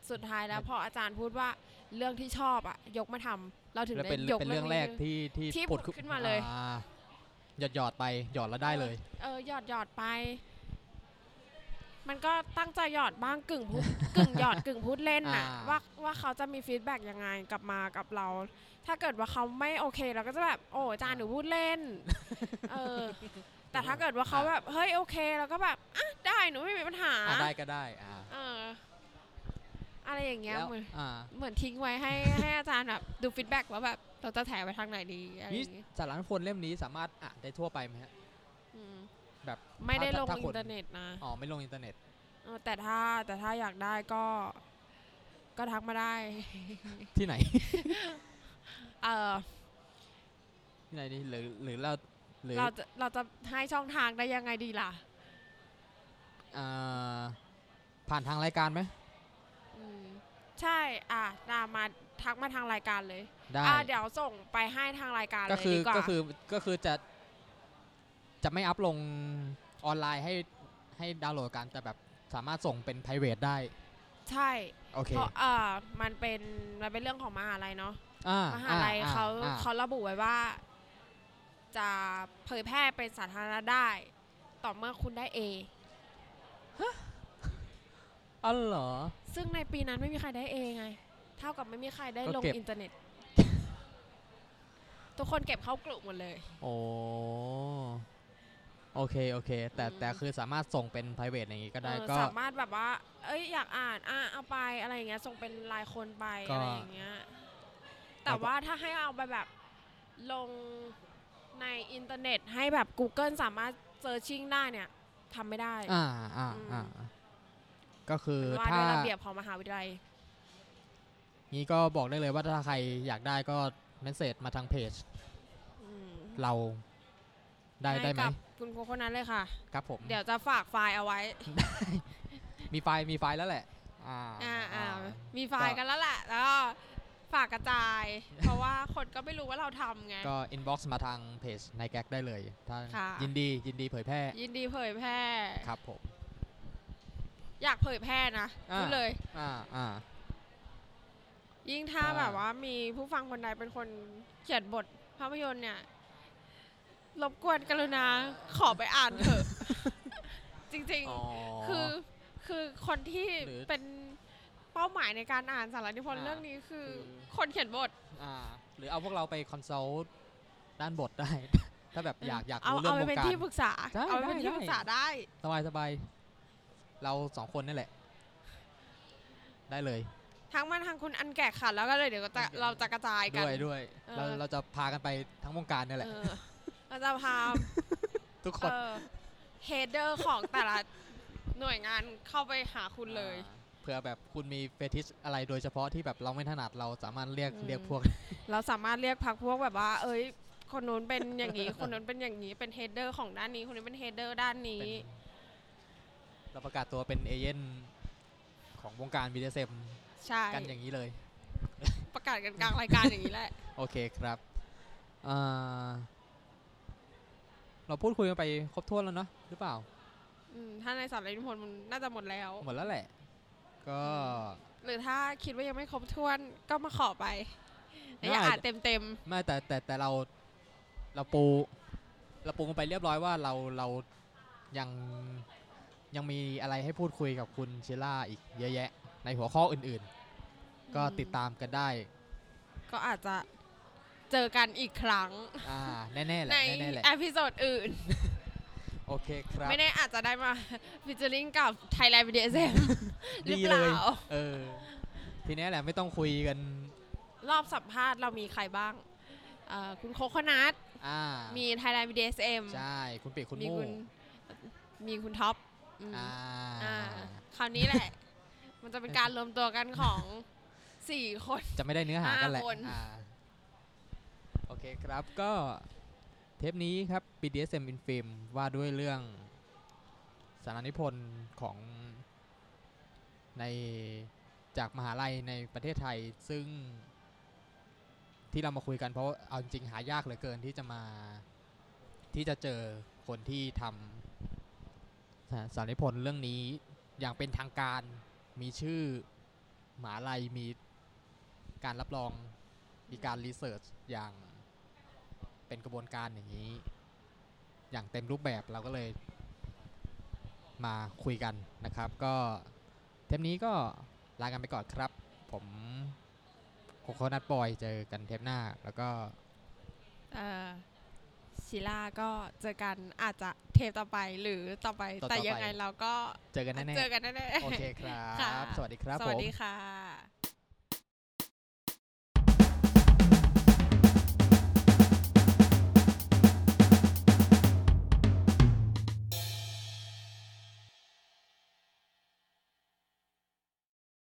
Speaker 2: สุดท้ายแล้วพออาจารย์พูดว่าเรื่องที่ชอบอะยกมาทำเราถึง
Speaker 1: แล้ว
Speaker 2: ได้
Speaker 1: เป็น
Speaker 2: ยก
Speaker 1: เป็นเรื่องแรก
Speaker 2: นี้
Speaker 1: ที่ที่
Speaker 2: ที่ผุดขึ้นมาเลย
Speaker 1: อ่หยอดหยอดไปหยอดแล้วได้เลย
Speaker 2: เออหยอดหยอดไป มันก็ตั้งใจหยอดบ้างกึ่งพูด กึ่งหยอดกึ่งพูดเล่นน่ะ
Speaker 1: อ่า
Speaker 2: ว่าว่าเขาจะมีฟีดแบ็กยังไงกลับมากับเรา ถ้าเกิดว่าเขาไม่โอเคเราก็จะแบบโอ้อาจานหนูพูดเล่นเอ อแต่ถ้าเกิดว่าเขาแบบเฮ้ยโอเคเราก็แบบอ่ะได้หนูไม่มีปัญหา
Speaker 1: อ่ะได้ก็ได้อ่า
Speaker 2: เอออะไรอย่างเงี้ย
Speaker 1: แล้ว
Speaker 2: เหมือน
Speaker 1: อ่า
Speaker 2: เหมือนทิ้งไว้ให้ ให้อาจารย์แบบดูฟีดแบ็กว่าแบบเราจะแถไปทางไหนดีอะไรอ
Speaker 1: นี่
Speaker 2: ย่างเงี้ย
Speaker 1: สารนิพนธ์เล่มนี้สามารถอ่านได้ทั่วไปไหมฮะ
Speaker 2: อืม
Speaker 1: แบบ
Speaker 2: ไม่ได้
Speaker 1: ถ้า
Speaker 2: ลง
Speaker 1: ถ้าคน
Speaker 2: อินเทอร์เน็ตนะ
Speaker 1: อ๋อไม่ลงอินเทอร์เน็ต
Speaker 2: เออแต่ถ้าแต่ถ้าอยากได้ก็ก็ทักมาได้
Speaker 1: ที่ไหน
Speaker 2: เออ
Speaker 1: ที่ไหนนี่หรือหรือเราหรือ
Speaker 2: เราจะเราจะให้ช่องทางได้ยังไงดีล่ะ
Speaker 1: อ่าผ่านทางรายการไหม
Speaker 2: อืมใช่ อ่ะนามาทักมาทางรายการเลย
Speaker 1: ได้
Speaker 2: อ่ะเดี๋ยวส่งไปให้ทางรายการเล
Speaker 1: ก็
Speaker 2: ย
Speaker 1: คือ
Speaker 2: ดีกว่า
Speaker 1: ก็คือก็คือจะจะไม่อัพลงออนไลน์ให้ให้ดาวน์โหลดกันแต่แบบสามารถส่งเป็น p r i v a t ได้
Speaker 2: ใช่
Speaker 1: โอเค
Speaker 2: เพราะเออมันเป็นมันเป็นเรื่องของมหาลัยเนาะ
Speaker 1: อ่าม
Speaker 2: หา
Speaker 1: อ่
Speaker 2: ลัย
Speaker 1: อ่
Speaker 2: เขา
Speaker 1: อ่
Speaker 2: เขาระบุไว้ว่า จะเผยแพร่เป็นสาธารณะได้ ต่อเมื่อคุณได้ A
Speaker 1: อ๋อเหรอ
Speaker 2: ซึ่งในปีนั้นไม่มีใครได้เองไง เท่ากับไม่มีใครได้
Speaker 1: ก็
Speaker 2: ลง
Speaker 1: เก็บ
Speaker 2: อินเทอร์เน็ต ทุกคนเก็บเข้ากลุ่มหมดเลย
Speaker 1: โอ้โอเคโอเค แต่
Speaker 2: อืม
Speaker 1: แต่คือสามารถส่งเป็น p r i v a t อย่างงี้ก็ได้
Speaker 2: เออ
Speaker 1: ก็
Speaker 2: สามารถแบบว่า เอ้ยอยากอ่านอ่ะเอาไปอะไรอย่างเงี้ยส่งเป็นรายคนไป
Speaker 1: ก็
Speaker 2: อะไรอย่างเงี้ย แต่
Speaker 1: เราก็
Speaker 2: ว่าถ้าให้เอาไปแบบลงในอินเทอร์เน็ต ให้แบบ Google สามารถเซิร์ชชิ่งได้เนี่ยทำไม่ได้
Speaker 1: อ่าอ่า
Speaker 2: อืม
Speaker 1: อ่าก็คือ
Speaker 2: มันว่า
Speaker 1: ถ้า
Speaker 2: ด้วยระเบียบของมหาวิทยาลัย
Speaker 1: นี้ก็บอกได้เลยว่าถ้าใครอยากได้ก็เมสเซจมาทางเพจ
Speaker 2: อืม
Speaker 1: เราได้
Speaker 2: ให้
Speaker 1: ได้ไหม
Speaker 2: กับคุณครูคนนั้นเลยค่ะ
Speaker 1: ครับผม
Speaker 2: เดี๋ยวจะฝากไฟล์เอาไว้
Speaker 1: มีไฟล์มีไฟล์แล้วแหละ อ่า
Speaker 2: อ่าอ่า
Speaker 1: อ่า
Speaker 2: มีไฟล์
Speaker 1: ก็
Speaker 2: กันแล้วแหละ แล้วก็ฝากกระจาย เพราะว่าคนก็ไม่รู้ว่าเราทำไง
Speaker 1: ก็อินบ็อกซ์มาทางเพจในแก๊กได้เลยถ้า
Speaker 2: ค่ะ
Speaker 1: ยินดียินดีเผยแพร่
Speaker 2: ยินดีเผยแพร่
Speaker 1: ครับผม
Speaker 2: อยากเผยแพร่นะ
Speaker 1: อ่า
Speaker 2: พูดเลย
Speaker 1: อ่าอ่า
Speaker 2: ยิ่งถ้า
Speaker 1: อ่า
Speaker 2: แบบว่ามีผู้ฟังคนใดเป็นคนเขียนบทภาพยนตร์เนี่ย รบกวนกรุณาขอไปอ่าน เถอะ จริง
Speaker 1: อ๋อ
Speaker 2: ๆ คือคือคนที่
Speaker 1: หรือ
Speaker 2: เป็นเป้าหมายในการอ่านสารนิพนธ์
Speaker 1: อ่า
Speaker 2: เรื่องนี้คือ
Speaker 1: คือ
Speaker 2: คนเขียนบท
Speaker 1: อ่าหรือเอาพวกเราไปคอนซัลท์ด้านบทได้ ถ้าแบบอยากอยาก
Speaker 2: เอา
Speaker 1: รู้เรื่อ
Speaker 2: เอา
Speaker 1: งวง
Speaker 2: ไปเป็น
Speaker 1: การ
Speaker 2: ที่ปรึกษา
Speaker 1: ใช่
Speaker 2: เอาไปเป็น
Speaker 1: ได้
Speaker 2: ที่
Speaker 1: ได้
Speaker 2: ปรึกษาได้
Speaker 1: สบายสบายเราสองคนนี่แหละ ได้เลย
Speaker 2: ทั้งมันทั้งคุณอันแก่ขันแล้วก็เลยเดี๋ยวก็จะ
Speaker 1: อันแก่
Speaker 2: เราจะกระจายกัน
Speaker 1: ด้วยด้วยเรา
Speaker 2: เออ
Speaker 1: เราจะพากันไปทั้งวงการนี่แหละ
Speaker 2: เออเราจะพา
Speaker 1: ทุกคน
Speaker 2: เออเฮดเดอร์ของแต่ละหน่วยงานเข้าไปหาคุณเลย
Speaker 1: อ่าเผื่อแบบคุณมีเฟติชอะไรโดยเฉพาะที่แบบเราไม่ถนัดเราสามารถเรียก
Speaker 2: อืม
Speaker 1: เรียกพวก
Speaker 2: เราสามารถเรียกพักพวกแบบว่า เอ้ย คนนู้นเป็นอย่าง นี้ คนนู้นเป็นอย่างนี้ เป็นเฮดเดอร์ของด้านนี้ คนนี้เป็นเฮดเดอร์ด้านนี้
Speaker 1: เป็นเราประกาศตัวเป็นเอเย่นของวงการบีเดเซม
Speaker 2: ใช่
Speaker 1: กันอย่างนี้เลย
Speaker 2: ประกาศกันกลางรายการอย่างนี้แหละ
Speaker 1: โอเคครับอ่าเราพูดคุยกันไปครบถ้วนแล้วเนาะหรือเปล่า
Speaker 2: อืมถ้าในสารนิพนธ์มันน่าจะหมดแล้ว
Speaker 1: หมดแล้วแหละ ก็
Speaker 2: หรือถ้าคิดว่ายังไม่ครบถ้วนก็มาขอไปแต่อย่าอ่านเต็ม
Speaker 1: ไม่แต่แต่แต่เราเราปู เราปูกันไปเรียบร้อยว่าเราเรายังยังมีอะไรให้พูดคุยกับคุณเชล่าอีกเยอะแยะ ในหัวข้ออื่น ๆ
Speaker 2: ๆ
Speaker 1: ก็
Speaker 2: อืม
Speaker 1: ติดตามกันได้
Speaker 2: ก็อาจจะเจอกันอีกครั้ง
Speaker 1: อ่า แน่ๆแห
Speaker 2: ใน
Speaker 1: ละ แน่ๆแหละ
Speaker 2: เอพิโซดอื่น
Speaker 1: โอเคครับ
Speaker 2: ไม่แน่อาจจะได้มา ฟิชเชอริงกับ Thailand BDSM หรือ
Speaker 1: ดี
Speaker 2: เป
Speaker 1: เล
Speaker 2: ล่าย
Speaker 1: เออ ทีเนี้ยแหละไม่ต้องคุยกัน
Speaker 2: รอบสัมภาษณ์เรามีใครบ้างเอ่อคุณโคคนัท
Speaker 1: อ่า
Speaker 2: มี Thailand BDSM
Speaker 1: ใช่ คุณปีกคุณ
Speaker 2: มี
Speaker 1: มู่
Speaker 2: คุณมีคุณท็อปอืม
Speaker 1: อ่า
Speaker 2: อ่าคราวนี้แหละ มันจะเป็นการรวมตัวกันของ สี่คน
Speaker 1: จะไม่ได้เนื้อหากันแหละ
Speaker 2: ห้าคน
Speaker 1: อ่าโอเคครับก็ เทปนี้ครับ BDSM in Film ว่าด้วยเรื่องสารนิพนธ์ของในจากมหาลัยในประเทศไทย ซึ่งที่เรามาคุยกันเพราะเอาจริงๆหายากเหลือเกินที่จะมาที่จะเจอคนที่ทำสาสารนิพนธ์เรื่องนี้อย่างเป็นทางการมีชื่อมหาลัยมีการรับรองมีการรีเสิร์ชอย่าง เป็นกระบวนการอย่างนี้ อย่างเต็มรูปแบบเราก็เลย มาคุยกันนะครับ ก็เทปนี้ก็ลากันไปก่อนครับ ผมโคโคนัทบอยเจอกันเทปหน้า แล้วก็
Speaker 2: เอ่อชิล่าก็เจอกันอาจจะเทปต่อไปหรือต่อไป
Speaker 1: ต่อๆ
Speaker 2: แต่ยังไง
Speaker 1: ไป
Speaker 2: เราก็
Speaker 1: เจอกันแน่
Speaker 2: เจอกันแน่
Speaker 1: ๆ
Speaker 2: ๆ
Speaker 1: โอเคครับ สวัสดีครับ
Speaker 2: ส
Speaker 1: ผ
Speaker 2: วัส
Speaker 1: ม
Speaker 2: ดีค่ะ